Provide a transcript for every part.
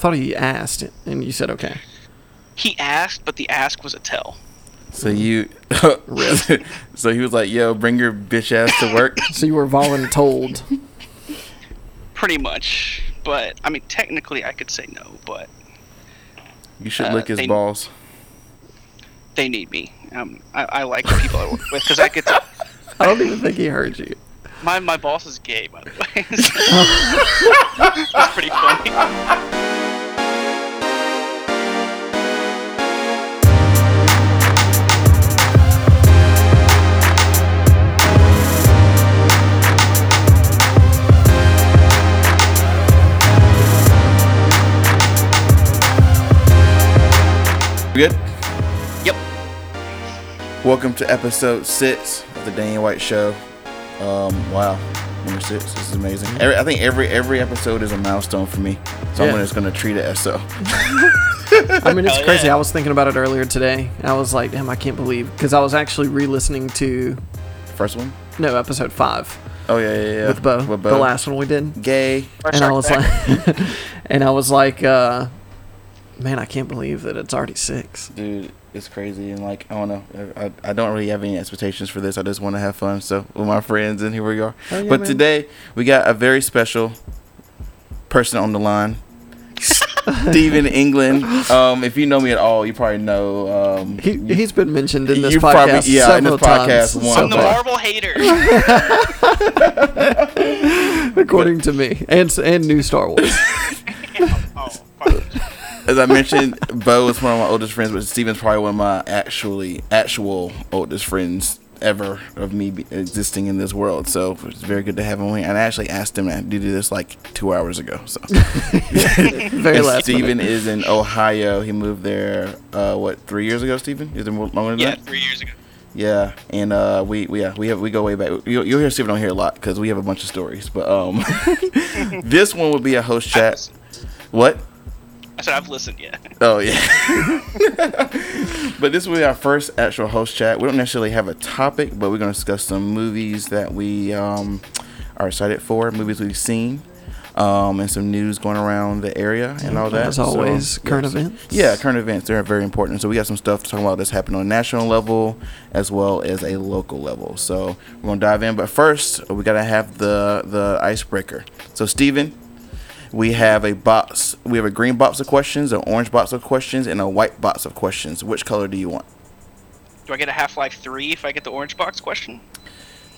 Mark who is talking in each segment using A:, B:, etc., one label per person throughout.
A: thought he asked, and you said okay.
B: He asked, but the ask was a tell.
C: So you, so he was like, "Yo, bring your bitch ass to work."
A: So you were voluntold.
B: Pretty much. But, I mean, technically I could say no, but
C: You should
B: Uh,
C: lick his
B: they-
C: balls.
B: they need me. Um, I, I like the people I work with because I get to.
A: I don't even think he heard you.
B: My, my boss is gay, by the way. That's pretty funny.
C: You good?
B: Yep.
C: Welcome to episode six of the Daniel White Show. Um, wow, number six. This is amazing. Every, I think every every episode is a milestone for me, so
A: Yeah.
C: I'm just gonna treat it as so.
A: I mean, it's
C: Oh,
B: Hell
A: crazy.
B: yeah.
A: I was thinking about it earlier today. I was like, damn, I can't believe because I was actually re-listening to
C: First one.
A: no episode five
C: Oh yeah, yeah, yeah.
A: with Bo,
C: With
A: the last one we did,
C: Gay.
A: and I was like, and I was like, uh, man, I can't believe that it's already six.
C: dude it's crazy and like i don't know I, I- I don't really have any expectations for this i just want to have fun so with my friends and here we are
A: Oh, yeah,
C: but
A: man.
C: today we got a very special person on the line Steven England. Um, if you know me at all, you probably know. Um,
A: He
C: you-
A: he's been mentioned in this
C: You
A: podcast
C: probably- yeah, in
A: several
C: this podcast
A: times,
C: once.
B: I'm the
C: Okay.
B: Marvel hater.
A: according to me, and s- and new Star Wars.
B: oh, fuck.
C: as I mentioned, Bo is one of my oldest friends, but Steven's probably one of my actually actual oldest friends ever of me be- existing in this world. So it's very good to have him here. And I actually asked him to do this like two hours ago. So
A: Very
C: And
A: last
C: Steven
A: minute.
C: is in Ohio. He moved there, uh, what, three years ago, Steven? Is it more longer than
B: Yeah,
C: that?
B: three years ago.
C: Yeah. And uh, we, we, yeah, we have, we go way back. You, you'll hear Steven on here a lot because we have a bunch of stories. But um, this one will be a host chat. What?
B: I said I've listened, yeah.
C: Oh, yeah. but this will be our first actual host chat. We don't necessarily have a topic, but we're going to discuss some movies that we um, are excited for, movies we've seen. Um, and some news going around the area and all that.
A: As
C: So,
A: always, current
C: yes.
A: events.
C: Yeah, current events. They're very important. So we got some stuff to talk about that's happening on a national level as well as a local level. So we're gonna dive in. But first we gotta have the the icebreaker. So Steven, we have a box we have a green box of questions, an orange box of questions, and a white box of questions. Which color do you want?
B: Do I get a Half Life 3 if I get the orange box question?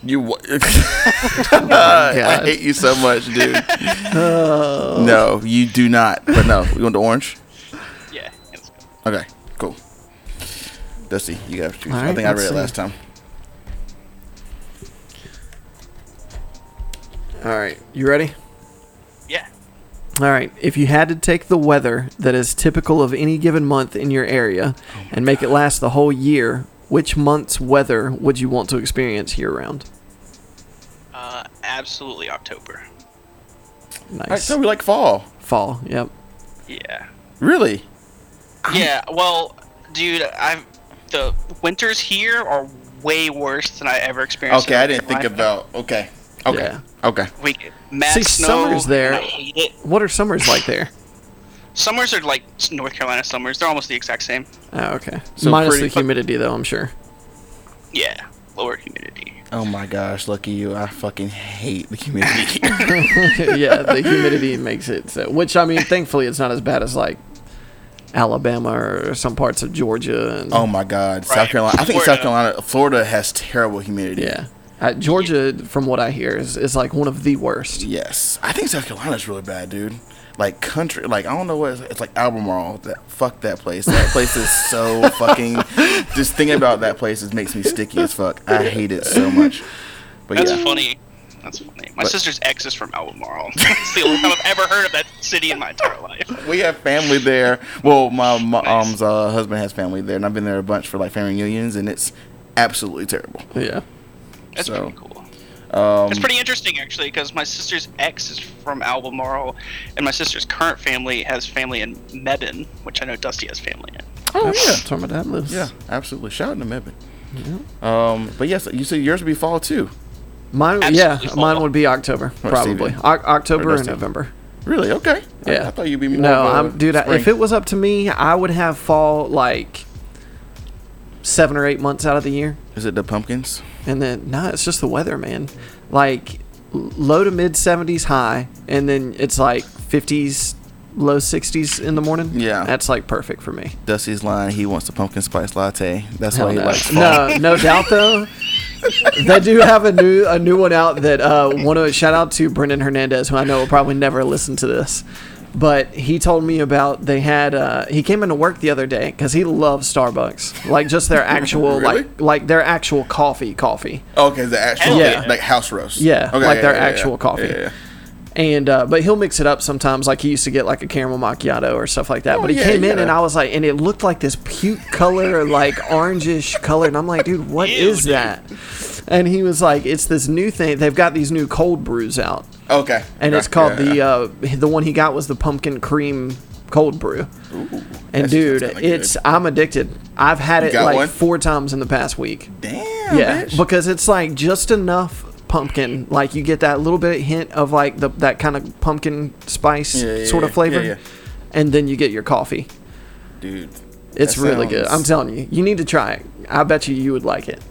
C: You wa- I Oh
A: God.
C: hate you so much, dude. No, you do not. But no, we want the orange?
B: Yeah. let's go.
C: Okay, cool. Dusty, you got to choose.
A: All
C: I
A: right,
C: think I
A: let's
C: read it
A: see.
C: last time.
A: All right, you ready?
B: Yeah.
A: All right. If you had to take the weather that is typical of any given month in your area
C: Oh
A: and make it last the whole year, which month's weather would you want to experience year round?
B: Uh, absolutely October.
A: Nice.
C: All right, so we like fall.
A: Fall. Yep.
B: Yeah.
C: Really?
B: Yeah, well, dude, I've the winters here are way worse than I ever experienced.
C: Okay,
B: in
C: I didn't think
B: my life.
C: about. Okay. Okay.
A: Yeah.
C: Okay.
B: we get mad
A: See,
B: snow.
A: summers there-
B: and I hate it.
A: What are summers like there?
B: Summers are like North Carolina summers. They're almost the exact same.
A: Oh, okay.
C: So
A: Minus
C: pretty-
A: the humidity, though. I'm sure.
B: Yeah, lower humidity.
C: Oh my gosh, lucky you. I fucking hate the community.
A: yeah, the humidity makes it. So, which I mean, thankfully, it's not as bad as like Alabama or some parts of Georgia. And,
C: oh my god. South
B: Right.
C: Carolina. I think South
B: Florida.
C: Carolina, Florida has terrible humidity.
A: yeah. Uh, Georgia, from what I hear, is, is like one of the worst.
C: Yes. I think South Carolina's really bad, dude. Like country, like I don't know what it's, it's like Albemarle. That fuck that place. That place is so fucking. Just thinking about that place is makes me sticky as fuck. I hate it so much. But
B: That's
C: yeah,
B: funny. That's funny. My
C: But-
B: sister's ex is from Albemarle. It's the only time I've ever heard of that city in my entire life.
C: we have family there. Well, my
B: Nice.
C: mom's uh, husband has family there, and I've been there a bunch for like family reunions, and it's absolutely terrible.
A: Yeah.
B: That's
C: So,
B: pretty cool.
A: um,
B: it's pretty interesting actually, because my sister's ex is from Albemarle, and my sister's current family has family in Mebbin, which I know Dusty has family in.
A: Oh yeah. That's where my dad lives.
C: Yeah, absolutely. Shout out to Mebane. Um, but yes, you said yours would be fall too.
A: Mine,
B: Absolutely
A: yeah,
B: fall.
A: mine would be October,
C: Or
A: probably
C: Stevie.
A: o- October
C: Or
A: and
C: Dusty.
A: November.
C: Really? Okay. I-
A: Yeah.
C: I, thought you'd be more.
A: No,
C: of a
A: I'm dude. I, if
C: spring.
A: it was up to me, I would have fall like seven or eight months out of the year,
C: is it the pumpkins?
A: and then no, it's just the weather, man. Like l- low to mid 70s high, and then it's like 50s, low 60s in the morning.
C: Yeah.
A: that's like perfect for me.
C: Dusty's line. He wants the pumpkin spice latte. That's
A: Hell
C: why he
A: no.
C: likes fall.
A: no, no doubt though. they do have a new a new one out that uh, want to shout out to Brendan Hernandez, who I know will probably never listen to this, but he told me about they had uh, he came into work the other day because he loves Starbucks, like just their actual
C: Really?
A: like like their actual coffee coffee.
C: Okay, the actual
B: Hell
A: yeah.
C: like, like house roast.
A: Yeah,
C: Okay,
A: like their
C: yeah, yeah,
A: actual
C: yeah.
A: coffee.
C: Yeah, yeah.
A: and uh, but he'll mix it up sometimes. Like he used to get like a caramel macchiato or stuff like that.
C: Oh,
A: but he
C: yeah,
A: came in
C: yeah.
A: and I was like, and it looked like this puke color, like orangish color, and I'm like, dude, what is
B: Ew, dude.
A: that? And he was like, it's this new thing. They've got these new cold brews out,
C: Okay.
A: and it's
C: Okay,
A: called
C: yeah,
A: the
C: yeah.
A: uh, the one he got was the pumpkin cream cold brew. and
C: that sounds
A: dude,
C: kinda good.
A: it's I'm addicted. I've had it
C: got
A: like
C: one?
A: four times in the past week
C: Damn.
A: yeah,
C: bitch.
A: because it's like just enough pumpkin. Like you get that little bit hint of like the that kind of pumpkin spice
C: Yeah, yeah,
A: sort
C: yeah,
A: of flavor,
C: yeah, yeah.
A: and then you get your coffee.
C: dude.
A: It's
C: that
A: really good. I'm
C: sounds-
A: telling you, you need to try it. I bet you you would like it.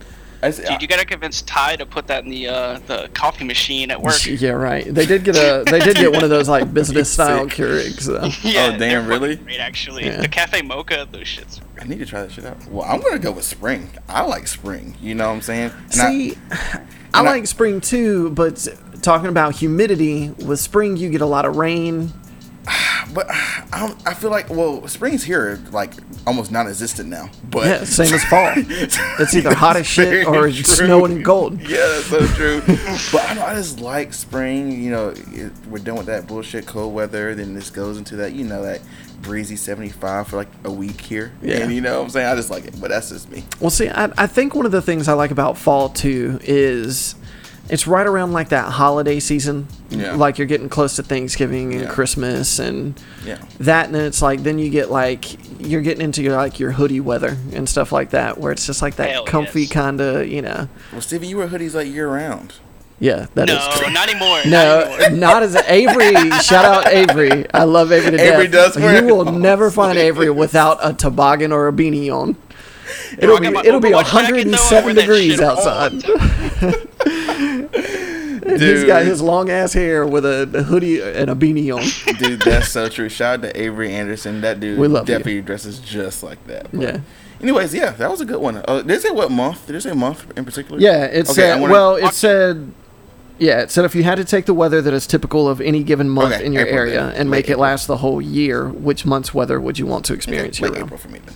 C: I see-
B: Dude, you gotta convince Ty to put that in the uh, the coffee machine at work.
A: Yeah, right. They did get a they did get one of those like business style
C: Sick.
A: Keurigs. Though.
B: Yeah,
C: damn,
B: they're fucking
C: really?
B: Great, actually.
A: oh, Yeah.
B: The cafe mocha, those shits.
C: I need to try that shit out. Well, I'm gonna go with spring. I like spring. You know what I'm saying? And I-
A: See, I
C: and I-
A: like spring too, but s- talking about humidity with spring, you get a lot of rain.
C: but I, don't- I feel like well, spring's here like almost non-existent now. But
A: Yeah, same as fall. It's either hot as shit or
C: Very
A: it's
C: true.
A: snowing and cold.
C: Yeah, that's so true. but I, don't know, I just like spring. You know, it, we're done with that bullshit cold weather. Then this goes into that, you know, that breezy 75 for like a week here.
A: Yeah.
C: And you know what I'm saying? I just like it. But that's just me.
A: Well, see, I, I think one of the things I like about fall too is it's right around like that holiday season.
C: Yeah.
A: Like you're getting close to Thanksgiving and
C: Yeah.
A: Christmas and
C: Yeah.
A: that, and then it's like then you get like you're getting into your like your hoodie weather and stuff like that, where it's just like that
B: Hell
A: comfy
B: yes.
A: kind of you know.
C: Well, Steven, you wear hoodies like year round.
A: Yeah, that is.
B: No, not anymore. not
A: No,
B: anymore.
A: not as Avery. Shout out Avery. I love Avery to
C: Avery
A: death.
C: does wear
A: You will
C: those.
A: never find Avery without a toboggan or a beanie on. It'll
B: I got
A: be
B: my
A: it'll be
B: Overwatch jacket, though, I wear
A: 107
B: that
A: degrees
B: shit all the
A: outside.
C: Dude,
A: He's got his long ass hair with a a hoodie and a beanie on.
C: dude, that's so true. Shout out to Avery Anderson. That dude
A: We love you.
C: definitely dresses just like that. But
A: Yeah.
C: Anyways, yeah, that was a good one. Uh, did it say what month? Did it say month in particular?
A: Yeah, it
C: Okay, I
A: said.
C: wanna-
A: well, it said. Yeah, it said if you had to take the weather that is typical of any given month
C: Okay,
A: in your
C: April
A: area
C: then.
A: and
C: Late
A: make it
C: April.
A: last the whole year, which month's weather would you want to experience?
C: Late
A: year round?
C: April for me then.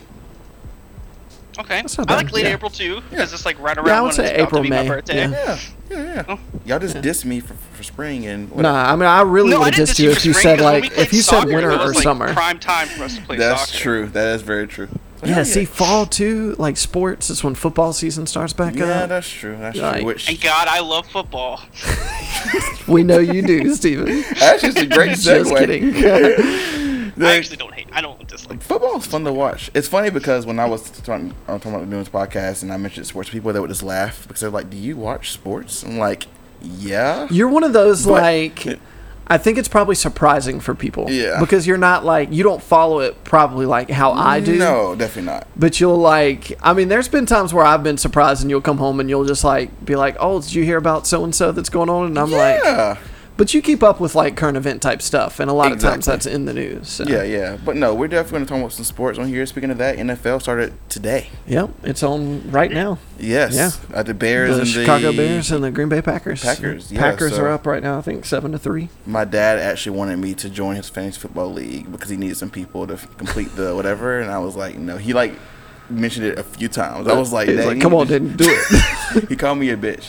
B: Okay.
A: That's not
B: I like
A: bad,
B: late
A: yeah.
B: April too,
C: Yeah.
B: because it's like right around
A: Yeah, I would
B: when
A: say
B: it's about
A: April,
B: to be my
A: May,
B: birthday.
A: yeah.
C: Yeah, yeah, yeah. Y'all just dissed me for, for spring and whatever.
A: Nah, I mean, I really
B: No, I
A: would have
B: didn't
A: dissed
B: see
A: you if you
B: spring,
A: said
B: 'cause when we
A: like
B: played
A: if you said
B: soccer,
A: winter
B: it
A: or
B: was, like,
A: summer.
B: Prime time for us to play
C: That's
B: soccer.
C: true. That is very true.
A: Yeah, see, fall too, like sports. It's when football season starts back
C: Yeah,
A: up.
C: that's true. That's
A: Like-
C: true. Which
B: And God, I love football.
A: We know you do, Steven.
C: that's just a great
A: Just
C: segue.
A: kidding.
B: I
C: The-
B: actually don't hate. I don't dislike.
C: Football is fun to watch. It's funny because when I was talking, I was talking about doing this podcast and I mentioned sports, people that would just laugh because they're like, "Do you watch sports?" I'm like, "Yeah."
A: You're one of those
C: But-
A: like I think it's probably surprising for people.
C: Yeah.
A: Because you're not like you don't follow it probably like how I do.
C: No, definitely not.
A: But you'll like I mean there's been times where I've been surprised and you'll come home and you'll just like be like, "Oh, did you hear about so and so that's going on?" and I'm like,
C: yeah,
A: "But you keep up with like current event type stuff and a lot of times
C: Exactly.
A: that's in the news." So.
C: yeah, yeah. But no, we're definitely going to talk about some sports on here. Speaking of that, NFL started today.
A: Yep, it's on right now.
C: Yes.
A: Yeah.
C: Uh, the Bears
A: The
C: and
A: Chicago
C: the
A: Bears and the Green Bay Packers.
C: Packers, yeah,
A: Packers
C: so-
A: are up right now, I think 7 to 3.
C: my dad actually wanted me to join his fantasy football league because he needed some people to f- complete the whatever, and I was like, no. He like mentioned it a few times. I was like,
A: He's
C: "Dad,
A: like,
C: you
A: "Come
C: need
A: on,
C: to-"
A: didn't do it."
C: he called me a bitch.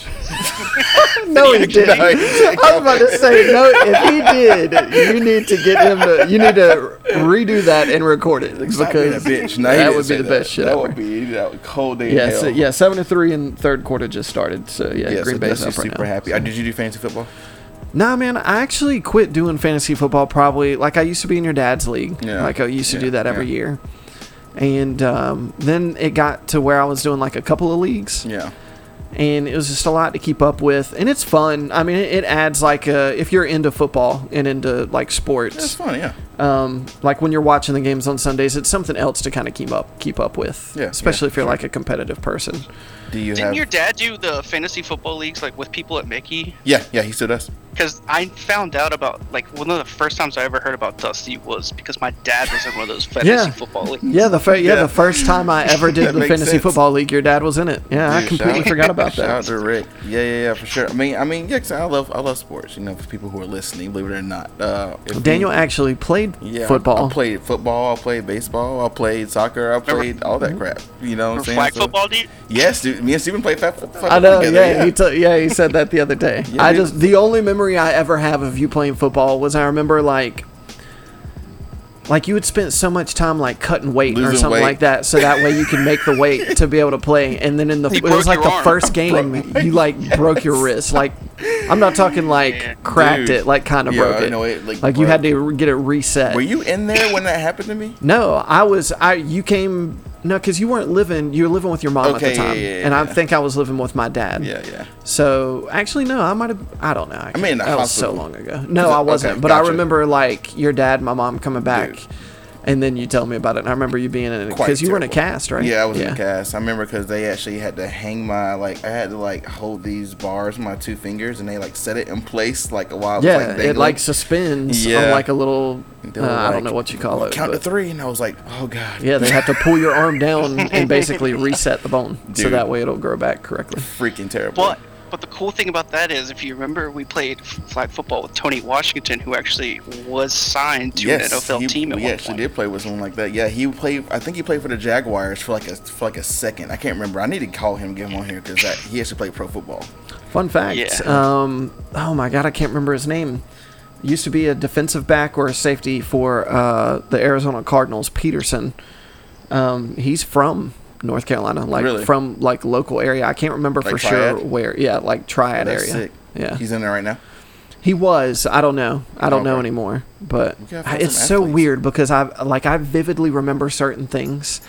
A: no, he didn't.
C: No,
A: I
C: he didn't.
A: was about to say no. If he did, you need to get him to. You need to redo that and record it because
C: Stop being a bitch. No, he
A: that
C: didn't
A: would be
C: say
A: the
C: that.
A: best shit
C: That
A: ever.
C: would be that cold day. in
A: yeah, so,
C: hell.
A: yeah. Seven to three in third quarter just started. So yeah,
C: Yeah,
A: Green
C: so
A: Bay's
C: Dusty's
A: up right
C: super
A: now.
C: happy. Uh, did you do fantasy football?
A: Nah, man, I actually quit doing fantasy football probably like I used to be in your dad's league.
C: Yeah.
A: Like I used to
C: Yeah,
A: do that every
C: yeah.
A: year. And um, then it got to where I was doing like a couple of leagues.
C: Yeah.
A: and it was just a lot to keep up with and it's fun i mean it, it adds like a, if you're into football and into like
C: That's
A: sports
C: fun, yeah.
A: um, like when you're watching the games on sundays it's something else to kind of keep up keep up with
C: Yeah,
A: especially
C: yeah,
A: if you're
C: sure.
A: like a competitive person
C: Do you
B: Didn't
C: have?
B: your dad do the fantasy football leagues like with people at Mickey?
C: yeah, yeah, he still does.
B: Because I found out about like one of the first times I ever heard about Dusty was because my dad was in one of those fantasy
A: Yeah.
B: football leagues.
A: yeah the fa- yeah,
C: Yeah.
A: the first time i ever
C: That
A: did the
C: makes
A: fantasy
C: sense.
A: football league your dad was in it yeah i
C: Dude,
A: completely
C: shout-
A: forgot about that
C: Shout out to Rick. Yeah, yeah, yeah, for sure. I mean, I mean, yeah, 'cause I love, I love sports. You know, for people who are listening, believe it or not. Uh, if you-
A: daniel actually played
C: yeah,
A: football
C: I played football. I played baseball. I played soccer. I played all
A: Mm-hmm.
C: that crap. You know, what I'm
B: Or
C: saying?
B: flag
C: So-
B: football, dude.
C: Yes, dude. Me and Steven played flag football.
A: I know.
C: together,
A: yeah, he t- yeah, he said that the other day.
C: Yeah,
A: I
C: dude.
A: just the only memory I ever have of you playing football was I remember like. Like you had spent so much time like cutting weight or
C: Losing
A: something
C: weight.
A: like that, so that way you could make the weight to be able to play. And then in the
B: He
A: it was
B: broke
A: like
B: your
A: the
B: arm.
A: first game, you like broke your wrist. Like I'm not talking like
B: Yeah.
A: cracked
C: Dude.
A: it, like kind of
C: Yeah,
A: broke
C: I
A: it.
C: know it,
A: like
C: like,
A: you had
C: broke.
A: to re- get it reset.
C: Were you in there when that happened to me?
A: No, I was. I you came no because you weren't living. You were living with your mom at
C: Okay,
A: the
C: yeah,
A: time,
C: yeah, yeah,
A: and I
C: yeah.
A: think I was living with my dad.
C: Yeah, yeah.
A: So actually, no, I might have. I don't know. I,
C: mean, in the
A: that was so
C: hospital.
A: long ago. No,
C: Okay,
A: I wasn't. but I
C: gotcha.
A: remember like your dad, and my mom coming back,
C: Dude.
A: and then you tell me about it. And I remember you being in it
C: Quite
A: because you were in a
C: terrible.
A: cast, right?
C: Yeah, I was in a cast. I remember because they actually had to hang my like I had to like hold these bars with my two fingers and they like set it in place like while I was,
A: Yeah,
C: like,
A: it
C: dangling.
A: like suspends on
C: Yeah.
A: like a little.
C: And they
A: Uh,
C: were
A: I don't
C: like,
A: know what you call it.
C: Count to
A: but-
C: three, and I was like, oh god.
A: Yeah, they have to pull your arm down and basically reset the bone so
C: Dude.
A: that way it'll grow back correctly.
C: Freaking terrible.
B: But but the cool thing about that is, if you remember, we played f- flag football with Tony Washington, who actually was signed to an NFL
C: he,
B: team at
C: we
B: one
C: actually
B: point.
C: did play with someone like that. Yeah, he played. I think he played for the Jaguars for like a for like a second. I can't remember. I need to call him, get him on here because he actually played pro football.
A: Fun fact.
B: Yeah.
A: Um, oh my god, I can't remember his name. Used to be a defensive back or a safety for uh, the Arizona Cardinals, Peterson. Um, he's from North Carolina, like
C: Really?
A: from like local area. I can't remember
C: Like
A: for sure
C: Triad?
A: where. Yeah, like Triad
C: That's
A: area.
C: sick.
A: Yeah,
C: he's in there right now.
A: he was. I don't know. I don't know
C: Okay.
A: anymore. But
C: We gotta
A: I-
C: find
A: it's
C: some
A: so
C: athletes.
A: weird because I like I vividly remember certain things,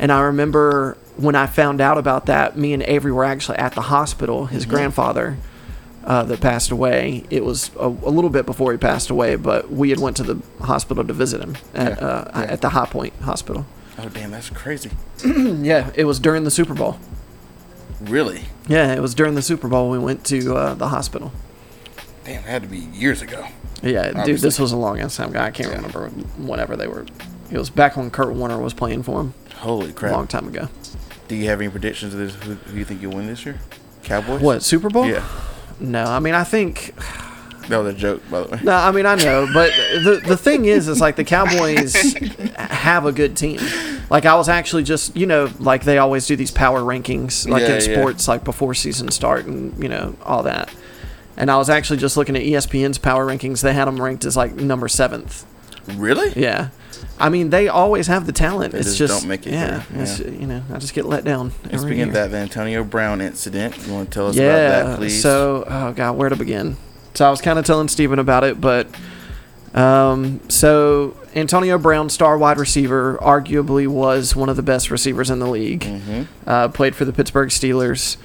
A: and I remember when I found out about that. Me and Avery were actually at the hospital. His
C: Mm-hmm.
A: grandfather, uh, that passed away. It was a, a little bit before he passed away, but we had went to the hospital to visit him at
C: Yeah,
A: uh,
C: yeah.
A: at the High Point Hospital.
C: Oh damn, that's crazy.
A: Yeah, it was during the Super Bowl.
C: Really?
A: Yeah, it was during the Super Bowl we went to uh, the hospital.
C: Damn, it had to be years ago.
A: Yeah, dude, this
C: Obviously.
A: was a long ass time ago. I can't
C: Yeah.
A: remember whenever they were. It was back when Kurt Warner was playing for him
C: Holy
A: a
C: crap!
A: long time ago.
C: Do you have any predictions of this? Who, who you think you'll win this year? Cowboys.
A: What Super Bowl?
C: Yeah,
A: No, I mean I think
C: that was a joke, by the way.
A: no, I mean I know, but the the thing is, is like the Cowboys have a good team. Like I was actually just you know like they always do these power rankings like
C: Yeah,
A: in
C: yeah.
A: sports like before season start and you know all that. And I was actually just looking at E ESPN's power rankings. They had them ranked as like number seventh.
C: Really?
A: Yeah. I mean, they always have the talent. it's
C: just
A: just
C: don't make it
A: Yeah,
C: here.
A: it's,
C: Yeah.
A: you know, I just get let down. every
C: Speaking of
A: year.
C: that, the Antonio Brown incident. You want to tell us
A: yeah.
C: about that, please?
A: So, oh god, where to begin? So I was kind of telling Steven about it, but um, so Antonio Brown, star wide receiver, arguably was one of the best receivers in the league.
C: Mm-hmm.
A: Uh, played for the Pittsburgh Steelers.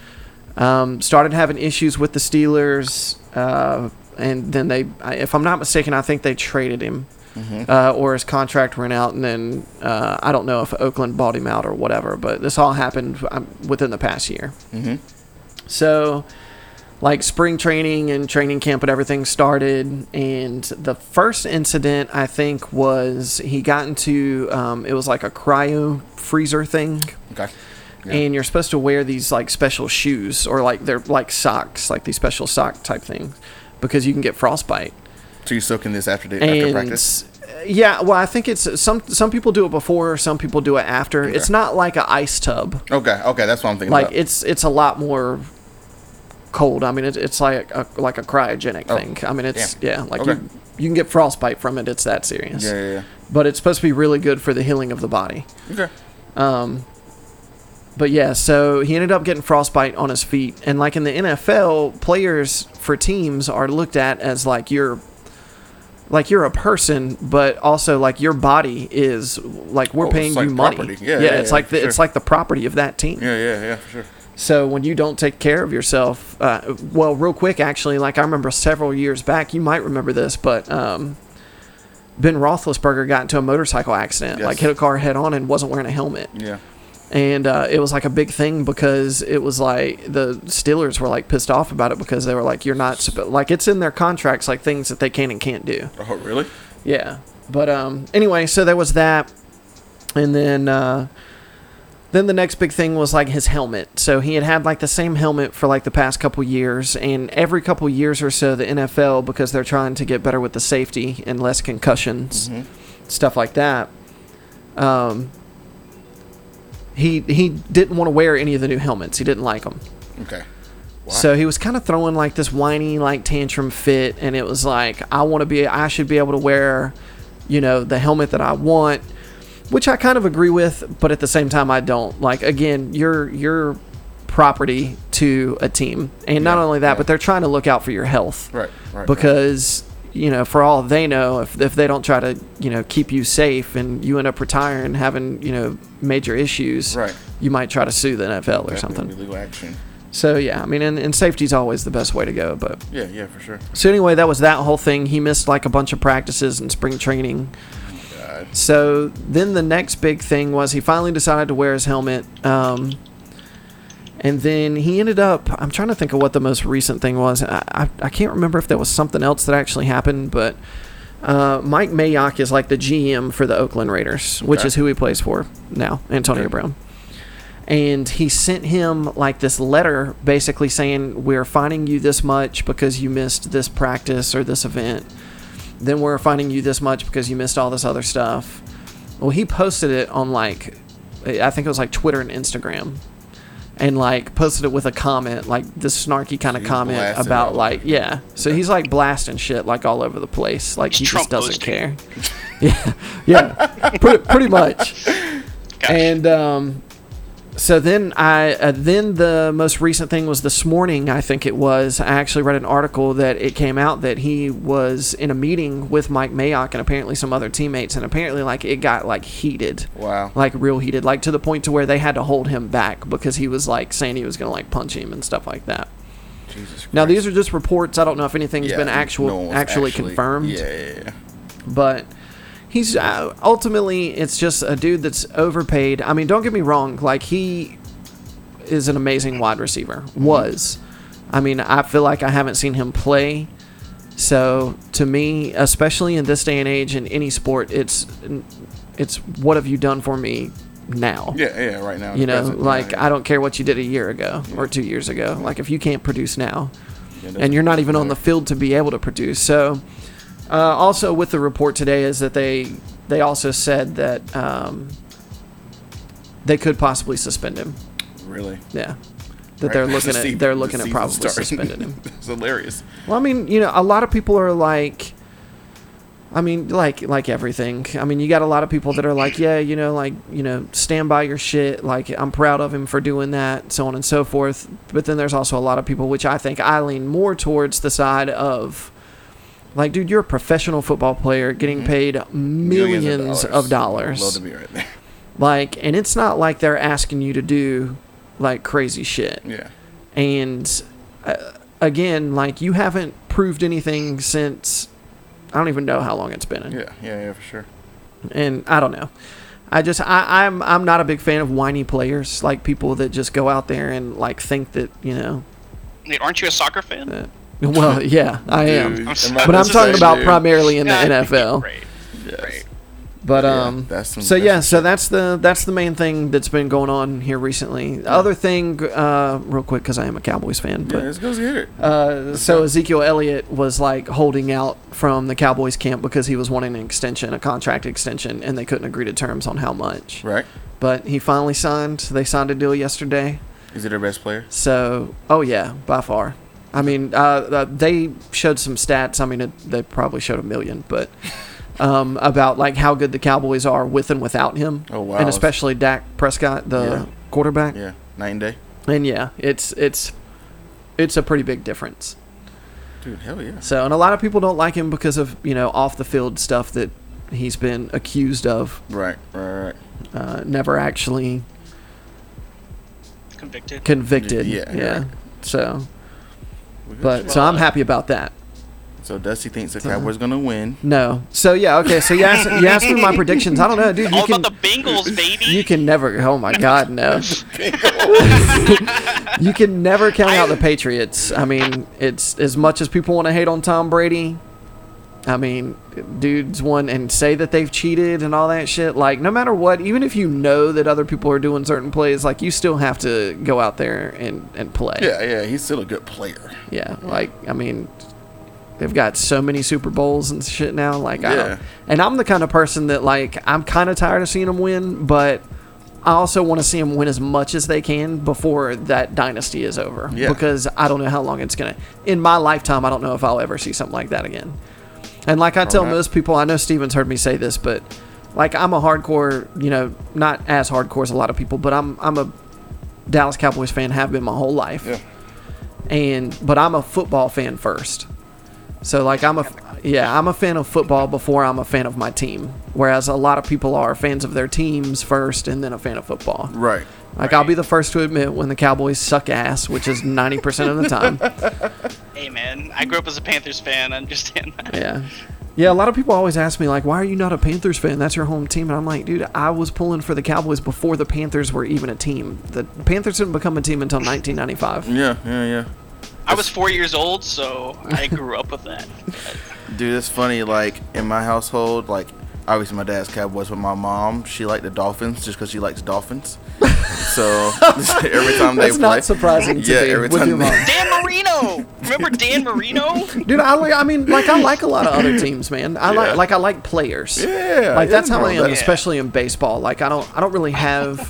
A: Um, started having issues with the Steelers, uh, and then they, I- if I'm not mistaken, I think they traded him.
C: Mm-hmm,
A: Uh, or his contract ran out, and then uh, I don't know if Oakland bought him out or whatever. But this all happened um, within the past year.
C: mm-hmm.
A: So, like spring training and training camp and everything started. And the first incident, I think, was he got into um, it was like a cryo freezer thing.
C: okay. Yeah.
A: And you're supposed to wear these like special shoes or like they're like socks, like these special sock type things, because you can get frostbite.
C: so you're soaking this after, the, after
A: And
C: practice?
A: uh, yeah, well, I think it's some some people do it before, some people do it after. It's not like a ice tub
C: Okay, okay, that's what I'm thinking
A: like
C: about.
A: it's it's a lot more cold. I mean, it, it's like a like a cryogenic thing. I mean, it's
C: damn.
A: yeah, like
C: Oh. Okay.
A: you you can get frostbite from it. It's that serious.
C: yeah, yeah,
A: But it's supposed to be really good for the healing of the body.
C: yeah. Okay.
A: But yeah, so he ended up getting frostbite on his feet, and like in the NFL, players for teams are looked at as like you're like you're a person but also like your body is like we're
C: Oh, it's
A: paying
C: like
A: you money
C: property. Yeah, yeah,
A: it's
C: yeah,
A: like the,
C: for
A: it's
C: sure.
A: like the property of that team
C: Yeah, yeah, yeah, for sure.
A: So when you don't take care of yourself, uh, well, real quick, actually, like I remember several years back, you might remember this, but um, Ben Roethlisberger got into a motorcycle accident,
C: Yes.
A: like hit a car head on and wasn't wearing a helmet.
C: Yeah.
A: And uh, it was like a big thing because it was like the Steelers were like pissed off about it because they were like, you're not, suppo- like it's in their contracts, like things that they can and can't do.
C: Oh, really?
A: Yeah. But um anyway, so there was that. And then uh then the next big thing was like his helmet. So he had had like the same helmet for like the past couple years and every couple years or so the NFL because they're trying to get better with the safety and less concussions stuff like that. Um he he didn't want to wear any of the new helmets. He didn't like them.
C: Okay.
A: So he was kind of throwing like this whiny like tantrum fit, and it was like I want to be, I should be able to wear, you know, the helmet that I want, which I kind of agree with, but at the same time I don't. Like again, you're you're property to a team, and not
C: Yeah,
A: only that,
C: yeah.
A: but they're trying to look out for your health,
C: Right, right, right.
A: Because you know, for all they know, if if they don't try to you know keep you safe and you end up retiring having you know major issues,
C: Right.
A: You might try to sue the NFL or
C: Definitely
A: something.
C: Legal action.
A: So yeah, I mean, and, and safety's always the best way to go. But
C: Yeah, yeah, for sure.
A: so anyway, that was that whole thing. He missed like a bunch of practices and spring training.
C: God.
A: So then the next big thing was he finally decided to wear his helmet. Um, and then he ended up. I'm trying to think of what the most recent thing was. I, I, I can't remember if there was something else that actually happened, but uh, Mike Mayock is like the GM for the Oakland Raiders, which
C: Okay.
A: is who he plays for now, Antonio
C: Okay.
A: Brown. And he sent him like this letter basically saying, We're fining you this much because you missed this practice or this event then we're finding you this much because you missed all this other stuff. Well, he posted it on like, I think it was like Twitter and Instagram, and like posted it with a comment, like this snarky kind of
C: he's
A: comment
C: blasting
A: about
C: all
A: like, yeah. So he's like blasting shit like all over the place, like
B: It's
A: he just
B: Trump
A: doesn't
B: posting.
A: care. yeah, yeah, pretty, pretty much.
B: Gosh.
A: And um, so then I uh, then the most recent thing was this morning. I think it was. I actually read an article that it came out that he was in a meeting with Mike Mayock and apparently some other teammates, and apparently like it got like heated.
C: Wow.
A: Like real heated, like to the point to where they had to hold him back because he was like saying he was gonna like punch him and stuff like that.
C: Jesus Christ.
A: Now these are just reports. I don't know if anything's
C: Yeah,
A: been
C: no
A: actual
C: one's
A: actually, confirmed
C: Yeah, yeah, yeah.
A: but he's uh, ultimately it's just a dude that's overpaid. I mean, don't get me wrong, like he is an amazing wide receiver.
C: Mm-hmm.
A: Was. I mean, I feel like I haven't seen him play. So, to me, especially in this day and age in any sport, it's it's what have you done for me now?
C: Yeah, yeah, right now.
A: You know, like
C: I.
A: I don't care what you did a year ago or two years ago. Like if you can't produce now,
C: that's
A: and you're not even on
C: matter.
A: the field to be able to produce. So, uh, also with the report today is that they they also said that um, they could possibly suspend him.
C: Really?
A: Yeah, that they're
C: Right.
A: looking
C: The sea-
A: at they're
C: the
A: looking at
C: season
A: probably
C: starting.
A: suspending him.
C: it's hilarious.
A: Well, I mean, you know, a lot of people are like, I mean, like like everything. I mean, you got a lot of people that are like, yeah, you know, like you know, stand by your shit. Like I'm proud of him for doing that, so on and so forth. But then there's also a lot of people, which I think I lean more towards the side of. Like, dude, you're a professional football player getting paid Mm-hmm. millions, of dollars.
C: Love to be right there.
A: Like, and it's not like they're asking you to do like crazy shit
C: Yeah.
A: and uh, again like you haven't proved anything since i don't even know how long it's been
C: Yeah, yeah, yeah, for sure.
A: and i don't know i just I, i'm i'm not a big fan of whiny players like people that just go out there and like think that you know
B: Wait, aren't you a soccer fan?
A: that, well yeah i am
C: Dude,
B: I'm
C: am
B: sorry.
C: I
A: but i'm
B: This is
A: talking
B: a-
A: about
C: dude?
A: primarily in the
B: Yeah,
A: nfl
B: Right.
C: Yes.
B: Right.
A: But
C: Yeah,
A: um,
C: that's some-
A: so
C: that's
A: yeah,
C: some
A: so
C: shit.
A: that's the that's the main thing that's been going on here recently. Other thing, uh, real quick, because I am a Cowboys fan.
C: Yeah,
A: But
C: let's go get it.
A: uh, so Ezekiel Elliott was like holding out from the Cowboys camp because he was wanting an extension, a contract extension, and they couldn't agree to terms on how much.
C: Right?
A: But he finally signed. They signed a deal yesterday.
C: Is it our best player?
A: So, oh yeah, by far. I mean, uh, uh, they showed some stats. I mean, it, they probably showed a million, but um, about like how good the Cowboys are with and without him.
C: Oh, wow.
A: And especially Dak Prescott, the
C: Yeah.
A: quarterback.
C: Yeah, night and day.
A: And yeah, it's it's it's a pretty big difference.
C: Dude, hell yeah.
A: So, and a lot of people don't like him because of you know off the field stuff that he's been accused of,
C: Right, right, right.
A: uh, never actually
B: convicted.
A: convicted.
C: Yeah,
A: Yeah.
C: you're
A: Yeah. So,
C: We're good.
A: but Uh-huh. so I'm happy about that.
C: so Dusty thinks the Cowboys gonna win.
A: No. So yeah. Okay. So you asked, you asked me my predictions. I don't know, dude. You
B: All
A: can
B: about the Bengals, baby.
A: you can never. Oh my God, no. you can never count out the Patriots. I mean, it's as much as people want to hate on Tom Brady. I mean, dudes won and say that they've cheated and all that shit. Like, no matter what, even if you know that other people are doing certain plays, like you still have to go out there and and play.
C: Yeah, yeah, he's still a good player.
A: Yeah, like I mean, they've got so many Super Bowls and shit now. Like, I
C: Yeah.
A: don't, and I'm the kind of person that like I'm kind of tired of seeing them win, but I also want to see them win as much as they can before that dynasty is over.
C: Yeah.
A: Because I don't know how long it's gonna. In my lifetime, I don't know if I'll ever see something like that again. And like I tell
C: not.
A: most people, I know Steven's heard me say this, but like I'm a hardcore, you know, not as hardcore as a lot of people, but I'm I'm a Dallas Cowboys fan, have been my whole life
C: Yeah,
A: and but I'm a football fan first. So like I'm a yeah, I'm a fan of football before I'm a fan of my team. Whereas a lot of people are fans of their teams first and then a fan of football.
C: right.
A: Like I'll be the first to admit when the Cowboys suck ass, which is 90% of the time.
B: Hey man, I grew up as a Panthers fan. I understand that.
A: Yeah. Yeah, a lot of people always ask me like, "Why are you not a Panthers fan? That's your home team." And I'm like, "Dude, I was pulling for the Cowboys before the Panthers were even a team. The Panthers didn't become a team until 1995."
C: Yeah, yeah, yeah.
B: I was four years old, so I grew up with that.
C: Dude, it's funny. Like in my household, like obviously my dad's Cowboys, but my mom she liked the Dolphins just because she likes dolphins. so every time they
A: That's
C: play,
A: not surprising to
C: yeah,
A: me
C: every
A: with
C: time
A: your
C: they-
A: mom.
B: Dan Marino. Remember Dan Marino?
A: Dude, I like. I mean, like I like a lot of other teams, man. I
C: Yeah.
A: like like I like players.
C: Yeah,
A: Like that's
C: yeah,
A: how I
C: bro,
A: am,
C: that-
A: especially in baseball. Like I don't I don't really have.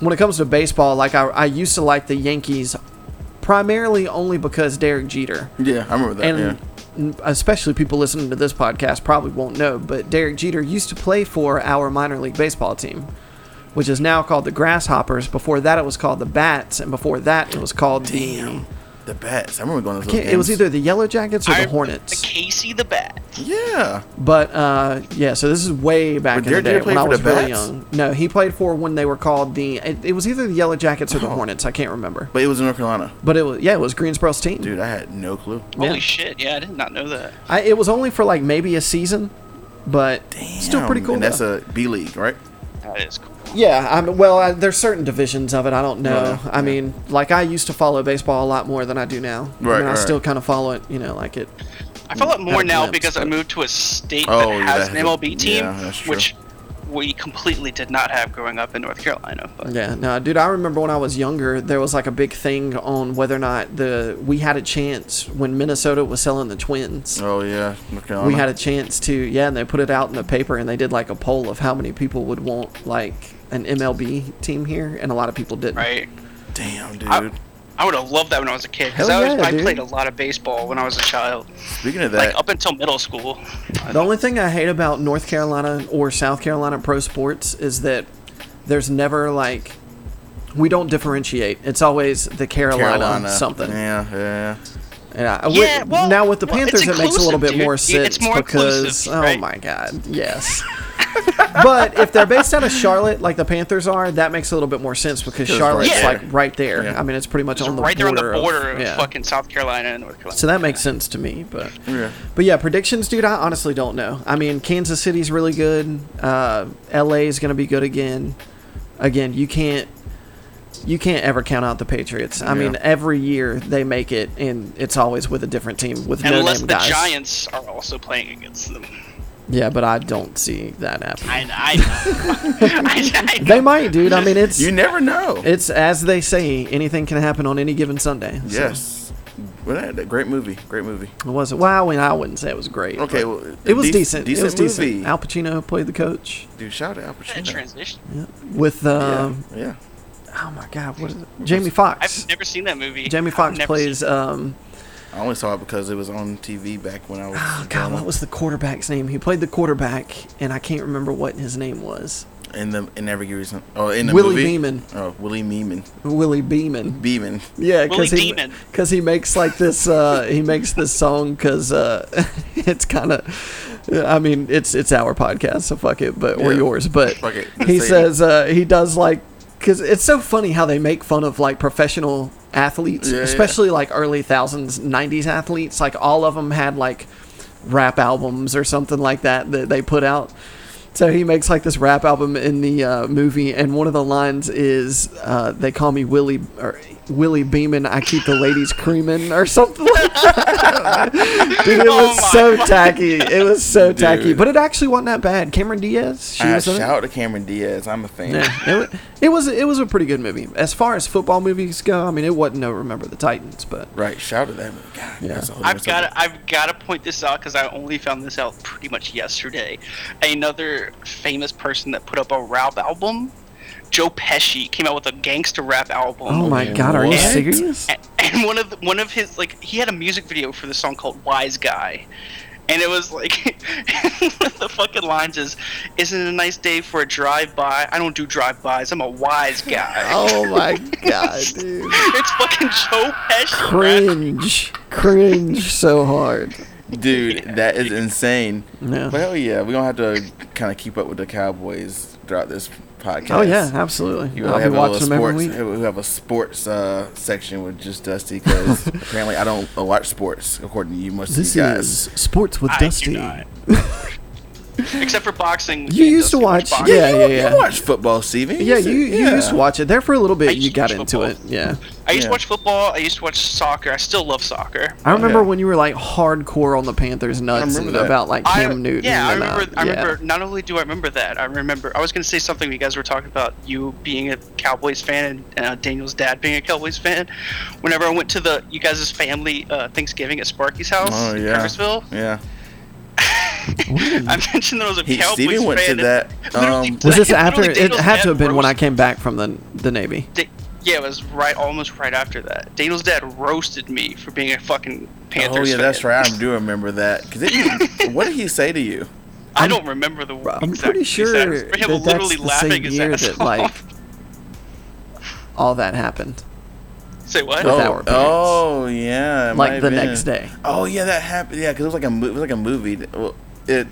A: when it comes to baseball, like I I used to like the Yankees, primarily only because Derek Jeter
C: Yeah, I remember that.
A: and
C: yeah.
A: n- especially people listening to this podcast probably won't know, but Derek Jeter used to play for our minor league baseball team, which is now called the Grasshoppers. Before that, it was called the Bats, and before that, it was called the.
C: The bats. I remember going to those
A: It was
C: games.
A: either the Yellow Jackets or
B: I-
A: the Hornets.
B: Casey the Bat.
C: Yeah.
A: But uh, yeah, so this is way back
C: But
A: in the
C: Derek
A: day
C: Jeter
A: when I
C: played for
A: was
C: the
A: really
C: Bats?
A: young. No, he played for when they were called the. It, it was either the Yellow Jackets or the Hornets. I can't remember.
C: Oh. But it was in North Carolina.
A: But it was yeah, it was Greensboro's team.
C: Dude, I had no clue.
A: Yeah.
B: Holy shit! Yeah, I did not know that.
A: I, it was only for like maybe a season, but still pretty
C: Damn,
A: cool.
C: And that's
A: though.
C: a B league, right?
B: That is cool.
A: yeah, I mean, well, I, there's certain divisions of it. I don't know.
C: Right,
A: I mean, like I used to follow baseball a lot more than I do now. I,
C: Right,
A: mean, I
C: right.
A: still kind of follow it. You know, like it.
B: I follow it more
A: Had a
B: now
A: glimpse,
B: because I
A: but-
B: moved to a state
C: Oh,
B: that
C: yeah,
B: has
C: that's-
B: an MLB team,
C: yeah, that's true.
B: which we completely did not have growing up in North Carolina. But
A: Yeah, no, dude, I remember when I was younger, there was like a big thing on whether or not the we had a chance when Minnesota was selling the Twins.
C: Oh yeah, North Carolina.
A: We had a chance to, yeah, and they put it out in the paper and they did like a poll of how many people would want like an MLB team here, and a lot of people didn't.
B: right,
C: Damn, dude.
B: I, I would have loved that when I was a kid because
A: Hell
B: I, was
A: yeah,
B: I
A: dude.
B: played a lot of baseball when I was a child,
C: Speaking of
B: like
C: that,
B: up until middle school.
A: The only thing I hate about North Carolina or South Carolina pro sports is that there's never like we don't differentiate. It's always the Carolina,
C: Carolina
A: something.
C: Yeah, yeah.
A: Yeah, I
B: Yeah,
A: would-
B: well-
A: now with the
B: well, it's
A: Panthers, it makes a little bit
B: inclusive, dude.
A: more
B: It's
A: sense
B: more
A: because
B: inclusive,
A: oh
B: right?
A: my god, yes. but if they're based out of Charlotte, like the Panthers are, that makes a little bit more sense because
C: it's
A: Charlotte's
B: right
A: like
C: there.
A: right there.
C: Yeah.
A: I mean, it's pretty much
B: It's
A: on the
B: right there on
A: border
B: the border of,
A: yeah.
B: fucking South Carolina and North Carolina.
A: So that makes sense to me, but
C: Yeah.
A: but yeah, predictions, dude. I honestly don't know. I mean, Kansas City's really good. Uh, LA is gonna be good again. Again, you can't you can't ever count out the Patriots. I mean,
C: Yeah.
A: every year they make it, and it's always with a different team with no
B: Unless
A: name
B: the
A: guys.
B: Giants are also playing against them.
A: Yeah, but I don't see that happening.
B: I, I, I,
A: They might, dude. I mean, it's
C: You never know.
A: it's as they say, anything can happen on any given Sunday. So,
C: yes. Well, that, that great movie. Great movie.
A: it was well, I mean, I wouldn't say it was great.
C: Okay,
A: but
C: well,
A: it was
C: dec-
A: decent.
C: decent
A: it was decent.
C: movie.
A: Al Pacino played the coach.
C: Dude, shout out to Al
B: that
C: Pacino.
B: transition.
A: with
C: Yeah,
A: um,
C: yeah.
A: oh my god, what is it? Jamie Fox.
B: I've never seen that movie.
A: Jamie
B: I've
A: Fox
B: never
A: plays
B: seen
A: um,
C: I only saw it because it was on TV back when I was.
A: oh god, what was the quarterback's name? He played the quarterback, and I can't remember what his name was.
C: in the in every reason? Oh, in the
A: Willie
C: movie?
A: Beeman.
C: Oh, Willie Beeman.
A: Willie Beeman.
C: Beeman.
A: Yeah,
B: Willie
A: because he
B: Demon.
A: because he makes like this uh, he makes this song because uh, it's kind of I mean it's it's our podcast so fuck it but or
C: Yeah.
A: your's but
C: Fuck it, just
A: he
C: say it.
A: says uh, he does like because it's so funny how they make fun of like professional athletes,
C: Yeah, yeah.
A: especially like early thousands, nineties athletes. Like all of them had like rap albums or something like that that they put out. So he makes like this rap album in the uh, movie, and one of the lines is uh, "They call me Willie or Willie Beeman. I keep the ladies creaming or something like that." Dude, it
B: Oh
A: was
B: my
A: so tacky. It was so tacky,
C: Dude.
A: but it actually wasn't that bad. Cameron Diaz, she
C: I
A: was in it.
C: shout to Cameron Diaz. I'm a fan.
A: Yeah, it, wa- it was it was a pretty good movie as far as football movies go. I mean, it wasn't no Remember the Titans, but
C: Right, shout at that. God, that's a whole
B: I've
C: different
B: got
C: subject.
B: to, I've got to point this out because I only found this out pretty much yesterday. Another famous person that put up a rap album, Joe Pesci, came out with a gangster rap album.
A: oh my
C: man,
A: god, are you
B: what?
A: serious?
B: A- and one of the, one of his like he had a music video for the song called Wise Guy, and it was like the fucking lines is, "Isn't it a nice day for a drive by? I don't do drive bys. I'm a wise guy."
A: Oh my god, dude!
B: It's fucking Joe Pesci. bruh.
A: Cringe, cringe so hard.
C: Dude, that is insane.
A: Yeah.
C: But hell yeah, we're going to have to kind of keep up with the Cowboys throughout this podcast.
A: Oh yeah, absolutely.
C: You
A: I'll be
C: have a little
A: watching them every
C: sports.
A: week.
C: We have a sports uh, section with just Dusty because apparently I don't uh, watch sports according to you, most
A: This
C: of you guys.
A: is sports with
B: I do
A: Dusty.
B: not. Except for boxing.
A: You
B: me and
A: used to
B: Dusty
A: watch,
B: boxing.
A: yeah, yeah,
C: You
A: yeah,
C: watch football, Steven.
A: yeah. You you used to watch it there for a little
B: I
A: bit. You
B: used to
A: got
B: watch
A: into it,
B: football.
A: yeah.
B: I used
C: Yeah.
B: to watch football. I used to watch soccer. I still love soccer.
A: I remember
C: Yeah.
A: when you were like hardcore on the Panthers nuts
C: remember
A: and
C: that.
A: about like
B: I-
A: Cam Newton.
B: Yeah, I
A: and, uh,
B: remember. I
A: yeah.
B: remember. Not only do I remember that, I remember. I was going to say something. You guys were talking about you being a Cowboys fan and uh, Daniel's dad being a Cowboys fan. Whenever I went to the you guys' family uh, Thanksgiving at Sparky's house
C: Oh
B: in
C: yeah,
B: Kernersville,
C: yeah.
B: I mentioned that I was a
C: He-
B: Cowboys
C: Steven
B: fan.
C: went to
B: and
C: that,
B: literally-
C: um,
A: Was this
B: literally
A: after? It
B: Daniel's
A: had
B: dad
A: to have been when I
B: roasted-
A: came back from the the Navy.
B: Da- yeah, it was right almost right after that. Daniel's dad roasted me for being a fucking Panthers
C: oh yeah,
B: fan.
C: that's right. I do remember that. 'Cause it- what did he say to you?
B: I don't remember the.
A: I'm
B: exact
A: pretty
B: exact-
A: sure
B: but
A: that
B: him
A: that's
B: literally
A: the
B: laughing
A: same
B: his
A: year
B: ass
A: that
B: off.
A: like all that happened.
B: Say what?
A: With
C: oh,
A: our parents.
C: oh yeah,
A: Like
C: it might
A: the
C: have
A: next day.
C: Oh yeah, that happened. Yeah, because it was like a mo- it was like a movie. that- well, It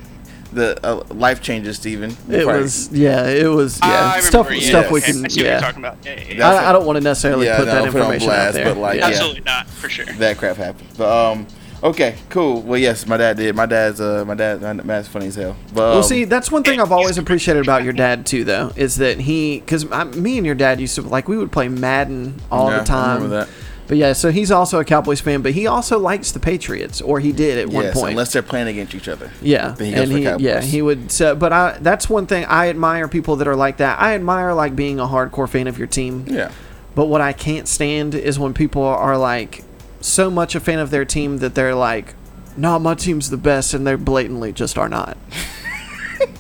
C: the uh, life changes, Steven.
A: It
C: Right.
A: was yeah, it was yeah
B: I remember,
A: stuff
B: yeah,
A: stuff we can
B: okay, I see what you're
A: yeah.
B: talking about. Yeah, yeah, yeah.
C: That's
A: I, I don't want to necessarily
C: Yeah,
A: put
C: no,
A: that
C: put it on
A: information
C: blast,
A: out there.
C: but, like,
A: yeah.
C: yeah.
B: Absolutely not, for sure.
C: that crap happened. But um, okay, cool. Well, yes, my dad did. My dad's uh, my dad, my dad's funny as hell. But um,
A: Well, see, that's one thing I've always appreciated about your dad too, though, is that he, because me and your dad used to like we would play Madden all
C: Yeah, I
A: the time.
C: remember that.
A: But yeah, so he's also a Cowboys fan, but he also likes the Patriots, or he did at one
C: yes,
A: point.
C: unless they're playing against each other.
A: Yeah,
C: Then he goes
A: and
C: for
A: he,
C: Cowboys.
A: yeah, he would. So, but I, that's one thing I admire people that are like that. I admire like being a hardcore fan of your team.
C: Yeah.
A: But what I can't stand is when people are like so much a fan of their team that they're like, "No, my team's the best," and they blatantly just are not.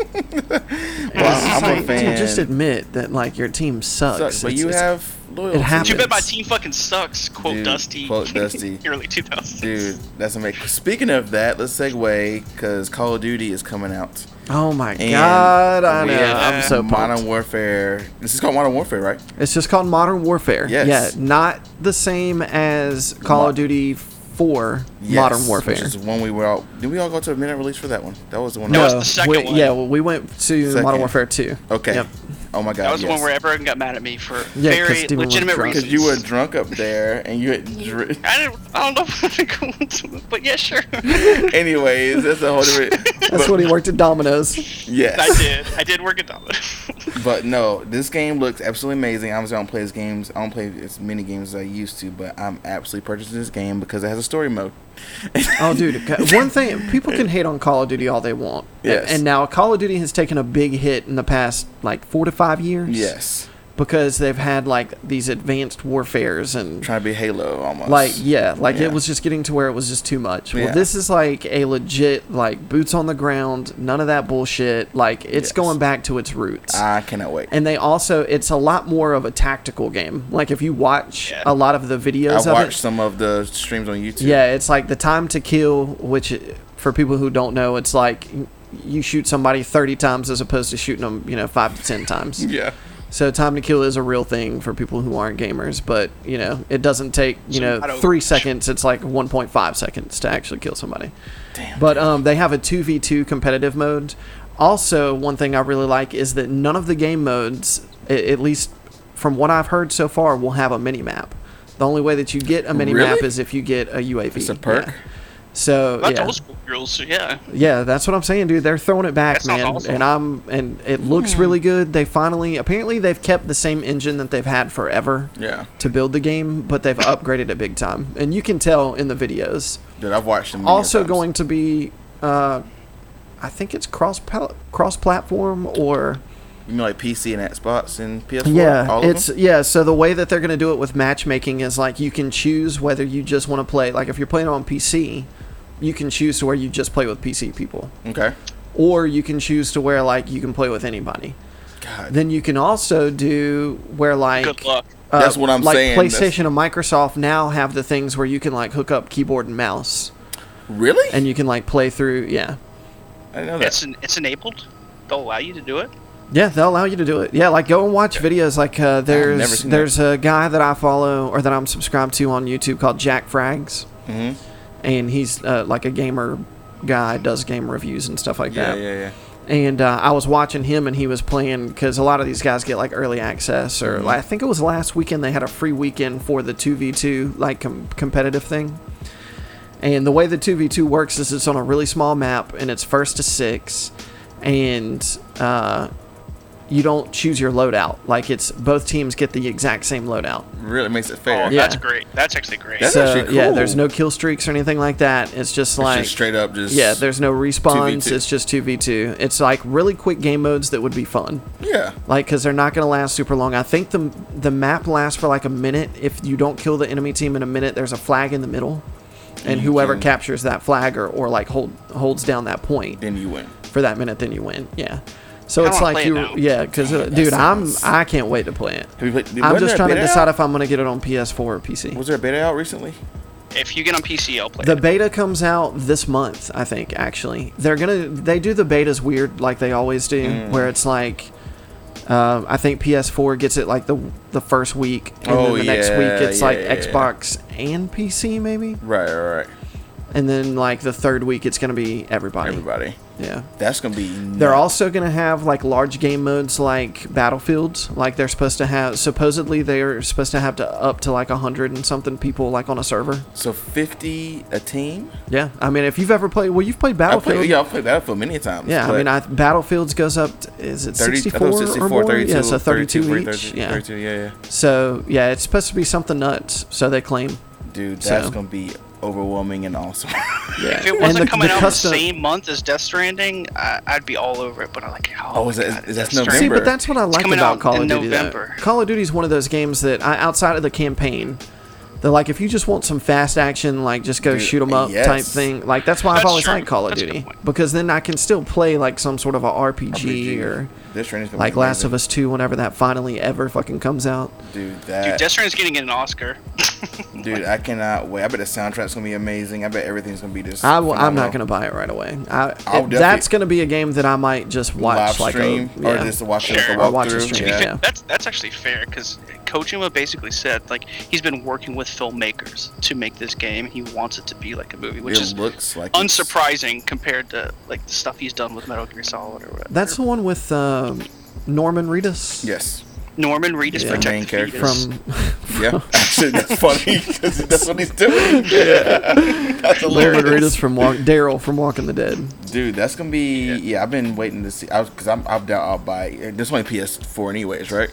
C: Well, I'm a
A: Like, dude,
C: fan.
A: just admit that like your team sucks.
C: Sucks, but
A: It's-
C: you
A: it's-
C: have loyalty.
A: happens.
B: Too bad my team fucking sucks. Quote
C: Dude,
B: Dusty.
C: quote Dusty.
B: Early 2000s.
C: Dude, that's amazing. Speaking of that, let's segue because Call of Duty is coming out.
A: Oh my
C: And
A: god! I
C: we
A: know.
C: have
A: I'm so pumped.
C: Modern Warfare. This is called Modern Warfare, right?
A: It's just called Modern Warfare.
C: Yes.
A: Yeah, not the same as Call
C: Mo-
A: of Duty 4
C: Yes,
A: Modern Warfare.
C: Which is the one we were all. Did we all go to a minute release for that one? That was the one.
B: That was
A: No,
B: the second
A: we-
B: one.
A: Yeah, well, we went to
C: Second.
A: Modern Warfare 2.
C: Okay.
A: Yep.
C: Oh my God.
B: That was the one
C: yes.
B: where everyone got mad at me for
A: Yeah, 'cause
B: very
A: Steven was
B: legitimate
A: drunk.
B: reasons.
C: Because you were drunk up there, and you had. Dr-
B: I, didn't, I don't know if I'm going to it, but yeah, sure.
C: Anyways, that's a whole different.
A: That's
C: but,
A: when he worked at Domino's.
C: Yes.
B: I did. I did work at Domino.
C: But no, this game looks absolutely amazing. Obviously, I don't play as games. I don't play as many games as I used to, but I'm absolutely purchasing this game because it has a story mode.
A: Oh, dude. ca- One thing, people can hate on Call of Duty all they want. A-
C: Yes.
A: And now Call of Duty has taken a big hit in the past, like, four to five years.
C: Yes.
A: Because they've had, like, these advanced warfares and.
C: Trying to be Halo almost.
A: Like yeah, like
C: Yeah.
A: it was just getting to where it was just too much.
C: Yeah.
A: Well, this is like a legit like boots on the ground, none of that bullshit. Like it's
C: Yes.
A: going back to its roots.
C: I cannot wait.
A: and they also it's a lot more of a tactical game. Like if you watch
B: Yeah.
A: a lot of the
C: I
A: videos of
C: watched
A: it,
C: some of the streams on YouTube.
A: yeah, it's like the time to kill, which for people who don't know, it's like you shoot somebody thirty times as opposed to shooting them, you know, five to ten times.
C: Yeah.
A: So time to kill is a real thing for people who aren't gamers, but you know it doesn't take you
B: So
A: know
B: how to-
A: three seconds. It's like 1.5 seconds to actually kill somebody.
C: Damn.
A: But um, they have a 2v2 competitive mode. Also, one thing I really like is that none of the game modes, a- at least from what I've heard so far, will have a mini map. The only way that you get a mini map
C: Really?
A: is if you get a UAV.
C: It's a perk?
A: Yeah. So
B: That's
A: yeah.
B: old school girls, so yeah.
A: Yeah, that's what I'm saying, dude. They're throwing it back,
B: That sounds
A: man.
B: awesome.
A: And I'm and it looks really good. They finally apparently they've kept the same engine that they've had forever
C: Yeah.
A: to build the game, but they've upgraded it big time. And you can tell in the videos.
C: Dude, I've watched them. many
A: Also
C: times.
A: going to be uh I think it's cross cross platform or
C: You mean like PC and Xbox and PS4?
A: yeah,
C: all of
A: it's
C: them?
A: yeah. So the way that they're going to do it with matchmaking is like you can choose whether you just want to play. Like if you're playing on PC, you can choose to where you just play with PC people,
C: okay.
A: or you can choose to where like you can play with anybody.
C: God,
A: Then you can also do where like
B: Good luck.
A: uh,
C: That's what I'm
A: like
C: saying. That's-
A: PlayStation and Microsoft now have the things where you can like hook up keyboard and mouse,
C: really?
A: and you can like play through. Yeah,
C: I didn't know that.
B: It's an, it's enabled. They'll allow you to do it.
A: Yeah, they'll allow you to do it. Yeah, like go and watch videos. Like uh,
C: never
A: there's
C: seen
A: there's a guy that I follow or that I'm subscribed to on YouTube called Jack Frags,
C: Mhm.
A: and he's uh, like a gamer guy, does game reviews and stuff like
C: yeah,
A: that.
C: yeah, yeah.
A: And uh, I was watching him, and he was playing because a lot of these guys get like early access, or
C: Mm-hmm.
A: like, I think it was last weekend they had a free weekend for the two v two like com- competitive thing. And the way the 2v2 works is it's on a really small map and it's first to six. And uh, you don't choose your loadout. Like it's both teams get the exact same loadout.
C: Really makes it
B: Oh,
C: fair.
A: Yeah.
B: that's great. That's actually great.
C: That's
A: so
C: actually
A: yeah,
C: cool.
A: there's no kill streaks or anything like that. It's just
C: It's
A: like
C: just straight up, just
A: yeah, there's no respawns.
C: 2v2.
A: It's just 2v2. It's like really quick game modes that would be fun.
C: yeah.
A: Like, because they're not going to last super long. I think the the map lasts for like a minute. If you don't kill the enemy team in a minute, there's a flag in the middle, and
C: you
A: whoever
C: can-
A: captures that flag or, or like hold holds down that point
C: Then you win.
A: for that minute, then you win. Yeah. So
B: I
A: it's
B: wanna
A: like
B: play it
A: you,
B: now.
A: yeah, because
C: that
A: dude, I'm
C: sounds-
A: I can't wait to play it.
C: Have you played? wasn't
A: I'm
C: there
A: just
C: a
A: trying to
C: beta
A: decide
C: out?
A: if I'm gonna get it on PS4 or PC.
C: was there a beta out recently?
B: If you get on PC, I'll play
A: The
B: it.
A: beta comes out this month, I think. Actually, they're gonna they do the betas weird like they always do,
C: Mm.
A: where it's like. Um, I think PS4 gets it like the the first week, and
C: Oh,
A: then the next
C: yeah,
A: week it's like
C: yeah, yeah, yeah.
A: Xbox and PC maybe,
C: Right, right, right.
A: and then like the third week it's gonna be everybody.
C: Everybody.
A: Yeah,
C: That's gonna be.
A: They're
C: nuts.
A: also going to have like large game modes like battlefields. Like they're supposed to have supposedly they're supposed to have to up to like 100 and something people like on a server.
C: so fifty a team.
A: Yeah. I mean, if you've ever played well, you've played
C: I
A: Battlefield.
C: played.
A: yeah.
C: Yeah, I played Battlefield many times.
A: I
C: but
A: mean, I, Battlefields goes up. To, is it
C: 30 I thought
A: 64,
C: it was
A: or more?
C: 32,
A: yeah, so 32,
C: 33,
A: each.
C: 32,
A: yeah.
C: 32, yeah, yeah.
A: So yeah, it's supposed to be something nuts. So they claim.
C: Dude,
A: So-
C: that's gonna be overwhelming and awesome.
A: Yeah.
B: If it
A: And
B: wasn't
A: the-
B: coming
A: the
B: out
A: custom-
B: the same month as Death Stranding, I, I'd be all over it. But I'm like, oh,
C: Oh, is that-
B: God,
C: is that
B: Death Stranding.
A: See,
C: November?
A: but that's what I like
B: coming
A: about
B: out
A: Call of
B: in
A: Duty. Though.
B: November.
A: Call of Duty is one of those games that I, outside of the campaign, they're like if you just want some fast action, like just go
C: Dude,
A: shoot 'em up
C: yes.
A: type thing. Like that's why I've
B: That's
A: always
B: true.
A: liked Call of
B: That's a good
A: Duty
B: point.
A: because then I can still play like some sort of a RPG, or
C: this train is gonna
A: like
C: be
A: Last of
C: amazing.
A: Us Two, whenever that finally ever fucking comes out.
C: Dude,
B: Dude,
C: that
B: Death Stranding's getting an Oscar.
C: dude, I cannot wait. I bet the soundtrack's gonna be amazing. I bet everything's gonna be just.
A: I will, I'm not
C: phenomenal.
A: gonna buy it right away. I,
C: I'll
A: it- that's
C: definitely-
A: gonna be a game that I might just watch
C: live
A: like
C: stream
A: a, yeah.
C: or just watch it
B: Sure.
C: like a
A: Or watch the
C: walkthrough.
A: stream.
C: Yeah.
A: Yeah.
B: That's that's actually fair because Kojima basically said like he's been working with filmmakers to make this game. He wants it to be like a movie, which
C: it
B: is
C: looks like it's-
B: unsurprising compared to like the stuff he's done with Metal Gear Solid or whatever.
A: that's the one with um Norman Reedus.
C: Yes.
B: Norman Reedus
A: Yeah.
B: protect
C: Main
B: the
C: character.
B: fetus.
A: From
C: Yeah. Actually, that's funny 'cause that's what he's doing. that's
A: Norman
C: hilarious.
A: Reedus from Walk, Daryl from Walking the Dead.
C: Dude, that's gonna be yeah. I've been waiting to see. I was because I'm I doubt I'll buy. This only PS4 anyways, right?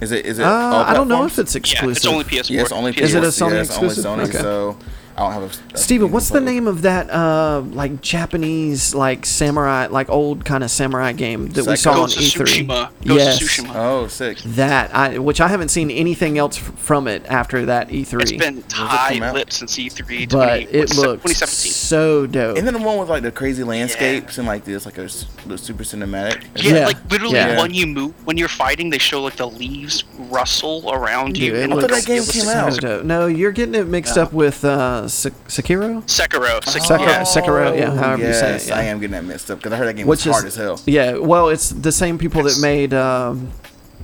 C: Is it? Is it? all
A: Uh, I don't know if
C: platforms?
A: it's
B: yeah,
A: exclusive.
B: it's only PS4.
C: Yeah, it's only PS4.
B: PS4.
A: Is it a Sony
C: yeah, it's only
A: exclusive?
C: Sony,
A: Okay.
C: So I don't have a. a
A: Steven, what's the
C: console.
A: name of that uh like Japanese like samurai like old kind of samurai game that we
C: Sekiro.
A: saw on
B: Ghost of
A: E3?
B: Tsushima. Ghost of
A: yes,
B: Tsushima.
C: Oh, sick.
A: that I which I haven't seen anything else f- from it after that E3.
B: It's been
C: come out?
B: tied lip since E E3
A: but
B: 20,
A: it looks
B: 2017.
A: so dope.
C: And then the one with like the crazy landscapes and like this, like a s- the super cinematic.
B: Yeah,
A: Yeah.
B: like literally
A: Yeah.
B: when you move, when you're fighting, they show like the leaves rustle around you.
A: Dude, it
B: and, like,
A: looks
C: that game
B: it's
C: came
A: so
C: out.
A: dope. No, you're getting it mixed up with uh Sek- Sekiro.
B: Sekiro.
A: Sekiro-
B: Sekiro.
A: yeah, Sekiro, yeah, however you say it,
C: Oh, Yes,
A: yeah.
C: I am getting that mixed up because I heard that game
A: Which
C: was
A: is
C: hard as hell.
A: Yeah, well, it's the same people that
B: It's-
A: made um,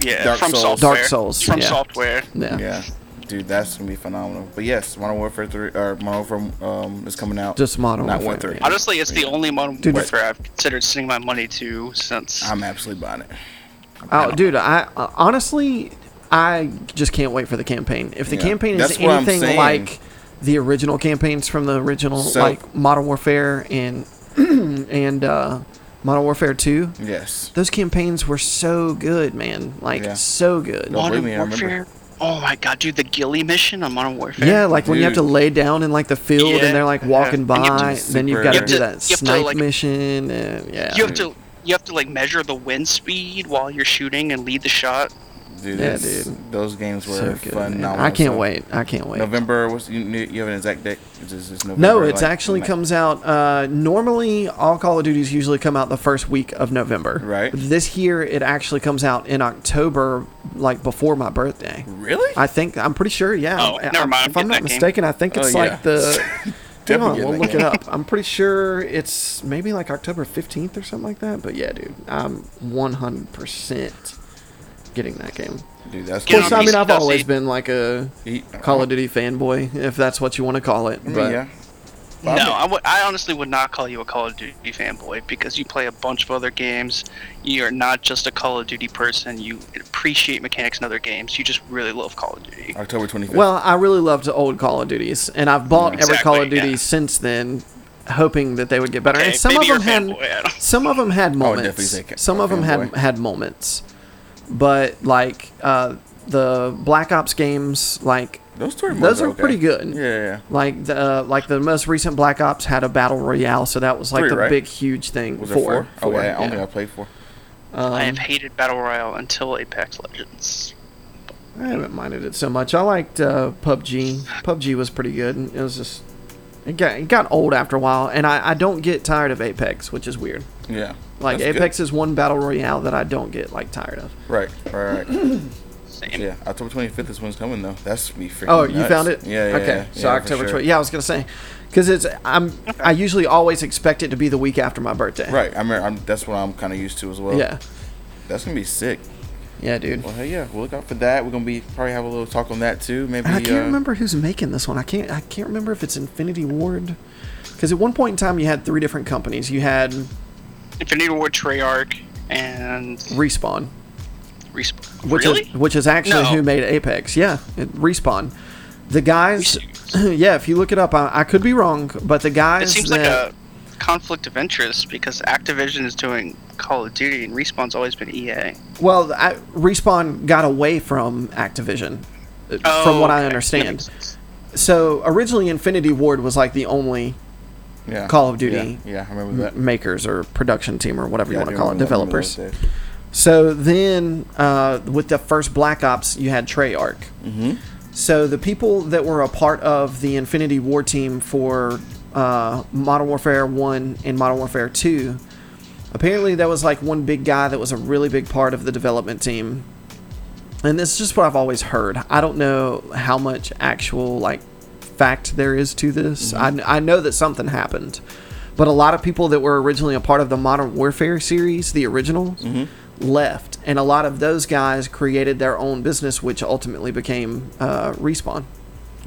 B: Yeah,
C: Dark
B: from
C: Souls.
B: software.
A: Dark Souls,
B: From
A: yeah.
B: software.
A: yeah.
C: Yeah, dude, that's gonna be phenomenal. But yes, Modern Warfare three or Modern Warfare um is coming out.
A: Just Modern
C: not
A: Warfare,
C: one three.
A: yeah.
B: Honestly, it's the only Modern
A: Dude, it's-
B: Warfare I've considered sending my money to since.
C: I'm absolutely buying it.
A: Oh, dude, I uh, honestly, I just can't wait for the campaign. If the
C: Yeah,
A: campaign is
C: that's what I'm
A: anything
C: saying.
A: like the original campaigns from the original,
C: So-
A: like Modern Warfare and and uh, Modern Warfare Two,
C: Yes.
A: those campaigns were so good, man. Like
C: Yeah.
A: so good.
C: No,
B: Modern
C: believe me, I remember.
B: Warfare. Oh my god, dude, the Gilly mission on Modern Warfare.
A: Yeah, like when you have to
C: Dude.
A: lay down in like the field
B: Yeah.
A: and they're like
C: Yeah.
A: walking
B: And you have to
A: by,
C: do
A: then you've
C: super-
A: got to
C: You have
A: do
B: to-
A: that
B: you have to,
A: snipe
B: like-
A: mission. And, yeah,
B: You have to you have to like measure the wind speed while you're shooting and lead the shot.
C: Dude,
A: Yeah,
C: that's-
A: dude.
C: Those games were
A: so good. man.
C: phenomenal.
A: I can't
C: So,
A: wait. I can't wait.
C: November was you, knew- you have an exact date? It's, just- it's November,
A: No, it's
C: like,
A: actually
C: like-
A: comes out. Uh, normally, all Call of Duties usually come out the first week of November.
C: Right.
A: This year, it actually comes out in October, like before my birthday.
C: Really?
A: I think I'm pretty sure. Yeah.
B: Oh,
A: I-
B: never mind,
A: If I'm
B: get
A: not
B: that game.
A: mistaken, I think
C: Oh,
A: it's
C: yeah.
A: like the. Come on,
C: Definitely
A: we'll
C: get
A: look
C: that
A: it
C: game.
A: up. I'm pretty sure it's maybe like October 15th or something like that. But yeah, dude, I'm 100% getting that game.
C: Dude, that's
A: Of
B: Get
A: course,
B: on
A: I mean,
B: PC,
A: I've
B: Dusty.
A: always been like a
C: He-
A: Call of Duty fanboy, if that's what you want to call it.
C: I mean,
A: But
C: yeah.
B: No,
C: Well, I mean-
B: I would- I honestly would not call you a Call of Duty fanboy because you play a bunch of other games. You're not just a Call of Duty person. You appreciate mechanics in other games. You just really love Call of Duty.
C: October 25th.
A: Well, I really loved the old Call of Duties, and I've bought every Call of
B: Exactly,
A: Duty
B: yeah.
A: since then, hoping that they would get better.
B: Okay,
A: and some
B: maybe
A: of them
B: you're
A: had
B: a fanboy, I don't-
A: some of them had
C: would
A: moments.
C: definitely say
A: Some of them had
C: fanboy.
A: had moments, but like uh, the Black Ops games, like
C: those story modes
A: those are
C: okay.
A: pretty good.
C: Yeah, yeah, yeah.
A: Like the uh, like the most recent Black Ops had a battle royale, so that was like
C: Three,
A: the
C: right?
A: big huge thing.
C: Was
A: four,
C: there four? Oh,
A: four,
C: yeah, I don't think
A: yeah. Um,
C: I played four.
B: I have hated battle royale until Apex Legends.
A: I haven't minded it so much. I liked uh, PUBG. PUBG was pretty good. and It was just it got it got old after a while, and I, I don't get tired of Apex, which is weird.
C: Yeah.
A: Like
C: That's good.
A: Apex is one battle royale that I don't get like tired of.
C: Right, right, right.
B: Same.
C: yeah, October 25th is when it's coming, though. That's me freaking
A: Oh, you
C: nuts.
A: found it?
C: Yeah, yeah.
A: Okay,
C: yeah,
A: so
C: yeah, for
A: October
C: sure.
A: twenty. Yeah, I was gonna say because it's I'm I usually always expect it to be the week after my birthday.
C: Right, I mean, I'm, that's what I'm kind of used to as well.
A: Yeah.
C: That's going to be sick.
A: Yeah, dude.
C: Well, hell yeah, we'll look out for that. We're going to be probably have a little talk on that, too. Maybe.
A: And I can't
C: uh,
A: Ah, remember who's making this one. I can't. I can't remember if it's Infinity Ward. Because at one point in time, you had three different companies. You had
B: Infinity Ward, Treyarch, and
A: Respawn,
B: Respawn.
A: which
B: really?
A: is which is actually
B: No.
A: who made Apex. Yeah, it, Respawn. The guys. yeah, if you look it up, I, I could be wrong, but the
B: it
A: guys
B: seems like
A: that
B: a conflict of interest because Activision is doing Call of Duty and Respawn's always been E EA.
A: well, I, Respawn got away from Activision, uh,
B: Oh,
A: from what I
B: okay. That
A: understand.
B: makes sense.
A: So originally, Infinity Ward was like the only
C: yeah.
A: Call of Duty.
C: Yeah, yeah I remember that.
A: makers or production team or whatever
C: Yeah,
A: you
C: I
A: want to
C: do
A: call it,
C: remember that. I remember
A: developers.
C: those days.
A: So then, uh, with the first Black Ops, you had Treyarch. Mm-hmm. So the people that were a part of the Infinity War team for uh, Modern Warfare One and Modern Warfare Two, apparently that was like one big guy that was a really big part of the development team. And this is just what I've always heard. I don't know how much actual like fact there is to this. I kn- I, know that something happened, but a lot of people that were originally a part of the Modern Warfare series, the original, left, and a lot of those guys created their own business, which ultimately became uh, Respawn.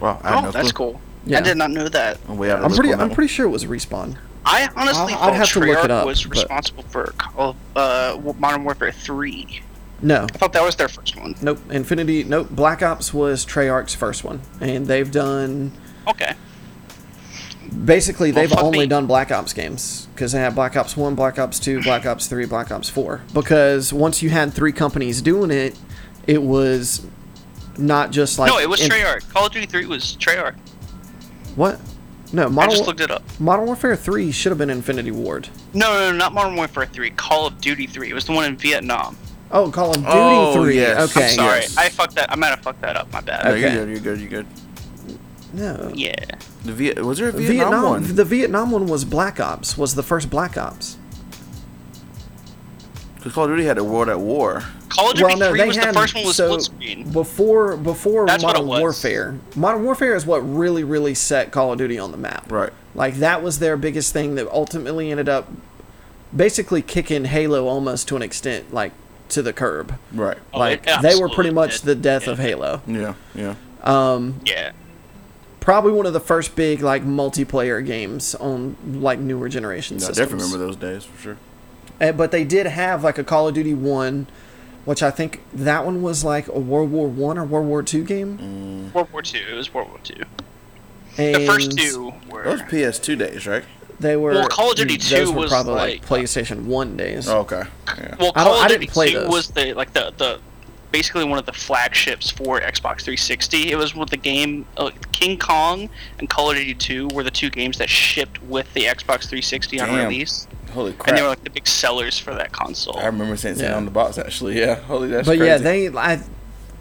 C: Wow, I had
B: Oh,
C: no
B: that's
C: clue. Oh,
B: cool.
A: Yeah.
B: I did not know that.
C: I'm way out of
A: I'm
C: the loop
A: pretty
C: on that
A: I'm
C: one.
A: pretty sure it was Respawn.
B: I
A: I'll-
B: honestly
A: I'll
B: thought
A: have to look
B: Treyarch
A: it up,
B: was
A: but-
B: responsible for Call of, uh, Wa- Modern Warfare 3.
A: No,
B: I thought that was their first one.
A: nope. Infinity, nope. Black Ops was Treyarch's first one, and they've done
B: Okay.
A: basically
B: Well,
A: they've
B: fuck
A: only
B: me.
A: done Black Ops games because they had Black Ops One, Black Ops Two, Black Ops Three, Black Ops Four. Because once you had three companies doing it, it was not just like
B: no, it was
A: in-
B: Treyarch. Call of Duty 3 was Treyarch.
A: What? No,
B: I
A: Modern,
B: just looked it up.
A: Modern Warfare Three should have been Infinity Ward.
B: No, no, no, not Modern Warfare 3. Call of Duty 3. It was the one in Vietnam.
A: Oh, Call of Duty
C: Oh,
A: Three.
C: yes.
A: Okay.
B: I'm sorry.
C: yes.
B: I fucked that. I might have fucked that up. My bad.
C: No, you're
A: Okay.
C: good. You're good. You're good.
A: No.
B: Yeah.
C: The Viet- was there a Vietnam,
A: Vietnam.
C: one?
A: The Vietnam one was Black Ops. Was the first Black Ops.
C: Because Call of Duty had a world at war.
B: Call of Duty 3 was the first one was
A: so
B: split screen.
A: before before
B: That's what it
A: Modern
B: was.
A: Warfare. Modern Warfare is what really really set Call of Duty on the map.
C: Right.
A: Like that was their biggest thing that ultimately ended up basically kicking Halo almost to an extent like to the curb.
C: Right.
B: Oh,
A: like
B: it
A: they were pretty
B: absolutely
A: much
B: did.
A: the death
B: Yeah.
A: of Halo.
C: Yeah. Yeah.
B: Yeah.
A: Probably one of the first big like multiplayer games on like newer generation
C: No, I
A: systems. Eh,
C: definitely remember those days for sure.
A: Uh, but they did have like a Call of Duty one, which I think that one was like a World War One or World War Two
C: Mm.
A: game.
B: World War Two. It was World War Two.
A: And
B: The first two were.
C: Those PS2 days, right?
A: They were
B: Well, Call of Duty
A: those
B: 2
A: were
B: was
A: probably
B: like-
A: PlayStation One days.
C: Oh, okay. Yeah.
B: well,
A: I don't-
B: Call
A: I
B: of
A: didn't
B: Duty
A: play
B: 2
A: those.
B: was the like the the basically one of the flagships for Xbox 360. It was with the game uh, King Kong and Call of Duty 2 were the two games that shipped with the Xbox 360 on
C: Damn.
B: release,
C: Holy crap!
B: and they were like the big sellers for that console.
C: I remember seeing it
A: Yeah.
C: on the box actually. Yeah. Holy, that's
A: but
C: crazy.
A: yeah, they I,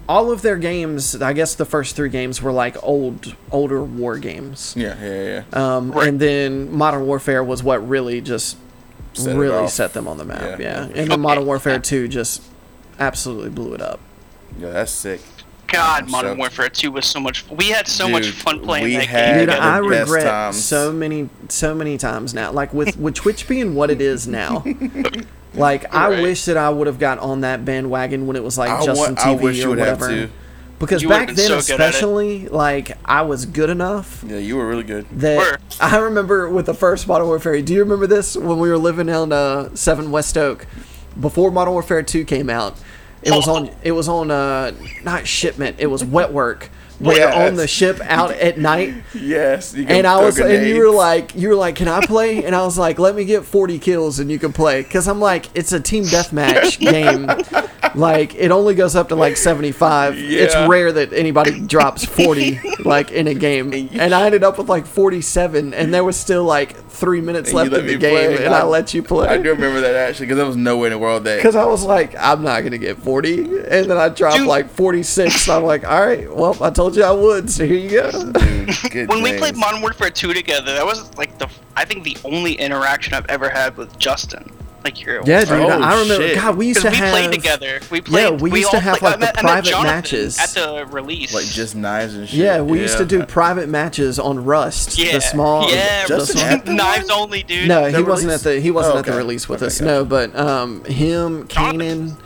A: all of their games. I guess the first three games were like old, older war games.
C: Yeah, yeah, yeah.
A: Um,
B: Right.
A: And then Modern Warfare was what really just
C: Set it
A: really
C: off.
A: set them on the map.
C: Yeah.
A: Yeah, and then
B: Okay.
A: Modern Warfare
B: Yeah.
A: Two just absolutely blew it up.
C: yeah, that's sick.
B: God,
C: So-
B: Modern Warfare 2 was so much. We had so much
C: Dude,
B: fun playing
C: we
B: that
C: had-
B: game.
A: Dude,
C: got
B: together.
A: I
C: the best
A: regret
C: times.
A: so many, so many times now. Like with with Twitch being what it is now. Like I
B: Right.
A: wish that I would have got on that bandwagon when it was like
C: I
A: just
C: want-
A: on
C: I
A: TV
C: wish you
A: or
C: would have
A: whatever.
C: to.
A: Because
B: You would've
A: back
B: been
A: then,
B: so good at it.
A: especially, like I was good enough
C: Yeah, you were really good.
A: that
B: Were.
A: I remember with the first Modern Warfare. Do you remember this when we were living down uh, Seven West Oak before Modern Warfare Two came out? It was on. It was on. Uh, not shipment. It was wet work. Where you're on
C: Yes.
A: the ship out at night
C: Yes. You
A: and
C: could
A: I
C: throw
A: was, and you were
C: grenades.
A: like, you were like, can I play? And I was like, let me get 40 kills and you can play. Cause I'm like, it's a team deathmatch game. Like it only goes up to like 75. It's
C: Yeah.
A: rare that anybody drops 40 like in a game. And I ended up with like 47 and there was still like three minutes
C: And you
A: left
C: let
A: in the
C: me play,
A: game
C: and
A: and I,
C: I-
A: let you play.
C: I do remember that actually, because there was nowhere in the world that.
A: Cause I was like, I'm not gonna get 40, and then I dropped
B: Dude.
A: like 46. And I'm like, all right, well, I told you I would, so here you go.
C: Dude, good
B: when we played
C: days.
B: Modern Warfare 2 together, that was like the I think the only interaction I've ever had with Justin. Like your
A: Yeah, dude,
C: Oh,
A: I remember.
C: shit.
A: God, we used
B: Because
A: to
B: we
A: have
B: played together. We played.
A: we used
B: all
A: to have,
B: played-
A: like,
B: I
A: the
B: met- I met
A: private
B: Jonathan
A: matches.
B: at the release.
C: like just knives and shit.
A: Yeah, we used to do private matches on Rust.
B: yeah,
A: The small.
B: yeah,
A: the
C: Justin
A: small-
C: had the
B: knives
C: one?
B: only, dude.
A: no, he
C: that
A: wasn't at
C: release?
A: the he wasn't
C: Oh,
A: at the
C: okay.
A: release with
C: Okay,
A: us.
C: gotcha.
A: No, but um, him, Kanan,
B: Jonathan.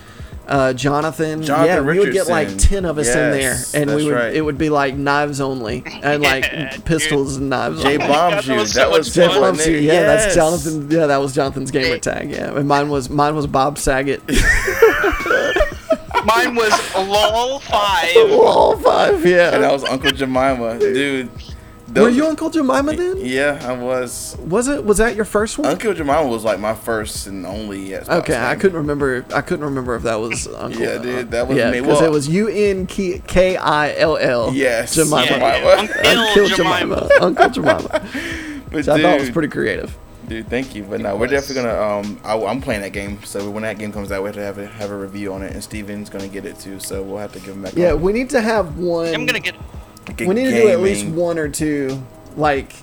A: uh, Jonathan.
C: Jonathan
A: yeah, we would get like
C: Richardson.
A: ten of us
C: Yes,
A: in there, and we
C: that's
A: would
C: right.
A: it would be like knives only and like
B: Yeah, dude.
A: pistols and knives.
C: J
A: only.
B: God,
C: bombs
B: that
C: you.
B: was so
C: That
B: much
C: was
B: fun.
A: J Bombs,
C: fun.
A: yeah, that's
C: Yes.
A: Jonathan. Yeah, that was Jonathan's gamer
B: Hey.
A: tag. Yeah, and mine was mine was Bob Saget.
B: Mine was lol five.
A: All five.
C: And I
A: Yeah.
C: was Uncle Jemima, dude.
A: Were
C: those-
A: you Uncle Jemima then?
C: Yeah, I was.
A: Was it? Was that your first one?
C: Uncle Jemima was like my first and only. Xbox
A: Okay, I
C: game.
A: couldn't remember. I couldn't remember if that was Uncle. uh,
C: Yeah, dude, that was
A: yeah,
C: me.
A: because
C: Well-
A: it was U N K I L L.
C: Yes,
A: Jemima.
B: Yeah,
C: Jemima.
B: Uncle Jemima.
A: Uncle Jemima.
C: But
A: So I thought it was
C: dude,
A: pretty creative.
C: Dude, thank you. But no, we're
B: was.
C: definitely gonna. Um, I, am playing that game, so when that game comes out, we have to have a, have a review on it, and Steven's gonna get it too. So we'll have to give him back.
A: Yeah,
C: on.
A: we need to have one.
B: I'm gonna get.
A: We need to do at least
C: Gaming.
A: one or two like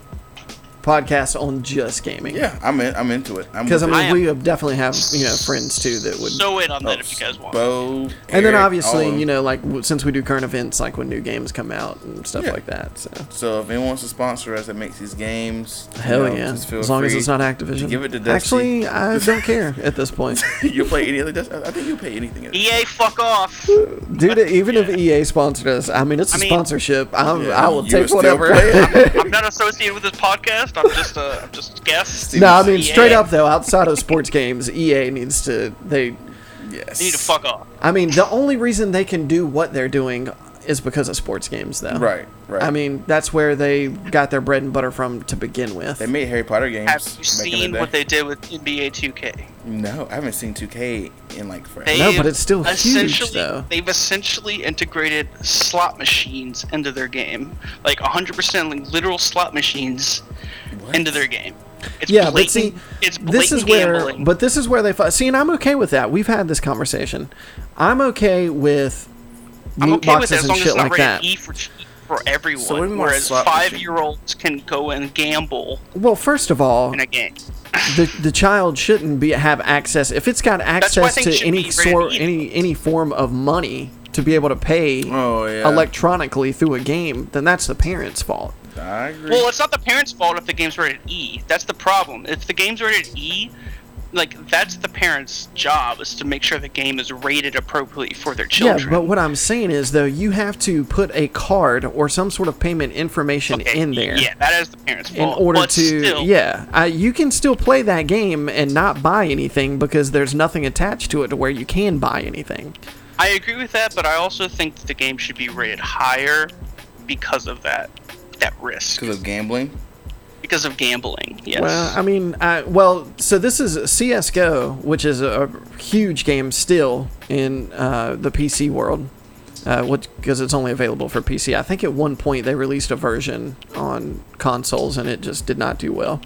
A: podcasts on just gaming.
C: Yeah, I'm in, I'm into it. I'm
A: because I
C: with
A: mean
B: I am-
A: we definitely have you know friends too that would. Oh,
B: So in on
C: it.
B: that if you guys want.
C: Bo,
A: and then
C: Eric,
A: obviously
C: all of
A: you
C: them.
A: know like w- since we do current events like when new games come out and stuff
C: Yeah.
A: like that. So
C: So if anyone wants to sponsor us that makes these games, you
A: hell
C: know,
A: yeah,
C: just feel
A: as long as
C: free.
A: it's not Activision.
C: give it to Dusty.
A: Actually, I don't care at this point.
C: you'll play any other. Dust- I I think you'll pay anything.
B: EA, E fuck off.
A: Dude, even if EA sponsored us, I mean, it's a
B: I mean-
A: sponsorship. I'm,
C: Yeah,
A: Um, I will
C: you
A: take
C: would still
A: whatever.
C: play it?
B: I'm not associated with this podcast. I'm just a, I'm just E a guest.
A: no, I mean, straight
B: EA.
A: up though, outside of sports games, EA needs to. They,
C: yes.
B: You need to fuck off.
A: I mean, the only reason they can do what they're doing is because of sports games, though.
C: Right, right.
A: I mean, that's where they got their bread and butter from to begin with.
C: They made Harry Potter games.
B: Have
C: back in
B: you
C: the
B: seen
C: day.
B: what they did with NBA 2K?
C: No, I haven't seen 2K in like forever.
B: They've
A: No, but it's still huge,
B: essentially-
A: though.
B: They've essentially integrated slot machines into their game, like 100% like literal slot machines
C: What?
B: into their game. It's
A: yeah,
B: blatant,
A: but see,
B: it's blatant
A: this is where,
B: gambling.
A: but this is where they fi- see, and I'm okay with that. We've had this conversation. I'm okay with
B: I'm
A: loot
B: okay with
A: boxes
B: it as long
A: and
B: as it's
A: shit
B: not
A: like that.
B: rated E for for everyone,
C: So what do you mean by
B: whereas
C: slot machine?
B: five-year-olds can go and gamble
A: Well, first of all,
B: in a game.
A: the the child shouldn't be have access if it's got
B: why I
A: access
B: think it
A: to
B: should
A: any
B: be
A: sort
B: rated E.
A: any any form of money to be able to pay
C: Oh, yeah.
A: electronically through a game, then that's the parent's fault.
C: I agree.
B: Well, it's not the parents' fault if the game's rated E. That's the problem. If the game's rated E, like that's the parents' job is to make sure the game is rated appropriately for their
A: Yeah,
B: children.
A: but what I'm saying is though you have to put a card or some sort of payment information
B: Okay,
A: in there.
B: Yeah, that is the parents'
A: in
B: fault.
A: order
B: Oh, but
A: to
B: still,
A: yeah I, you can still play that game and not buy anything because there's nothing attached to it to where you can buy anything
B: I agree with that, but I also think that the game should be rated higher because of that that risk
C: because of gambling.
B: because of gambling. Yes.
A: well i mean I, well so this is csgo which is a, a huge game still in uh, the pc world because it's only available for pc i think at one point they released a version on consoles and it just did not do well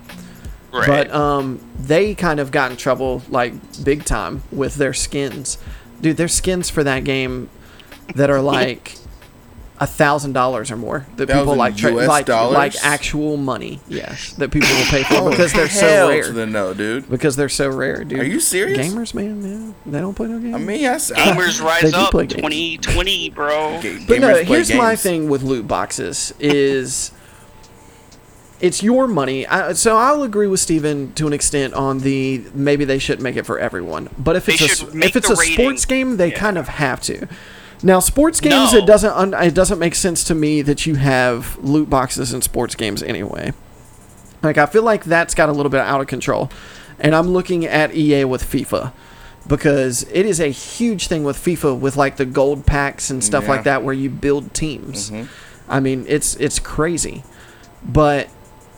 B: right.
A: But um, they kind of got in trouble like big time with their skins. Dude, their skins for that game that are like a thousand dollars or more that people
C: $1,000
A: like tra-
C: US
A: like
C: dollars?
A: like actual money. Yes, that people will pay for
C: Oh,
A: because they're so
C: hell
A: rare.
C: To the no, dude.
A: because they're so rare, dude.
C: Are you serious?
A: Gamers, man, yeah, they don't play no games.
C: I mean, yes. I-
B: Gamers
A: They
B: rise
A: do
B: up
A: play games.
B: 2020, bro.
C: Ga-
A: But no,
C: gamers play
A: here's my
C: games.
A: thing with loot boxes is it's your money. I, so I'll agree with Steven to an extent on the maybe they shouldn't make it for everyone. But if
B: They
A: it's a,
B: should
A: s-
B: make
A: if it's
B: the
A: a sports
B: rating.
A: game, they
B: Yeah.
A: kind of have to. Now, sports games,
B: No.
A: it doesn't un, it doesn't make sense to me that you have loot boxes in sports games anyway. Like I feel like that's got a little bit out of control. And I'm looking at EA with FIFA because it is a huge thing with FIFA with like the gold packs and stuff like
C: Yeah.
A: that where you build teams.
B: Mm-hmm.
A: I mean, it's it's crazy. But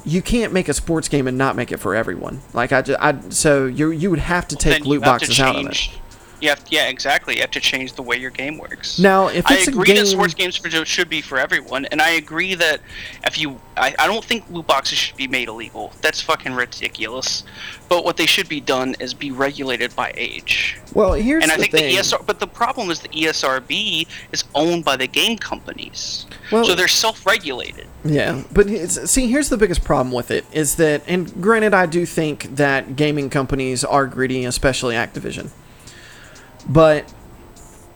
A: you can't make a sports game and not make it for everyone. Like I, ju- I so you you would have to take
B: Then
A: loot
B: you have to
A: boxes out of it.
B: change- You have, yeah, exactly. You have to change the way your game works.
A: Now, if
B: I
A: it's a
B: agree
A: game-
B: that sports games for, should be for everyone, and I agree that if you, I, I don't think loot boxes should be made illegal. That's fucking ridiculous. But what they should be done is be regulated by age.
A: Well, here's
B: and I
A: the
B: think
A: thing.
B: the E ESR, but the problem is the E ESRB is owned by the game companies,
A: Well-
B: so they're self-regulated.
A: Yeah, but it's, see, here's the biggest problem with it is that, and granted, I do think that gaming companies are greedy, especially Activision. But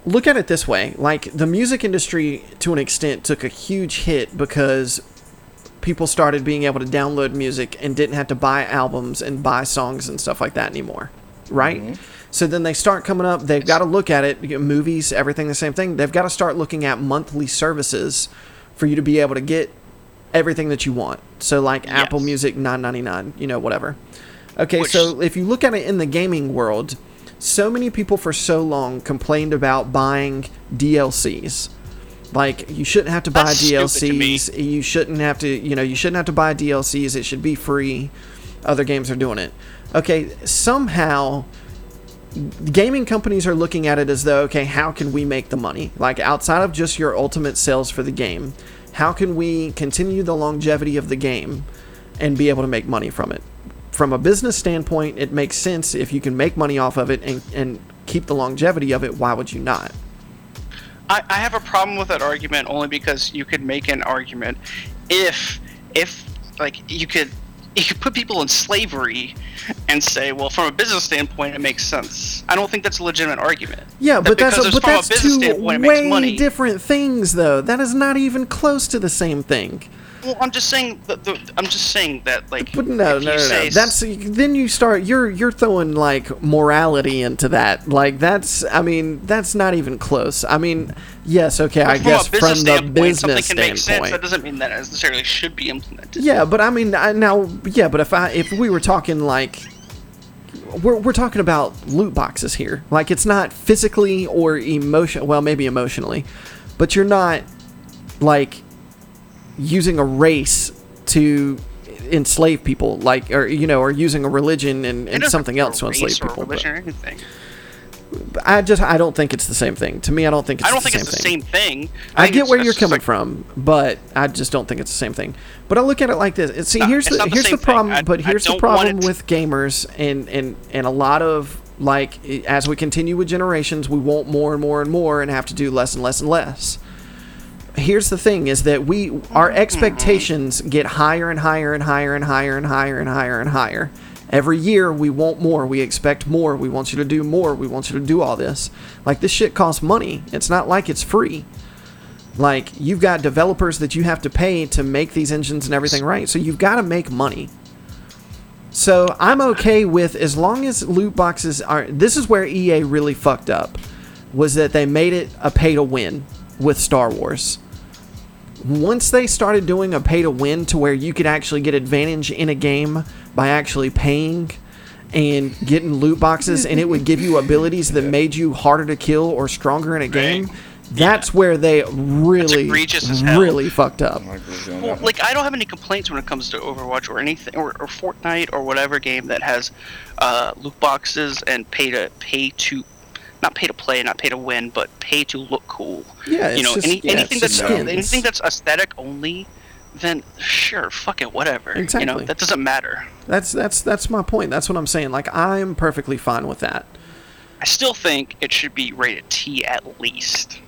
A: look at it this way: like the music industry, to an extent, took a huge hit because people started being able to download music and didn't have to buy albums and buy songs and stuff like that anymore, right? So then they start coming up. They've got to look at it. you get Movies, everything, the same thing. They've got to start looking at monthly services for you to be able to get everything that you want. So like Apple
B: Yes.
A: Music, nine ninety nine, you know, whatever. Okay,
B: Which-
A: so if you look at it in the gaming world, so many people for so long complained about buying DLCs. Like you shouldn't have to buy
B: That's stupid to me.
A: DLCs. You shouldn't have to, you know, you shouldn't have to buy DLCs. It should be free. Other games are doing it. Okay, somehow gaming companies are looking at it as though, okay, how can we make the money? Like outside of just your ultimate sales for the game, how can we continue the longevity of the game and be able to make money from it? From a business standpoint, it makes sense if you can make money off of it and, and keep the longevity of it, why would you not?
B: I, I have a problem with that argument only because you could make an argument if if like you could you could put people in slavery and say, well, from a business standpoint, it makes sense. I don't think that's a legitimate argument.
A: Yeah,
B: That
A: but that's
B: because
A: a,
B: it's
A: but
B: from
A: that's
B: a business
A: two
B: standpoint, it makes
A: way
B: money.
A: different things, though. That is not even close to the same thing.
B: Well, I'm just saying. That the, I'm just saying that like.
A: But no, no,
B: if you
A: no, no.
B: say s-
A: That's then you start. You're you're throwing like morality into that. Like that's. I mean, that's not even close. I mean, yes, okay. I
B: from
A: guess
B: a
A: from
B: business
A: the
B: standpoint, something
A: business
B: can make sense. That
A: standpoint.
B: doesn't mean that it necessarily should be implemented.
A: Yeah, but I mean, I, now, yeah, but if I if we were talking like. We're, we're talking about loot boxes here. Like it's not physically or emotion. Well, maybe emotionally, but you're not like using a race to enslave people, like or you know, or using a religion and,
B: It
A: and
B: doesn't
A: something
B: have
A: else to
B: be
A: enslave
B: race or
A: people.
B: religion
A: But
B: or anything.
A: but I just I don't think it's the same thing. To me, I don't think it's
B: I don't
A: the
B: think
A: same
B: it's the
A: thing.
B: same thing.
A: I,
B: think
A: get
B: it's-
A: where
B: it's
A: you're
B: just
A: coming
B: like-
A: from, but I just don't think it's the same thing. But I look at it like this. And see,
B: Nah,
A: here's
B: it's
A: the
B: not the
A: here's the
B: same thing.
A: problem.
B: I-
A: but
B: I
A: here's the
B: don't want
A: problem
B: it-
A: with gamers and and and a lot of like i- as we continue with generations, we want more and more and more, and have to do less and less and less. Here's the thing: is that we our
B: Mm-hmm.
A: expectations get higher and higher and higher and higher and higher and higher and higher. Every year we want more, we expect more, we want you to do more, we want you to do all this. Like this shit costs money. It's not like it's free. Like you've got developers that you have to pay to make these engines and everything right. So you've got to make money. So I'm okay with as long as loot boxes aren't. This is where EA really fucked up, was that they made it a pay to win with Star Wars. Once they started doing a pay to win to where you could actually get advantage in a game by actually paying and getting loot boxes, and it would give you abilities that made you harder to kill or stronger in a game. That's where they really,
B: egregious as hell.
A: really fucked up.
B: Well, like I don't have any complaints when it comes to Overwatch or anything, or, or Fortnite or whatever game that has uh, loot boxes and pay to pay to, not pay to play, not pay to win, but pay to look cool.
A: Yeah, it's
B: you know,
A: just-
B: any,
A: yeah,
B: anything
A: it's just
B: that's uh,
A: skins.
B: anything that's aesthetic only, then sure, fuck it, whatever. You know,
A: Exactly.
B: that doesn't matter.
A: That's that's that's my point. That's what I'm saying. Like I'm perfectly fine with that.
B: I still think it should be rated T at least.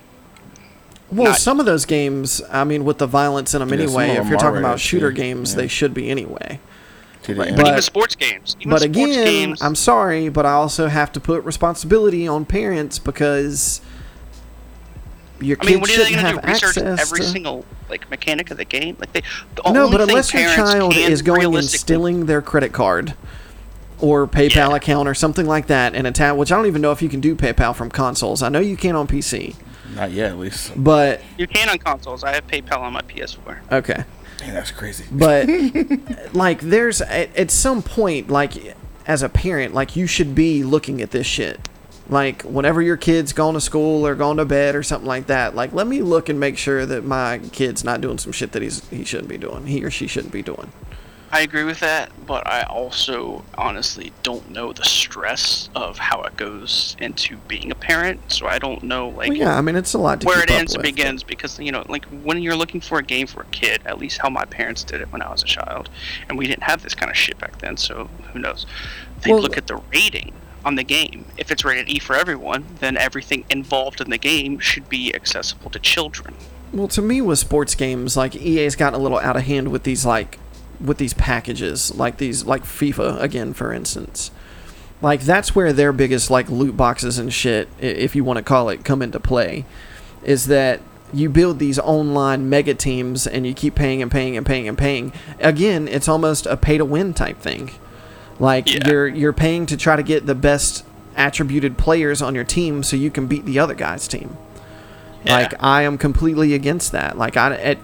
A: Well,
B: Not-
A: some of those games, I mean, with the violence in them
C: Yeah, some
A: anyway.
C: of
A: If
C: them
A: you're
C: are
A: talking about
C: rated
A: shooter
C: T,
A: games,
C: yeah.
A: they should be anyway.
C: To the
B: Right.
C: end.
B: But,
A: But-
B: even sports games. Even
A: but
B: sports
A: again,
B: games,
A: I'm sorry, but I also have to put responsibility on parents because your
B: I
A: kids
B: mean, what are they
A: shouldn't
B: going to
A: have
B: do? Research
A: access
B: every
A: to.
B: single like mechanic of the game? Like they, the
A: no,
B: only
A: but
B: thing
A: unless your
B: parents
A: child
B: can
A: is going and
B: realistically-
A: stealing their credit card or PayPal account or something like that, and attack, which I don't even know if you can do PayPal from consoles. I know you can on PC,
C: Not yet, at least.
A: but
B: You can on consoles. I have PayPal on my PS4.
A: okay.
C: Damn, that's crazy.
A: but like there's at, at some point like as a parent like you should be looking at this shit like whenever your kid's gone to school or gone to bed or something like that like let me look and make sure that my kid's not doing some shit that he's he shouldn't be doing he or she shouldn't be doing
B: I agree with that, but I also honestly don't know the stress of how it goes into being a parent. So I don't know like
A: well, yeah i mean it's a lot to
B: where
A: keep
B: it
A: up
B: ends and
A: with.
B: begins because you know like when you're looking for a game for a kid, at least how my parents did it when I was a child, and we didn't have this kind of shit back then. So who knows? They
A: Well-
B: look at the rating on the game. If it's rated E for everyone, then everything involved in the game should be accessible to children.
A: Well, to me, with sports games, like EA's gotten a little out of hand with these like with these packages, like these like FIFA again, for instance. Like that's where their biggest like loot boxes and shit, i- if you want to call it, come into play, is that you build these online mega teams and you keep paying and paying and paying and paying. Again, it's almost a pay to win type thing. Like
B: Yeah.
A: you're you're paying to try to get the best attributed players on your team so you can beat the other guy's team. Like I am completely against that. Like I at at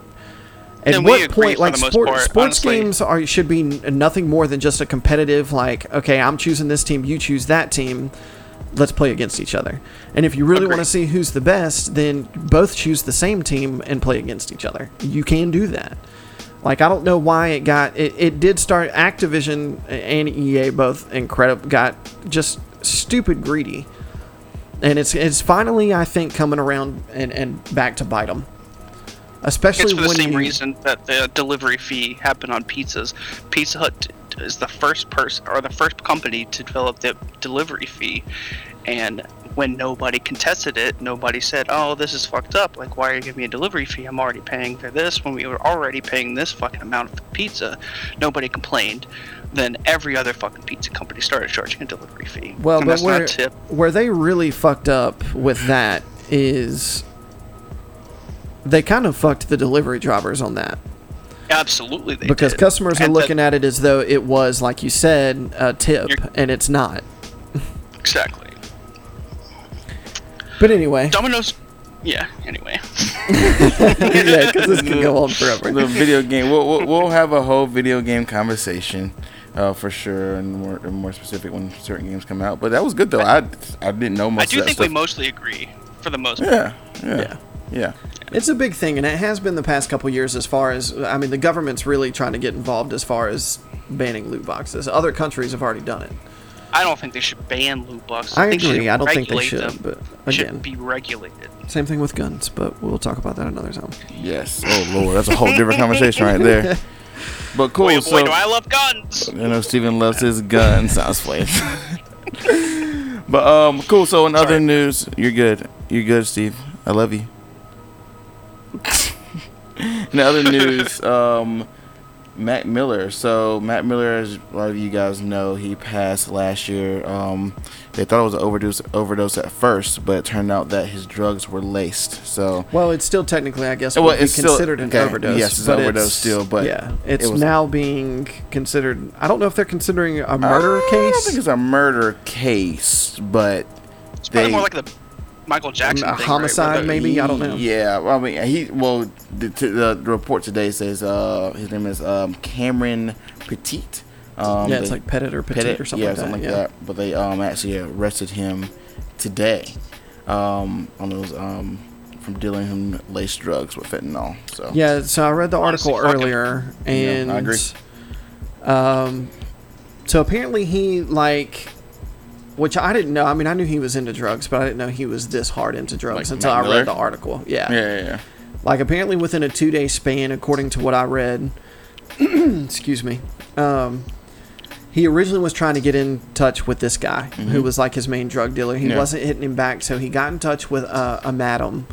B: And we
A: what
B: agree
A: point
B: for
A: like
B: the most
A: sport,
B: part,
A: sports
B: honestly.
A: games are should be n- nothing more than just a competitive like okay I'm choosing this team you choose that team let's play against each other and if you really want to
B: Agreed.
A: see who's the best then both choose the same team and play against each other you can do that like I don't know why it got it, it did start Activision and EA both incredible got just stupid greedy and it's it's finally I think coming around and, and back to bite them. Especially
B: It's for the
A: when
B: same
A: you-
B: reason that the delivery fee happened on pizzas. Pizza Hut d- is the first person or the first company to develop the delivery fee, and when nobody contested it, nobody said, "Oh, this is fucked up. Like, why are you giving me a delivery fee? I'm already paying for this when we were already paying this fucking amount of the pizza." Nobody complained. Then every other fucking pizza company started charging a delivery fee.
A: Well,
B: and
A: but
B: that's not
A: where
B: a tip.
A: where they really fucked up with that is they kind of fucked the delivery drivers on that
B: Absolutely, they
A: because
B: did.
A: customers are
B: And that-
A: looking at it as though it was like you said a tip
B: You're-
A: and it's not.
B: exactly.
A: But anyway,
B: Domino's. Yeah. Anyway.
A: yeah, because this can go on
C: the
A: forever.
C: video game. We'll, we'll, we'll have a whole video game conversation uh, for sure, and more and more specific when certain games come out. But that was good though. I I didn't know
B: I
C: much.
B: do
C: of that
B: think we
C: stuff.
B: mostly agree for the most part.
C: Yeah, yeah,
A: Yeah.
C: yeah,
A: It's a big thing, and it has been the past couple years. As far as I mean, the government's really trying to get involved as far as banning loot boxes. Other countries have already done it.
B: I don't think they should ban loot boxes.
A: I
B: think they
A: agree.
B: should
A: I don't think they
B: regulate
A: should,
B: them.
A: but
B: They
A: again.
B: should be regulated.
A: Same thing with guns, but we'll talk about that another time.
C: Yes. Oh lord, that's a whole different conversation right there. But cool.
B: Boy, oh
C: so
B: boy, do I love guns!
C: I know Steven loves his guns. I was playing. but um, cool. So in other
B: Sorry.
C: news, you're good. You're good, Steve. I love you. in other news, um, Matt Miller. So Matt Miller, as a lot of you guys know, he passed last year. Um, they thought it was an overdose, overdose at first, but it turned out that his drugs were laced. So
A: Well, it's still technically, I guess,
C: Well,
A: would be
C: it's still-
A: considered an
C: okay,
A: overdose.
C: yes, it's
A: but
C: overdose still, but
A: yeah, it's
C: it was-
A: now being considered. I don't know if they're considering a murder
C: I
A: case.
C: don't think it's a murder case, but
B: It's probably
C: They-
B: more like the Michael Jackson
A: a
B: thing, right, where
A: homicide,
B: the-
A: maybe? I don't know.
C: Yeah, well, I mean, he well, the, t- the, the report today says uh, his name is um, Cameron Petit. Um,
A: yeah, it's
C: they-
A: like Pettit or Petit
C: Pettit,
A: or something
C: yeah,
A: like that.
C: something
A: yeah.
C: like that. But they um actually arrested him today um on those um from dealing him laced drugs with fentanyl. So
A: Yeah, so I read the article
B: Honestly, fuck it.
A: earlier, and
C: Yeah, I agree.
A: Um, so apparently he like, which I didn't know. I mean, I knew he was into drugs, but I didn't know he was this hard into drugs
C: Like
A: until
C: Mac
A: I
C: Miller?
A: read the article.
C: yeah, yeah, yeah.
A: like apparently within a two day span according to what i read excuse me um, he originally was trying to get in touch with this guy who was like his main drug dealer he
C: Mm-hmm. Yeah.
A: wasn't hitting him back so he got in touch with uh, a madam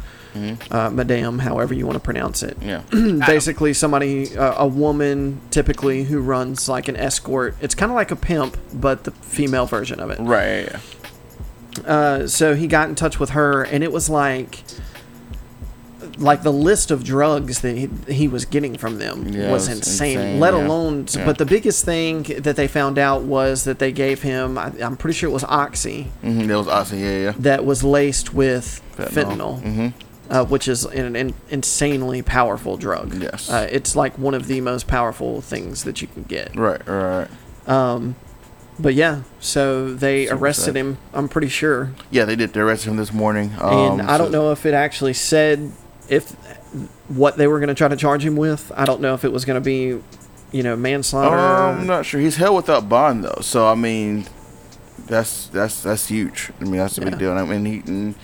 A: uh, madame however you want to pronounce it
C: Mm-hmm. yeah.
A: basically somebody uh, a woman typically who runs like an escort it's kind of like a pimp but the female version of it
C: Right. Yeah.
A: uh, so he got in touch with her, and it was like, like the list of drugs that he, he was getting from them
C: Yeah,
A: was
C: it was
A: insane.
C: insane,
A: let
C: yeah.
A: alone,
C: Yeah.
A: but the biggest thing that they found out was that they gave him, I, I'm pretty sure it was oxy,
C: Mm-hmm, that was awesome. Yeah, yeah. Mm-hmm,
A: that was laced with
C: Fentanyl.
A: fentanyl. Uh, which is an, an insanely powerful drug.
C: Yes.
A: Uh, it's like one of the most powerful things that you can get.
C: Right. Right. right.
A: But yeah, so they
C: Super
A: arrested
C: sad.
A: him, I'm pretty sure,
C: Yeah, they did. They arrested him this morning. Um,
A: and I don't
C: so-
A: know if it actually said if what they were going to try to charge him with. I don't know if it was going to be, you know, manslaughter.
C: I'm Um, not sure. He's held without bond though, so I mean, that's that's that's huge. I mean, that's a
A: Yeah.
C: big deal. And I mean, he, and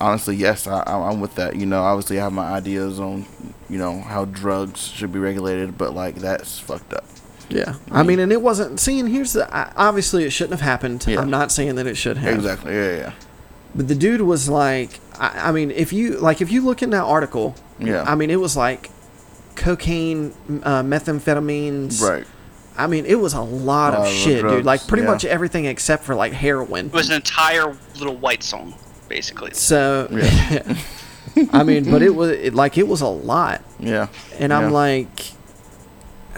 C: honestly, yes, I, I'm I'm with that. You know, obviously, I have my ideas on you know how drugs should be regulated, but like that's fucked up.
A: yeah, I mean, and it wasn't. Seeing here's the I- obviously it shouldn't have happened.
C: Yeah.
A: I'm not saying that it should have.
C: Exactly. Yeah, yeah,
A: But the dude was like, I, I mean, if you like, if you look in that article,
C: Yeah.
A: I mean, it was like cocaine, uh, methamphetamines,
C: yeah. right.
A: I mean, it was a lot
C: A lot
A: of
C: of
A: shit, dude.
C: drugs,
A: Like pretty
C: yeah.
A: much everything except for like heroin.
B: It was an entire little white song, basically.
A: So,
C: Yeah.
A: I mean, but it was it, like it was a lot,
C: Yeah.
A: and
C: Yeah.
A: I'm like,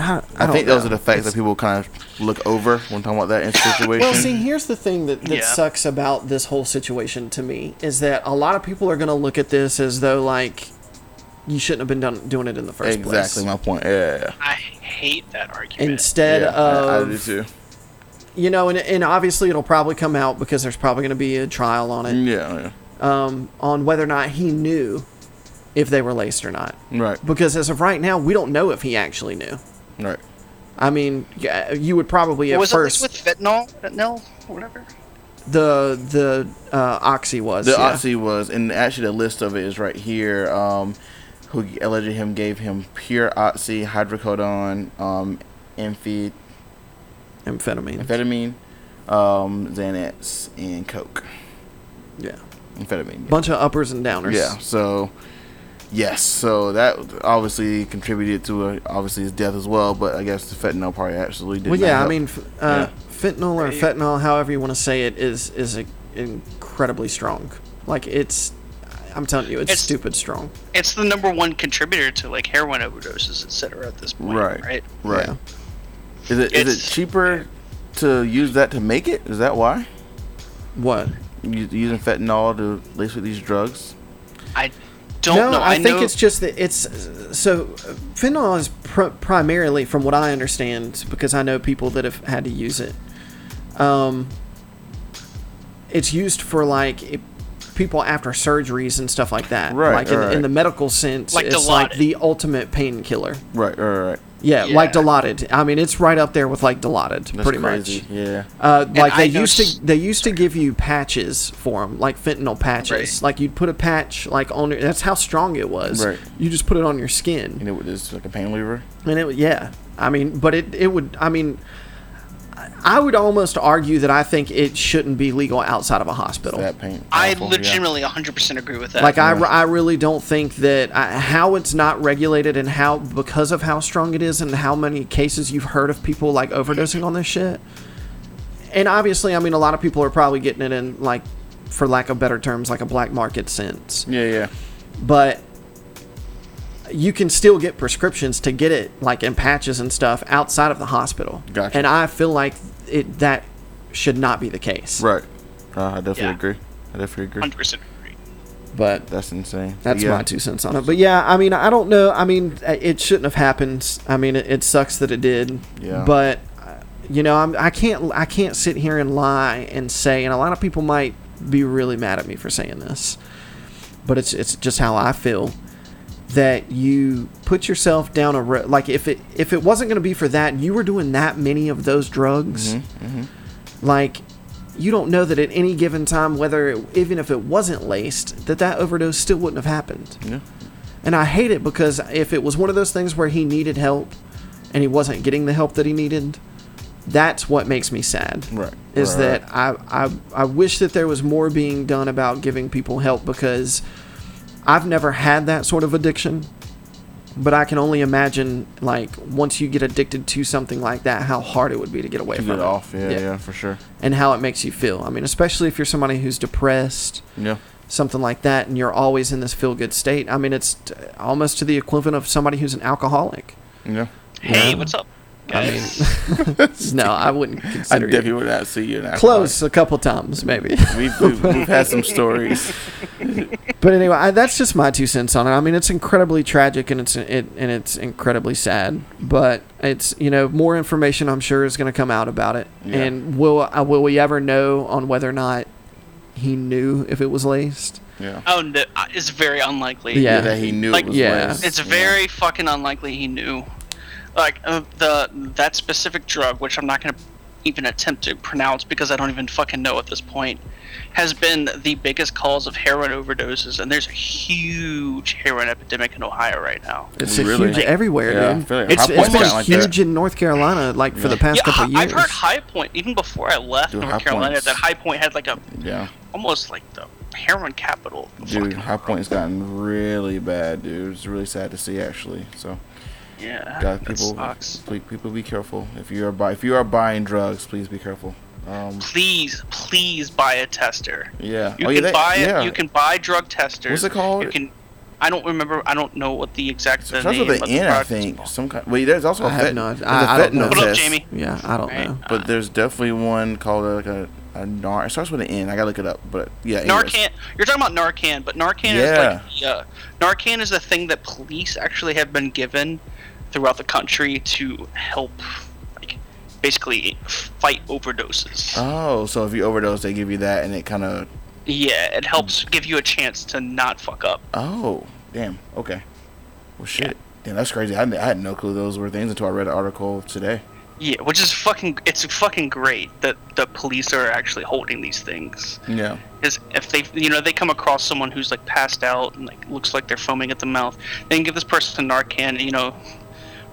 A: I,
C: I,
A: don't
C: think
A: know.
C: those are the facts that people kind of look over when talking about that in situation.
A: Well, see, here's the thing that, that
B: Yeah.
A: sucks about this whole situation to me is that a lot of people are going to look at this as though like you shouldn't have been done, doing it in the first
C: exactly
A: place.
C: my point. Yeah, yeah, yeah.
B: I hate that argument.
A: Instead
C: yeah, I, I
A: of
C: do too.
A: you know, and, and obviously it'll probably come out because there's probably going to be a trial on it.
C: Yeah,
A: um, on whether or not he knew if they were laced or not.
C: yeah. Right.
A: Because as of right now, we don't know if he actually knew.
C: Right.
A: I mean, yeah, you would probably at
B: was
A: first
B: it like, with fentanyl, fentanyl, or whatever?
A: the the uh, oxy was
C: The
A: yeah.
C: Oxy was, and actually the list of it is right here. Um, who alleged him gave him pure Oxy, hydrocodone, um, amphi-
A: amphetamine.
C: amphetamine, um, Xanax, and Coke.
A: Yeah,
C: Amphetamine.
A: bunch of uppers and downers.
C: Yeah. So, yes. So that obviously contributed to uh obviously his death as well. But I guess the fentanyl probably actually did.
A: Well,
C: not
A: yeah. I
C: help.
A: mean, f- uh, fentanyl or fentanyl, however you want to say it, is is a, incredibly strong. Like it's, I'm telling you, it's,
B: It's-
A: stupid strong.
B: It's the number one contributor to like heroin overdoses, etc. At this point,
C: Right.
B: right?
C: Right.
A: Yeah.
C: Is it is it
B: It's-
C: cheaper to use that to make it? Is that why
A: What?
C: U- using fentanyl to lace with these drugs?
B: I don't
A: no,
B: know.
A: I, think
B: know-
A: it's just that it's so fentanyl is pr- primarily, from what I understand, because I know people that have had to use it. Um, it's used for like it, people after surgeries and stuff like that.
C: Right,
A: Like in, in
C: right.
A: the medical sense,
B: Like
A: it's like
B: Dilaudid.
A: the ultimate painkiller.
C: Right. Right. Right.
A: Yeah, like
B: Yeah.
A: Dilaudid. I mean, it's right up there with like Dilaudid,
C: That's
A: pretty
C: crazy.
A: much.
C: Yeah.
A: Uh, like
B: I
A: they
B: know
A: used
B: s-
A: to, they used to give you patches for them, like fentanyl patches.
B: Right.
A: Like you'd put a patch like on. Your, that's how strong it was.
C: Right.
A: You just put it on your skin,
C: You know what this is like a pain reliever?
A: and it yeah. I mean, but it it would. I mean, I would almost argue that I think it shouldn't be legal outside of a hospital.
C: That paint.
B: I
C: awful, yeah.
B: legitimately 100% agree with that.
A: Like I, I really don't think that I, how it's not regulated and how because of how strong it is and how many cases you've heard of people like overdosing on this shit. And obviously, I mean, a lot of people are probably getting it in like, for lack of better terms, like a black market sense.
C: Yeah, yeah.
A: But you can still get prescriptions to get it like in patches and stuff outside of the hospital.
C: Gotcha.
A: And I feel like it that should not be the case.
C: Right. Uh, I definitely
B: Yeah.
C: agree. I definitely agree.
B: 100% agree.
A: But
C: That's insane.
A: That's
C: Yeah.
A: my two cents on it. But yeah, I mean, I don't know. I mean, it shouldn't have happened. I mean, it, it sucks that it did.
C: Yeah.
A: But uh, you know, I'm, I can't. I can't sit here and lie and say. And a lot of people might be really mad at me for saying this, but it's it's just how I feel. That you put yourself down a road. Like if it if it wasn't going to be for that, and you were doing that many of those drugs
C: Mm-hmm,
A: like you don't know that at any given time whether it, even if it wasn't laced that that overdose still wouldn't have happened
C: Yeah.
A: and i hate it because if it was one of those things where he needed help and he wasn't getting the help that he needed that's what makes me sad
C: Right.
A: is
C: Right,
A: that I, I i wish that there was more being done about giving people help because i've never had that sort of addiction but i can only imagine like once you get addicted to something like that how hard it would be to get away
C: To
A: from
C: get
A: it
C: off. Yeah, yeah, for sure.
A: and how it makes you feel. I mean, especially if you're somebody who's depressed,
C: Yeah.
A: something like that, and you're always in this feel good state. I mean, it's t- almost to the equivalent of somebody who's an alcoholic.
C: Yeah.
B: Hey,
A: Yeah.
B: what's up?
A: I
B: Guys?
A: mean, no, I wouldn't
C: I
A: consider
C: definitely
A: you
C: would not see you now.
A: close a couple times, maybe.
C: We've, we've, we've had some stories.
A: but anyway, I, that's just my two cents on it. I mean, it's incredibly tragic and it's it, and it's incredibly sad. But it's you know more information I'm sure is going to come out about it,
C: Yeah.
A: and will uh, will we ever know on whether or not he knew if it was laced?
C: Yeah.
B: Oh, no. uh, It's very unlikely.
A: Yeah.
C: That he knew
B: Like,
C: it was
A: yeah.
C: laced,
B: It's
C: you know?
B: very fucking unlikely he knew. Like uh, the that specific drug, which I'm not gonna even attempt to pronounce because I don't even fucking know at this point, has been the biggest cause of heroin overdoses, and there's a huge heroin epidemic in Ohio right now.
A: It's
C: Really?
A: huge everywhere,
C: Yeah, I
A: dude.
C: feel like
A: it's
C: High
A: it's
C: Point's
A: been
C: kinda like
A: huge
C: that.
A: in North Carolina, like for the past
B: yeah,
A: couple
B: I-
A: years.
B: I've heard High Point even before I left
C: Dude, High
B: North Carolina
C: Point's-
B: that High Point had like a
C: Yeah.
B: almost like the heroin capital. of
C: Dude,
B: fucking-
C: High Point's gotten really bad, dude. It's really sad to see, actually. So,
B: yeah, that
C: God, people,
B: sucks.
C: please, people, be careful. If you are buy, if you are buying drugs, please be careful. Um,
B: Please, please buy a tester.
C: yeah.
B: You
C: Oh,
B: can
C: yeah, that-
B: buy it.
C: yeah.
B: You can buy drug testers.
C: What's it called?
B: You can. I don't remember. I don't know what the exact the
C: It starts
B: name.
C: with
B: of
C: an
B: the
C: N, I
B: product is
C: think.
B: called.
C: Some kind. Wait, there's also
A: I
C: a
A: have
C: vet-
A: no-
C: there's
A: I-
C: a
A: I don't
C: fentanyl
A: know.
B: What up,
C: test,
B: Jamie?
A: Yeah, I don't
B: Right.
A: know.
C: But there's definitely one called uh, like a, a nar. It starts with an N. I gotta look it up. But yeah, anyways.
B: Narcan. You're talking about Narcan, but Narcan
C: Yeah.
B: is like the, uh, Narcan is the thing that police actually have been given throughout the country to help, like, basically fight overdoses.
C: Oh, so if you overdose, they give you that, and it kind of.
B: yeah, it helps give you a chance to not fuck up.
C: Oh, damn. Okay. Well, shit. Damn, that's crazy. I, I had no clue those were things until I read an article today.
B: Yeah, which is fucking. It's fucking great that the police are actually holding these things.
C: Yeah.
B: is if they you know they come across someone who's like passed out and like looks like they're foaming at the mouth they can give this person narcan and, you know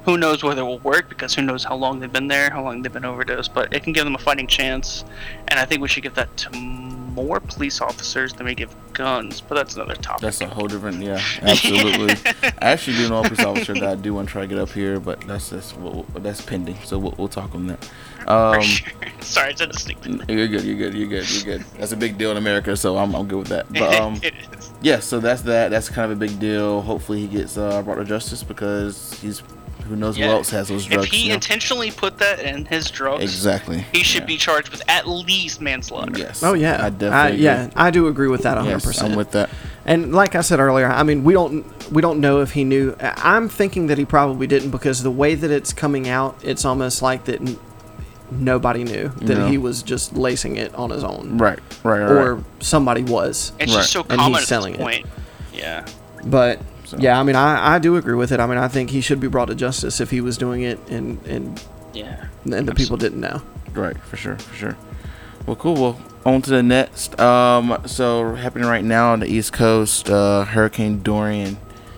B: who knows whether it will work because who knows how long they've been there how long they've been overdosed but it can give them a fighting chance and i think we should give that to more police officers than we give guns but that's another topic
C: That's a whole different, yeah, absolutely. I actually do know a police officer that I do want to try to get up here, but that's that's what that's pending. So we'll, we'll talk on that.
B: For
C: Um,
B: sure. sorry i said to sneak in.
C: you're good, you're good, you're good, you're good. That's a big deal in America, so I'm, I'm good with that. But um,
B: It is.
C: yeah, so that's that. That's kind of a big deal. Hopefully, he gets uh, brought to justice because he's who knows
B: Yeah.
C: what else has those drugs.
B: if he
C: you know?
B: intentionally put that in his drugs
C: exactly,
B: he should
C: Yeah.
B: be charged with at least manslaughter
C: Yes.
A: Oh yeah,
C: I definitely.
A: I-
C: agree.
A: yeah, I do agree with that 100.
C: Yes,
A: percent
C: I'm with that.
A: And like I said earlier, I mean, we don't we don't know if he knew. I- I'm thinking that he probably didn't because the way that it's coming out, it's almost like that n- nobody knew that
C: No.
A: he was just lacing it on his own,
C: Right, right, right.
A: Or somebody was.
B: it's
C: Right.
B: just so
A: And he's
B: common at this
A: selling it.
B: point yeah
A: But
C: So-
A: yeah, I mean, I, I do agree with it. I mean, I think he should be brought to justice if he was doing it and and
B: yeah
A: and the people didn't know.
C: Right, for sure, for sure. Well, cool. Well, on to the next. Um, so happening right now on the East Coast, uh, Hurricane Dorian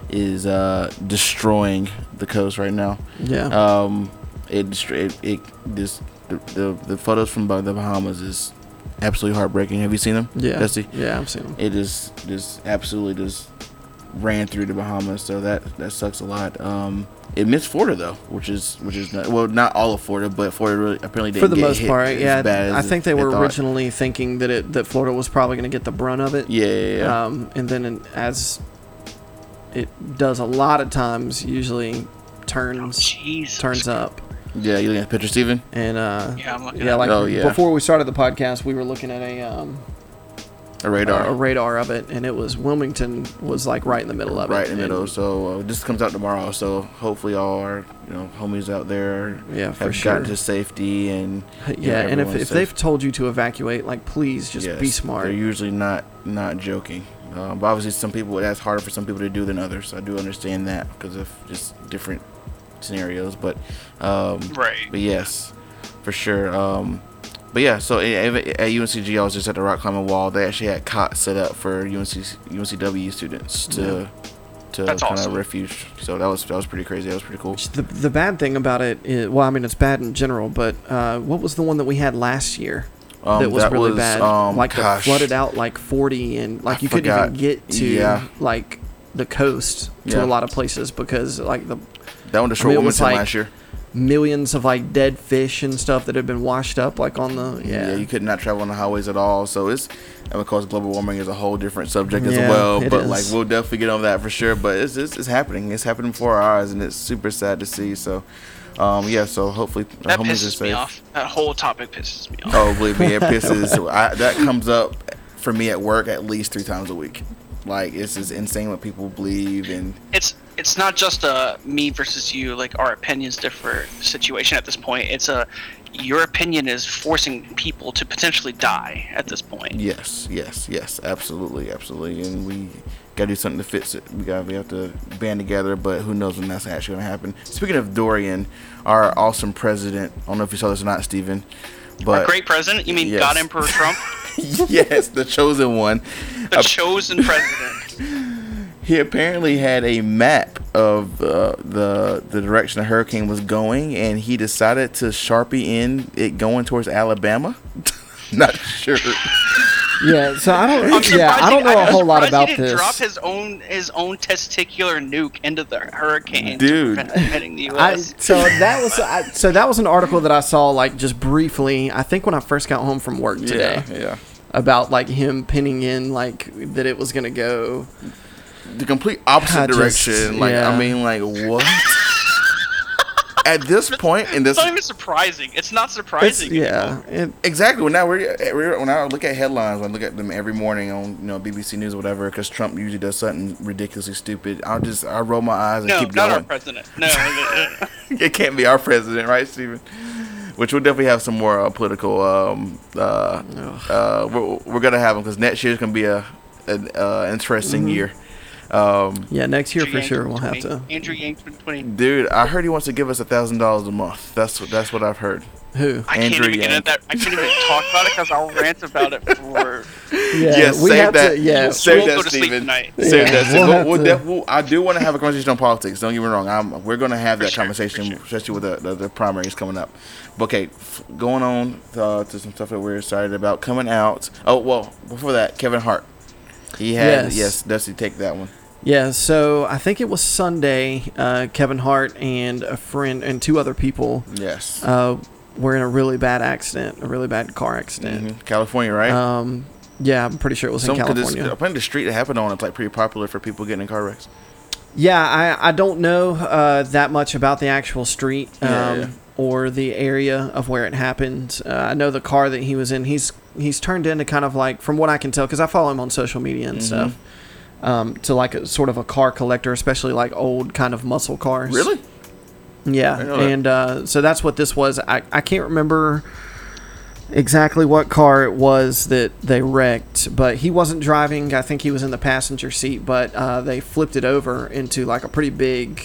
C: is uh destroying the coast right now.
A: Yeah.
C: Um, it dest- it, it just the, the, the photos from Bah- the Bahamas is absolutely heartbreaking. Have you seen them?
A: Yeah.
C: Dusty?
A: Yeah, I've seen them.
C: It is just absolutely just ran through the Bahamas, so that that sucks a lot. Um, it missed Florida though, which is which is not, well not all of Florida, but Florida really, apparently didn't
A: For the
C: get
A: most
C: hit
A: part,
C: as
A: yeah.
C: bad as
A: I think they were
C: thought.
A: originally thinking that it that Florida was probably going to get the brunt of it.
C: Yeah, yeah, yeah.
A: Um, and then in- as it does a lot of times, usually turns
B: Jesus.
A: Mm. turns up.
C: Yeah, you looking at the picture, Steven?
A: And uh,
B: Yeah, I'm looking
A: yeah,
B: at it.
A: like
C: Oh, yeah.
A: before we started the podcast, we were looking at a um,
C: A radar.
A: a radar of it, and it was Wilmington was like right in the middle of it.
C: right in the
A: and-
C: middle. So uh, this comes out tomorrow. So hopefully all our you know homies out there
A: Yeah,
C: have
A: for
C: gotten
A: sure.
C: to safety and you know,
A: Yeah, and if,
C: everyone's
A: if
C: safe.
A: they've told you to evacuate, like please just be
C: Yes,
A: smart.
C: They're usually not not joking. Um, but obviously, some people that's harder for some people to do than others. I do understand that because of just different scenarios. But um,
B: Right.
C: But yes, for sure. Um, but yeah, so at, at UNCG, I was just at the rock climbing wall. They actually had cots set up for UNC UNCW students to to
B: That's
C: kind
B: awesome.
C: of refuge. So that was that was pretty crazy. That was pretty cool.
A: The, the bad thing about it, is, well, I mean, it's bad in general, but uh, what was the one that we had last year
C: Um,
A: that was
C: that
A: really
C: was,
A: bad?
C: um,
A: like that
C: gosh.
A: flooded out like 40 and like
C: I
A: you couldn't even
C: forgot.
A: get to
C: Yeah.
A: like the coast to
C: Yeah.
A: a lot of places because like the
C: That one destroyed
A: I mean, it was
C: Wilmington
A: like-
C: last year.
A: millions of like dead fish and stuff that had been washed up like on the
C: yeah.
A: yeah.
C: you could not travel on the highways at all. So it's and of course global warming is a whole different subject as
A: Yeah,
C: well.
A: it
C: But
A: is.
C: like we'll definitely get on that for sure. But it's, it's it's happening. It's happening before our eyes, and it's super sad to see. So, um, yeah. So hopefully our
B: That
C: homies are
B: pisses me off. That whole topic pisses me off.
C: Oh, believe me, it pisses. I, that comes up for me at work at least three times a week. Like it's just insane what people believe and
B: It's it's not just a me versus you. Like our opinions differ situation at this point. It's a your opinion is forcing people to potentially die at this point.
C: Yes, yes, yes, absolutely, absolutely. And we gotta do something to fix it. We gotta we have to band together, but who knows when that's actually gonna happen. Speaking of Dorian, our awesome president, I don't know if you saw this or not, Steven. But
B: A great president? You mean
C: Yes.
B: God Emperor Trump,
C: yes, the chosen one.
B: the chosen president?
C: He apparently had a map of uh, the the direction the hurricane was going, and he decided to sharpie in it going towards Alabama. not sure.
A: Yeah, so I
B: I'm
A: don't yeah
B: surprised
A: I don't
B: he-
A: know a
B: I'm
A: whole lot
B: surprised
A: about
B: he didn't
A: this.
B: Drop his own his own testicular nuke into the hurricane,
C: Dude.
B: to prevent it hitting the
A: I,
B: U.S.
A: so that was I, so that was an article that I saw like just briefly. I think when I first got home from work today
C: Yeah, yeah.
A: about like him pinning in like that it was gonna go.
C: the complete opposite
A: I just-
C: direction. like
A: yeah.
C: I mean, like what? At this point in this
B: it's not even surprising. It's not
A: It's,
B: surprising.
A: yeah, it,
C: exactly when I we're, we're- when I look at headlines, when I look at them every morning on you know BBC News or whatever, because Trump usually does something ridiculously stupid. I'll just I roll my eyes and
B: No,
C: keep
B: not
C: going.
B: our president. No, uh,
C: it can't be our president, right, Steven? Which we'll definitely have some more uh, political. Um, uh, uh, we're, we're gonna have them because next year's gonna be a an uh, interesting year. Um,
A: yeah. Next year
B: Andrew
A: for sure we'll have
B: Yang
A: to.
B: 2020. Andrew Yang 2020.
C: Dude, I heard he wants to give us a thousand dollars a month. That's what that's what I've heard.
A: Who?
B: I can't
C: Andrew
B: even get
C: Yang.
B: into that. I can't even talk about it because I'll rant about it for.
A: Yeah,
C: yes,
A: we
C: save
A: have
C: that.
A: to. Yeah,
C: save
B: We'll
C: that,
B: go to sleep
C: Steven.
B: tonight.
C: Save
A: Yeah,
C: that.
A: we'll
C: Steven. We'll
A: have
C: we'll
A: to-
C: def- we'll- I do want to have a conversation on politics. Don't get me wrong. I'm, we're going to have that
B: sure, for
C: conversation,
B: sure.
C: especially with the, the, the primaries coming up. But okay, f- going on uh, to some stuff that we're excited about coming out. Oh well, before that, Kevin Hart. He had
A: Yes.
C: yes, Dusty, take that one.
A: Yeah, so I think it was Sunday. Uh, Kevin Hart and a friend and two other people
C: Yes,
A: uh, were in a really bad accident, a really bad car accident.
C: Mhm. California, right?
A: Um, yeah, I'm pretty sure it was
C: some,
A: in
C: 'cause it's-
A: California.
C: Apparently, the street it happened on it's like pretty popular for people getting in car wrecks.
A: Yeah, I, I don't know uh, that much about the actual street um,
C: Yeah, yeah.
A: or the area of where it happened. Uh, I know the car that he was in. He's he's turned into kind of like, from what I can tell, because I follow him on social media
C: Mm-hmm.
A: and stuff, um, to like a sort of a car collector, especially like old kind of muscle cars.
C: Really?
A: Yeah,
C: know that.
A: and uh, so that's what this was. I, I can't remember exactly what car it was that they wrecked, but he wasn't driving. I think he was in the passenger seat, but uh, they flipped it over into like a pretty big.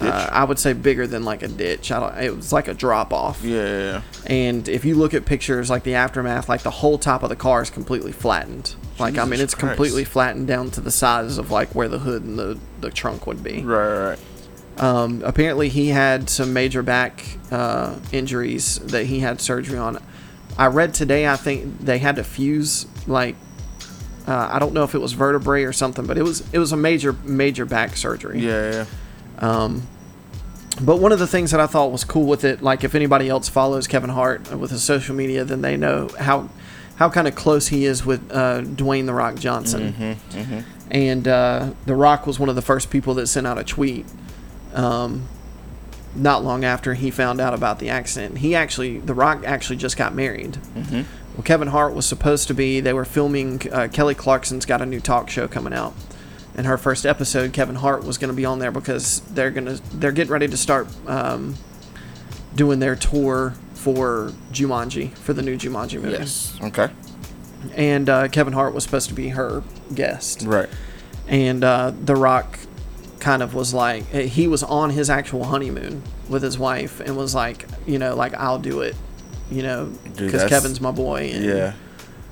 A: Uh, I would say bigger than like a ditch. I don't, it was like a drop off.
C: Yeah, yeah, yeah.
A: And if you look at pictures like the aftermath, like the whole top of the car is completely flattened. Like I
C: Jesus
A: mean, it's
C: Christ.
A: completely flattened down to the size of like where the hood and the the trunk would be.
C: Right, right, right.
A: Um, apparently, he had some major back uh, injuries that he had surgery on. I read today, I think they had to fuse like uh, I don't know if it was vertebrae or something, but it was it was a major major back surgery.
C: Yeah, yeah.
A: But one of the things that I thought was cool with it, like if anybody else follows Kevin Hart with his social media, then they know how how kind of close he is with uh, Dwayne the Rock Johnson. And uh, the Rock was one of the first people that sent out a tweet. Um, not long after he found out about the accident, he actually the Rock actually just got married. Well, Kevin Hart was supposed to be. They were filming. Uh, Kelly Clarkson's got a new talk show coming out, and her first episode, Kevin Hart was going to be on there because they're gonna they're getting ready to start um, doing their tour for Jumanji for the new Jumanji movie.
C: Yes. Okay.
A: And uh, Kevin Hart was supposed to be her guest
C: Right.
A: and uh, The Rock kind of was like eh, he was on his actual honeymoon with his wife and was like, you know, like I'll do it, you know,
C: Dude,
A: because
C: that's-
A: Kevin's my boy. And,
C: Yeah.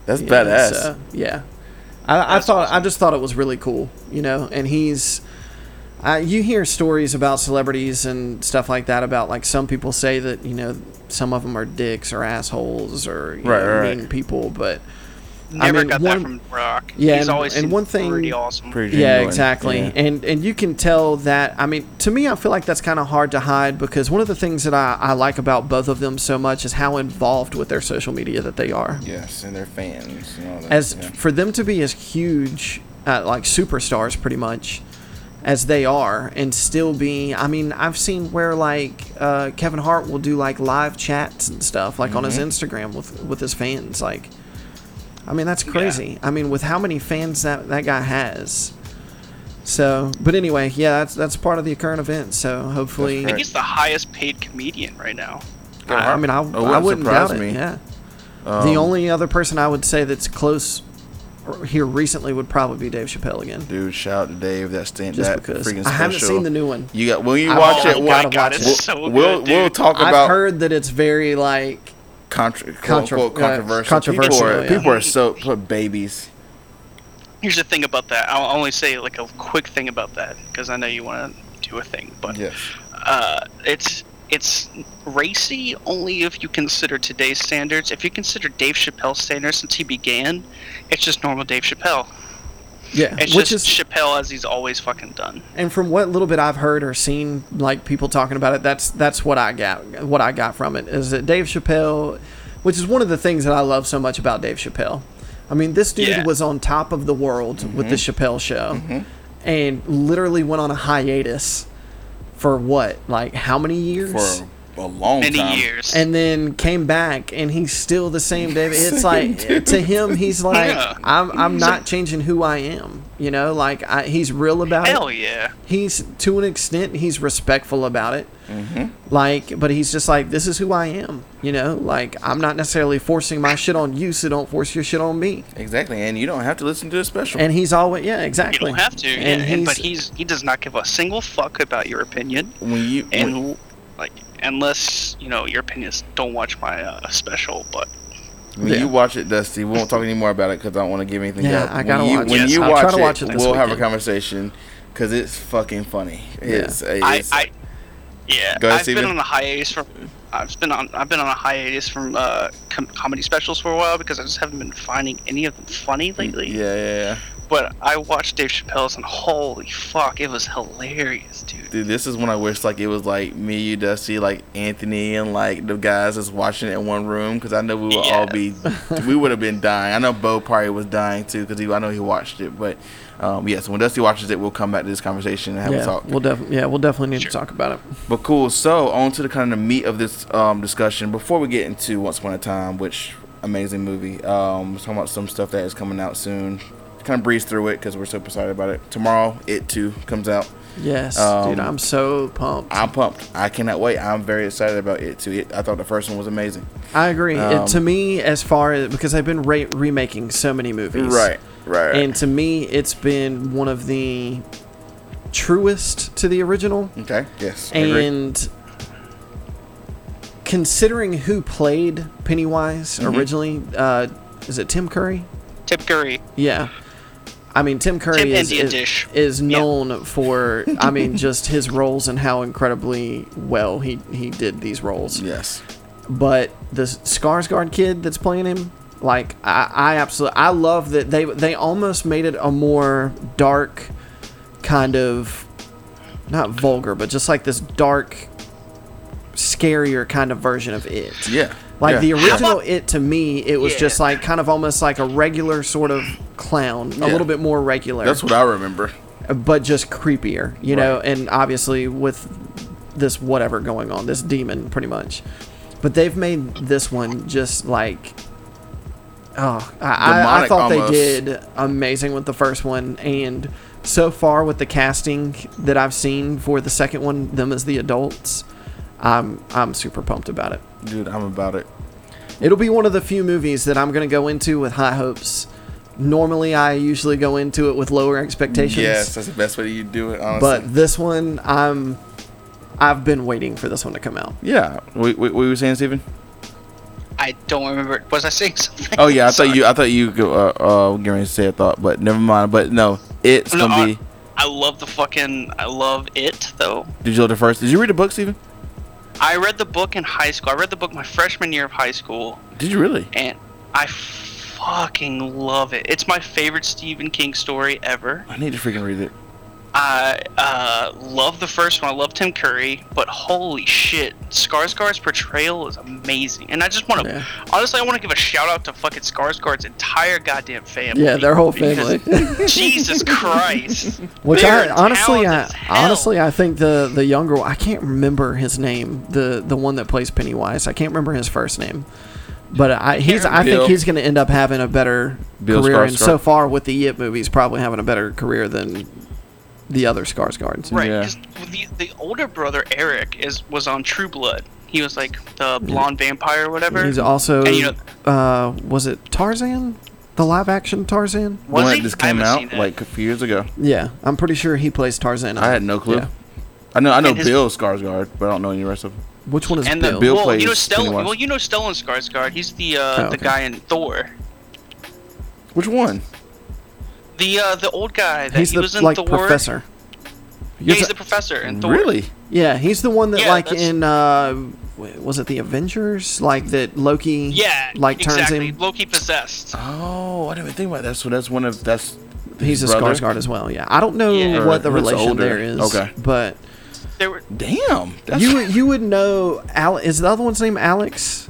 C: That's
A: you know,
C: badass.
A: so, yeah, I, I thought I just thought it was really cool, you know, and he's. I, you hear stories about celebrities and stuff like that about like some people say that you know some of them are dicks or assholes or you
C: Right,
A: know,
C: right, right.
A: mean people, but
B: Never
A: mean,
B: got
A: one-
B: that from Rock.
A: Yeah,
B: he's
A: and-
B: always
A: and
B: seemed
A: one thing-
B: pretty awesome.
C: Pretty
A: Yeah,
C: genuine.
A: exactly.
C: Yeah.
A: And and you can tell that. I mean, to me, I feel like that's kind of hard to hide because one of the things that I, I like about both of them so much is how involved with their social media that they are.
C: Yes, and their fans and all that.
A: As
C: yeah.
A: for them to be as huge, uh, like superstars, pretty much as they are, and still be. I mean, I've seen where like uh, Kevin Hart will do like live chats and stuff, like on his
C: Mm-hmm.
A: Instagram with with his fans, like. I mean, that's crazy. I mean, with how many fans that that guy has. So, but anyway, yeah, that's that's part of the current event. So hopefully,
B: I think he's the highest paid comedian right now.
A: I, I mean, I,
C: It
A: I wouldn't
C: surprise Um,
A: doubt it. Yeah. the only other person I would say that's close r- here recently would probably be Dave Chappelle again.
C: Dude, shout out to Dave that stand
A: Just
C: that
A: because.
C: freaking special.
A: I haven't seen the new Oh one.
C: You got when you
A: I've
C: watch
A: only gotta
C: it, we'll,
A: watch
C: we'll,
A: it.
B: It's so good,
C: we'll,
B: dude.
C: we'll talk
A: I've
C: about
A: heard that it's very like
C: contra-
A: Contra-
C: quote,
A: uh,
C: unquote, controversial.
A: controversial,
C: People, are,
A: yeah.
C: people are so people are babies.
B: Here's the thing about that. I'll only say like a quick thing about that because I know you want to do a thing, but
C: Yes.
B: uh, it's it's racy only if you consider today's standards. If you consider Dave Chappelle's standards since he began, it's just normal Dave Chappelle.
A: yeah,
B: It's
A: which
B: just
A: is
B: Chappelle as he's always fucking done.
A: and from what little bit I've heard or seen, like people talking about it, that's that's what I got. What I got from it is that Dave Chappelle, which is one of the things that I love so much about Dave Chappelle. I mean, this dude
B: Yeah. Mm-hmm.
A: was on top of the world with the Chappelle Show, and literally went on a hiatus for what, like how many years?
C: For a long
B: Many
C: time.
B: years.
A: and then came back and he's still the same David. It's like to him he's like
B: Yeah.
A: I'm I'm not changing who I am. You know, like I, he's real about
B: Hell
A: it.
B: yeah.
A: He's to an extent he's respectful about it.
C: Mm-hmm.
A: Like, but he's just like this is who I am. You know, like I'm not necessarily forcing my shit on you, so don't force your shit on me.
C: Exactly, and you don't have to listen to the special.
A: And he's always yeah
B: You
A: exactly.
B: don't have to.
A: And
B: And, and, but
A: he's-
B: he's he does not give a single fuck about your opinion.
C: when you
B: and
C: when-
B: like unless you know your opinions don't watch my uh, special but
C: When
A: Yeah.
C: you watch it, Dusty, we won't talk anymore about it because I don't want to give anything
A: Yeah,
C: up.
A: I gotta
C: when you,
A: watch it.
C: when
B: Yes,
C: you
A: I'll try
C: watch,
A: to
C: it,
A: watch it this
C: we'll have a
A: weekend.
C: conversation because it's fucking funny. It's,
B: i
C: it's-
B: i yeah
C: Go ahead,
B: i've
C: Steven.
B: been on a hiatus from i've been on i've been on a hiatus from uh com- comedy specials for a while because i just haven't been finding any of them funny lately
C: yeah, yeah, yeah.
B: but i watched dave chappelle's and holy fuck it was hilarious dude
C: Dude, this is when I wish like it was like me, you, Dusty, like Anthony, and like the guys that's watching it in one room because I know we would all be, we would have been dying. I know Bo probably was dying too because I know he watched it. But um, yes, when Dusty watches it, we'll come back to this conversation and have a
A: yeah,
C: talk.
A: we'll def- yeah, we'll definitely need
B: Sure.
A: to talk about it.
C: But cool. So on to the kind of the meat of this um, discussion. Before we get into Once Upon a Time, which amazing movie. Um, we're talking about some stuff that is coming out soon. Kind of breeze through it because we're so excited about it. Tomorrow, it too comes out.
A: Yes, dude,
C: Um,
A: I'm so pumped.
C: I'm pumped. I cannot wait. I'm very excited about it too. It, I thought the first one was amazing.
A: I agree. It-
C: Um,
A: to me, as far as because I've been re- remaking so many movies,
C: Right.
A: And to me, it's been one of the truest to the original,
C: okay. Yes. I agree.
A: and considering who played
C: Mm-hmm.
A: Pennywise originally, uh, is it Tim Curry?
B: tip curry
A: Yeah. I mean, Tim Curry
B: Tim
A: is,
B: Indian
A: is,
B: dish.
A: is known for, I mean, just his roles and how incredibly well he, he did these roles.
C: Yes.
A: But the Skarsgård kid that's playing him, like, I, I absolutely, I love that they they almost made it a more dark kind of, not vulgar, but just like this dark, scarier kind of version of it.
C: Yeah.
A: Like
C: Yeah.
A: the
C: Yeah.
A: original it to me, it was
B: Yeah.
A: just like kind of almost like a regular sort of clown, a
C: Yeah.
A: little bit more regular,
C: That's what I remember.
A: but just creepier, you know.
C: Right.
A: And obviously with this whatever going on, this demon pretty much. But they've made this one just like, oh, I, I, I
C: Demonic
A: thought
C: almost.
A: they did amazing with the first one, and so far with the casting that I've seen for the second one, them as the adults, I'm I'm super pumped about it.
C: Dude, I'm about it.
A: It'll be one of the few movies that I'm going to go into with high hopes. Normally, I usually go into it with lower expectations.
C: Yes, that's the best way you do it, honestly.
A: but this one, I'm, I've been waiting for this one to come out.
C: yeah, we, we, we were saying, Steven?
B: I don't remember. Was I saying something?
C: Oh yeah, I
B: Sorry.
C: thought you. I thought you. go- Uh, uh, getting ready to say a thought, but never mind. But no, it's
B: No, uh,
C: gonna
B: I-
C: be.
B: I love the fucking. I love it though.
C: Did you look the first? Did you read the book, Steven?
B: I read the book in high school. I read the book my freshman year of high school,
C: Did you really?
B: and I fucking love it. It's my favorite Stephen King story ever.
C: I need to freaking read it.
B: I uh, love the first one. I love Tim Curry, but holy shit, Skarsgård's portrayal is amazing. And I just want to,
A: Yeah.
B: honestly, I want to give a shout out to fucking Skarsgård's entire goddamn family.
A: Yeah, their whole
B: Because-
A: family.
B: Jesus Christ.
A: Which
B: They
A: I
B: are
A: honestly,
B: talented
A: I
B: as hell.
A: honestly, I think the the younger one- I can't remember his name. The the one that plays Pennywise, I can't remember his first name. But I he's I
C: Bill.
A: think he's going to end up having a better
C: Bill
A: career, and
C: Skarsgård.
A: so far with the It movies, probably having a better career than the other Skarsgårds.
B: Right.
C: Yeah.
B: 'cause The, the older brother Eric is was on True Blood. He was like the blonde vampire or whatever.
A: He's also,
B: And, you know-
A: uh, was it Tarzan? The live action Tarzan?
C: the
B: was
C: one
B: he?
C: that just
B: I
C: came
B: haven't
C: out
B: seen it.
C: like a few years ago.
A: Yeah, I'm pretty sure he plays Tarzan. in
C: I
A: it.
C: had no clue.
A: Yeah.
C: I know. I know
B: And his-
C: Bill Skarsgård, but I don't know any rest of them.
A: Which one is
B: and
A: Bill?
B: the
C: Bill
B: well, you know
C: plays
B: Stellan.
C: Pennywise.
B: Well, you know Stellan Skarsgård. He's the uh,
A: Oh, okay.
B: the guy in Thor.
C: Which one?
B: The uh, the old guy that
A: he's
B: he
A: the
B: was in
A: like
B: Thor.
A: professor.
B: Yeah, he's
C: Yes,
B: the professor in Thor.
C: Really?
A: Yeah, he's the one that
B: Yeah,
A: like
B: that's-
A: in uh, w- was it the Avengers? Like that Loki?
B: Yeah.
A: like turns
B: exactly.
A: him.
B: Loki possessed.
C: Oh, I didn't even think about that. So that's one of that's.
A: He's a
C: his brother?
A: Skarsgård as well. Yeah, I don't know
B: Yeah.
A: what the
C: Or it's
A: relation
C: older.
A: there is.
C: Okay.
A: but
B: There were
C: Damn. That's,
A: you would- you would know. Al- is the other one's name Alex?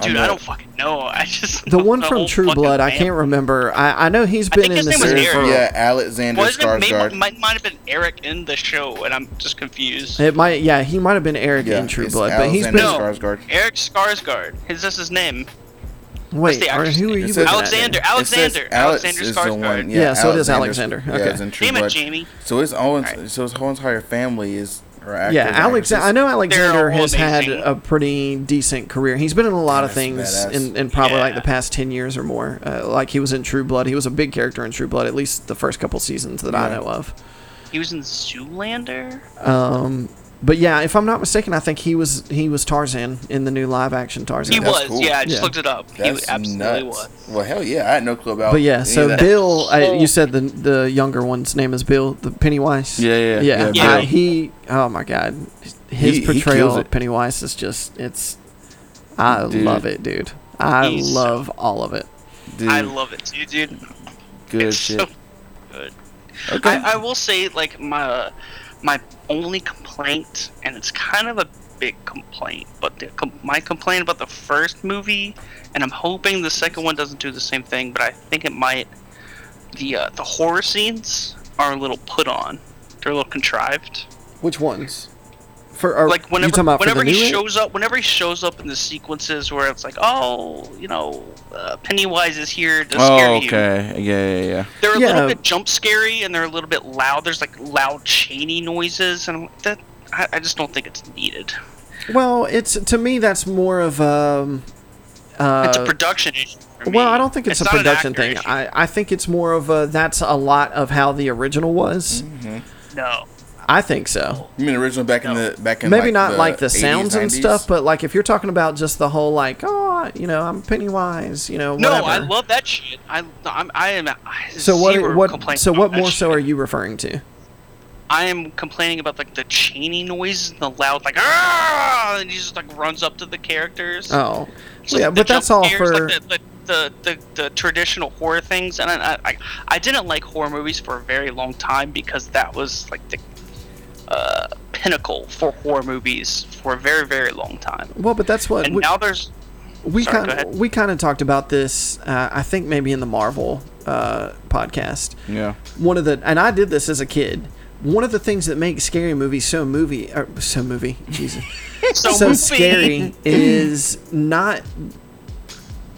B: dude.
C: know
B: I
C: it.
B: don't fucking know. I just
A: The
B: know
A: one from
B: whole
A: True
B: fucking
A: Blood. I
B: fam-
A: can't remember. I, I know he's been
B: think
A: in
B: his
A: the
B: name was
A: series
C: There's-
A: for.
B: Eric.
C: yeah, Alexander
B: Was it, may,
C: Skarsgård.
B: might, might have been Eric in the show, and I'm just confused.
A: It might, yeah, he might have been Eric
C: Yeah,
A: in True
C: it's
A: Blood, but he's been.
C: Alexander
B: no,
C: Skarsgård.
B: Eric Skarsgård. Is this his name?
A: Wait,
B: the
A: or
B: actor's
A: who are
B: name.
A: you?
C: It
A: looking
C: says-
A: at?
B: Alexander, Alexander,
C: It says Alex
B: Alexander
C: is the
B: Skarsgård.
C: one-
A: Yeah, so it is Alexander.
C: Yeah,
A: Okay.
C: it's in True
B: Damn it,
C: Blood.
B: Jamie.
C: So his own,
B: Alright.
C: so his whole entire family is. Are actors
A: Yeah,
C: and
A: Alex.
C: actresses.
A: I know Alexander
B: They're all
A: has had
B: amazing.
A: a pretty decent career. He's been in a lot of
C: That's
A: things
C: badass.
A: in, in probably like
B: Yeah.
A: the past ten years or more. Uh, like he was in True Blood. He was a big character in True Blood, at least the first couple seasons that I
C: Yeah.
A: know of.
B: He was in Zoolander.
A: Um, but yeah, if I'm not mistaken, I think he was he was Tarzan in the new live action Tarzan.
B: He
C: that's
B: was.
C: cool.
B: Yeah, I just
A: Yeah.
B: looked it up.
C: That's
B: he absolutely
C: nuts.
B: was.
C: Well, hell yeah, I had no clue about.
A: But yeah,
C: any
A: so
C: of Oh, that.
A: Bill, I, you
B: Oh.
A: said the the younger one's name is Bill, the Pennywise.
C: Yeah, yeah,
A: yeah.
C: yeah,
A: I-
B: Bill.
A: he, oh my God, his
C: He- he
A: portrayal
C: kills
A: of
C: it.
A: Pennywise is just it's. I
C: Dude.
A: love it, dude. I
B: He's-
A: love all of it.
C: Dude,
B: I love it, too, dude.
C: good
B: it's
C: shit.
B: so good.
C: okay.
B: I, I will say, like my my only complaint, and it's kind of a big complaint, but the, com- my complaint about the first movie, and I'm hoping the second one doesn't do the same thing, but I think it might. The uh, the horror scenes are a little put on. They're a little contrived.
A: Which ones? For or
B: like whenever
A: you talking about
B: whenever
A: for the
B: he
A: new
B: shows up whenever he shows up in the sequences where it's like oh you know uh, pennywise is here to scare
C: oh,
B: you
C: okay. Yeah, yeah, yeah.
B: they're a
A: Yeah.
B: little bit jump scary and they're a little bit loud there's like loud chainy noises and I'm like, that I, I just don't think it's needed
A: Well, it's to me that's more of um. Uh,
B: it's a production issue for
A: Well,
B: me.
A: I don't think it's, a
B: not an
A: production
B: actor
A: thing.
B: issue.
A: Mm. I, I think it's more of a that's a lot of how the original was.
B: no
A: I think so.
C: You mean original back in the back in
A: Maybe
C: like,
A: not like the
C: 80s,
A: sounds and
C: 90s?
A: stuff, but like if you're talking about just the whole like, oh, I- you know, I'm Pennywise, you know,
B: No,
A: whatever.
B: I love that shit. I I'm, I am. I
A: So
B: see where
A: what?
B: I'm
A: What?
B: complaining
A: So
B: about
A: what
B: that
A: more so
B: shit.
A: are you referring to?
B: I am complaining about like the chaining noise and the loud like ah, and he just like runs up to the characters.
A: Oh,
B: So
A: yeah,
B: the
A: but that's
B: jump
A: all
B: scares,
A: for.
B: like, the, the, the, the, the traditional horror things, and I, I I didn't like horror movies for a very long time because that was like the uh, pinnacle for horror movies for a very very long time.
A: Well, but that's what
B: And
A: we,
B: now there's
A: we
B: sorry,
A: kind
B: go ahead.
A: of we kind of talked about this. Uh, I think maybe in the Marvel uh, podcast.
C: Yeah.
A: one of the and I did this as a kid. One of the things that makes scary movies so movie or so movie Jesus
B: so,
A: so
B: movie-
A: scary is not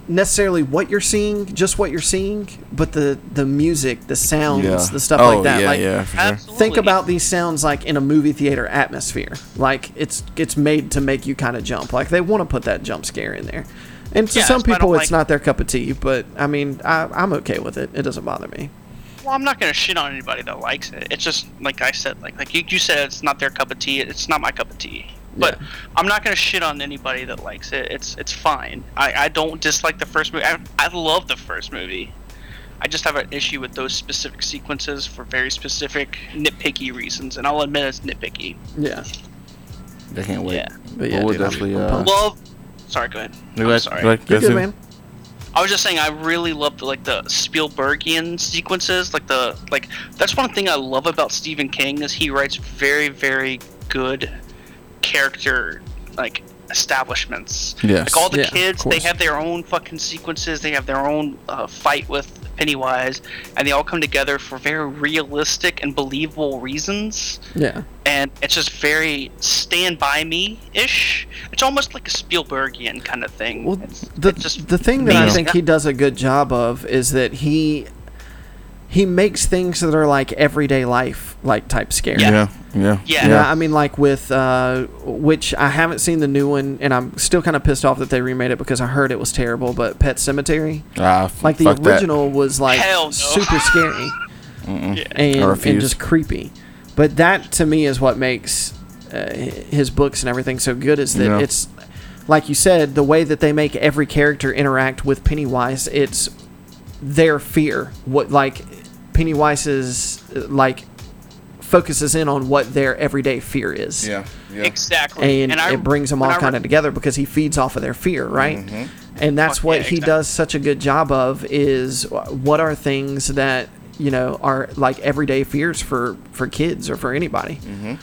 A: necessarily what you're seeing, just what you're seeing, but the the music, the sounds,
C: Yeah.
A: the stuff
C: oh,
A: like that.
C: Yeah,
A: like
C: yeah, for sure.
B: Absolutely.
A: think about these sounds like in a movie theater atmosphere. Like it's it's made to make you kind of jump. Like they want to put that jump scare in there. And to
B: Yes,
A: some
B: but I don't
A: people, it's
B: like-
A: not their cup of tea, but I mean, I, I'm okay with it. It doesn't bother me.
B: Well, I'm not gonna shit on anybody that likes it. It's just like I said, like like you, you said, it's not their cup of tea. It's not my cup of tea. But
A: Yeah.
B: I'm not gonna shit on anybody that likes it. It's it's fine. I, I don't dislike the first movie. I, I love the first movie. I just have an issue with those specific sequences for very specific nitpicky reasons, and I'll admit it's nitpicky.
A: Yeah.
C: I can't wait.
B: Yeah.
A: But yeah,
C: we'll
A: dude, I'm-
C: definitely.
A: I'm
C: uh,
A: pumped.
B: Love. Sorry, go ahead.
C: go
B: I'm
C: ahead,
B: sorry.
C: go ahead,
A: You're
C: go
A: good,
C: through.
A: man.
B: I was just saying I really love the, like the Spielbergian sequences, like the like that's one thing I love about Stephen King is he writes very very good character like establishments.
C: Yes.
B: Like all the
A: Yeah, of
B: kids, they
A: course.
B: have their own fucking sequences. They have their own uh, fight with Pennywise, and they all come together for very realistic and believable reasons
A: Yeah.
B: and it's just very stand by me ish. It's almost like a Spielbergian kind of thing.
A: Well,
B: it's,
A: the
B: it's just
A: the thing that I
B: mean.
A: think he does a good job of is that he he makes things that are like everyday life like type scary.
C: Yeah. Yeah.
B: Yeah.
A: You know, I mean, like with uh, which I haven't seen the new one, and I'm still kind of pissed off that they remade it because I heard it was terrible. But Pet Cemetery,
C: Ah, f-
A: like the
C: fuck that.
A: original, was like
B: Hell no.
A: super scary and,
C: I
A: and
C: refuse.
A: just creepy. But that to me is what makes uh, his books and everything so good is that
C: Yeah.
A: it's like you said, the way that they make every character interact with Pennywise, it's their fear. What like Pennywise's uh, like focuses in on what their everyday fear is.
C: Yeah. Yeah.
B: exactly.
A: And,
B: I-
A: it brings them
B: when
A: all
B: I re- Mm-hmm.
A: kind of together because he feeds off of their fear, right? And that's
B: Fuck
A: what
B: yeah,
A: he
B: exactly.
A: does such a good job of is what are things that you know are like everyday fears for for kids or for anybody.
B: Mm-hmm.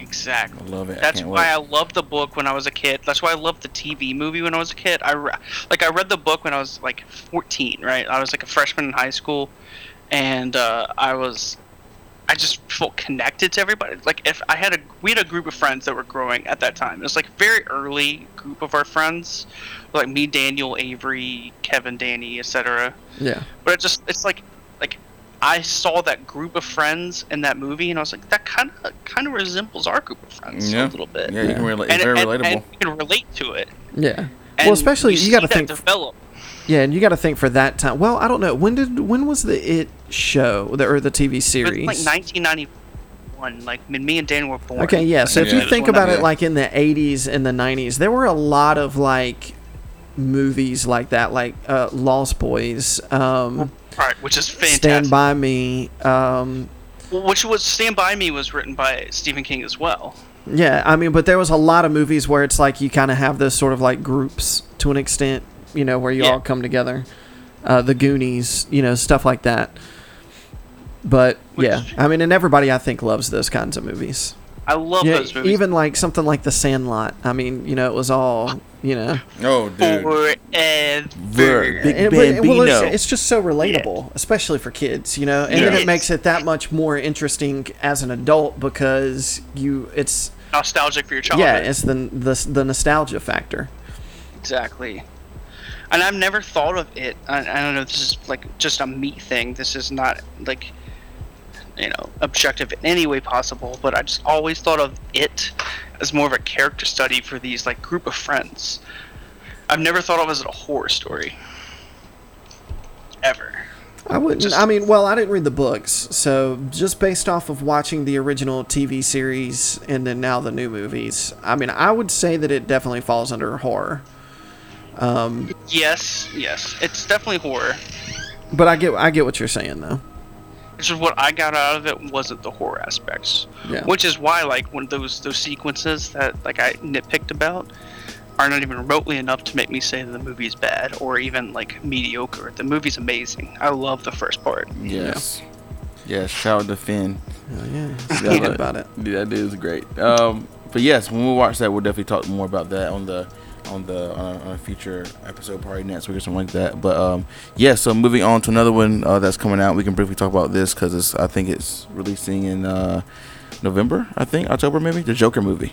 B: Exactly.
C: I love it. I
B: That's
C: can't
B: why
C: wait.
B: I loved the book when I was a kid. That's why I loved the TV movie when I was a kid. I re- like I read the book when I was like 14, right? I was like a freshman in high school, and uh, I was. I just felt connected to everybody. Like if I had a, we had a group of friends that were growing at that time. It was like very early group of our friends, like me, Daniel, Avery, Kevin, Danny, etc
A: Yeah.
B: but it just it's like like I saw that group of friends in that movie, and I was like, that kind of kind of resembles our group of friends
C: Yeah.
B: a little bit,
C: Yeah, you can relate.
B: and,
C: It's very
B: and,
C: relatable.
B: and you can relate to it.
A: Yeah.
B: And
A: well, especially you,
B: see
A: got to
B: that
A: think
B: develop.
A: yeah, and you got to think for that time. Well, I don't know. When did when was the it show the, or the TV
B: It was
A: series?
B: like 1991. Like when me and Dan were born.
A: Okay, yeah. So if
C: Yeah.
A: you think about
C: Yeah.
A: it, like in the '80s and the '90s, there were a lot of like movies like that, like uh, Lost Boys, um,
B: all right, which is fantastic.
A: Stand by Me. Um,
B: Which was Stand by Me was written by Stephen King as well.
A: yeah, I mean, but there was a lot of movies where it's like you kind of have those sort of like groups to an extent, you know, where you
B: Yeah.
A: all come together. Uh, the Goonies, you know, stuff like that. But
B: Which-
A: yeah, I mean, and everybody I think loves those kinds of movies.
B: I love
A: Yeah,
B: those movies.
A: even like something like The Sandlot. I mean, you know, it was all, you know.
C: Oh, dude.
B: forever.
C: Big
A: And- but- well, it's,
C: Bambino.
A: it's just so relatable, especially for kids, you know. And then
B: Yeah.
A: it makes it that much more interesting as an adult because you, it's
B: nostalgic for your childhood.
A: yeah, it's the the, the nostalgia factor.
B: Exactly. And I've never thought of it. I, I don't know. This is like just a me thing. This is not like, you know, objective in any way possible. But I just always thought of it as more of a character study for these like group of friends. I've never thought of it as a horror story. Ever.
A: I wouldn't.
B: Oh, Just-
A: I mean, well, I didn't read the books, so just based off of watching the original TV series and then now the new movies, I mean, I would say that it definitely falls under horror.
B: Yes, yes, it's definitely horror.
A: But I get, I get what you're saying though.
B: It's just what I got out of it wasn't the horror aspects,
A: Yeah.
B: which is why like when those those sequences that like I nitpicked about are not even remotely enough to make me say that the movie's bad or even like mediocre. The movie's amazing. I love the first part.
C: Yes. Yes. Shout out to Finn.
A: Hell yeah,
C: Yeah,
A: forget
C: but-
A: about it.
C: Yeah, that is great. Um, but yes, when we watch that, we'll definitely talk more about that on the on the uh, on a, on a future episode, probably next week or something like that. But um, yeah, so moving on to another one uh, that's coming out, we can briefly talk about this because I think it's releasing in uh, November, I think October maybe the Joker movie.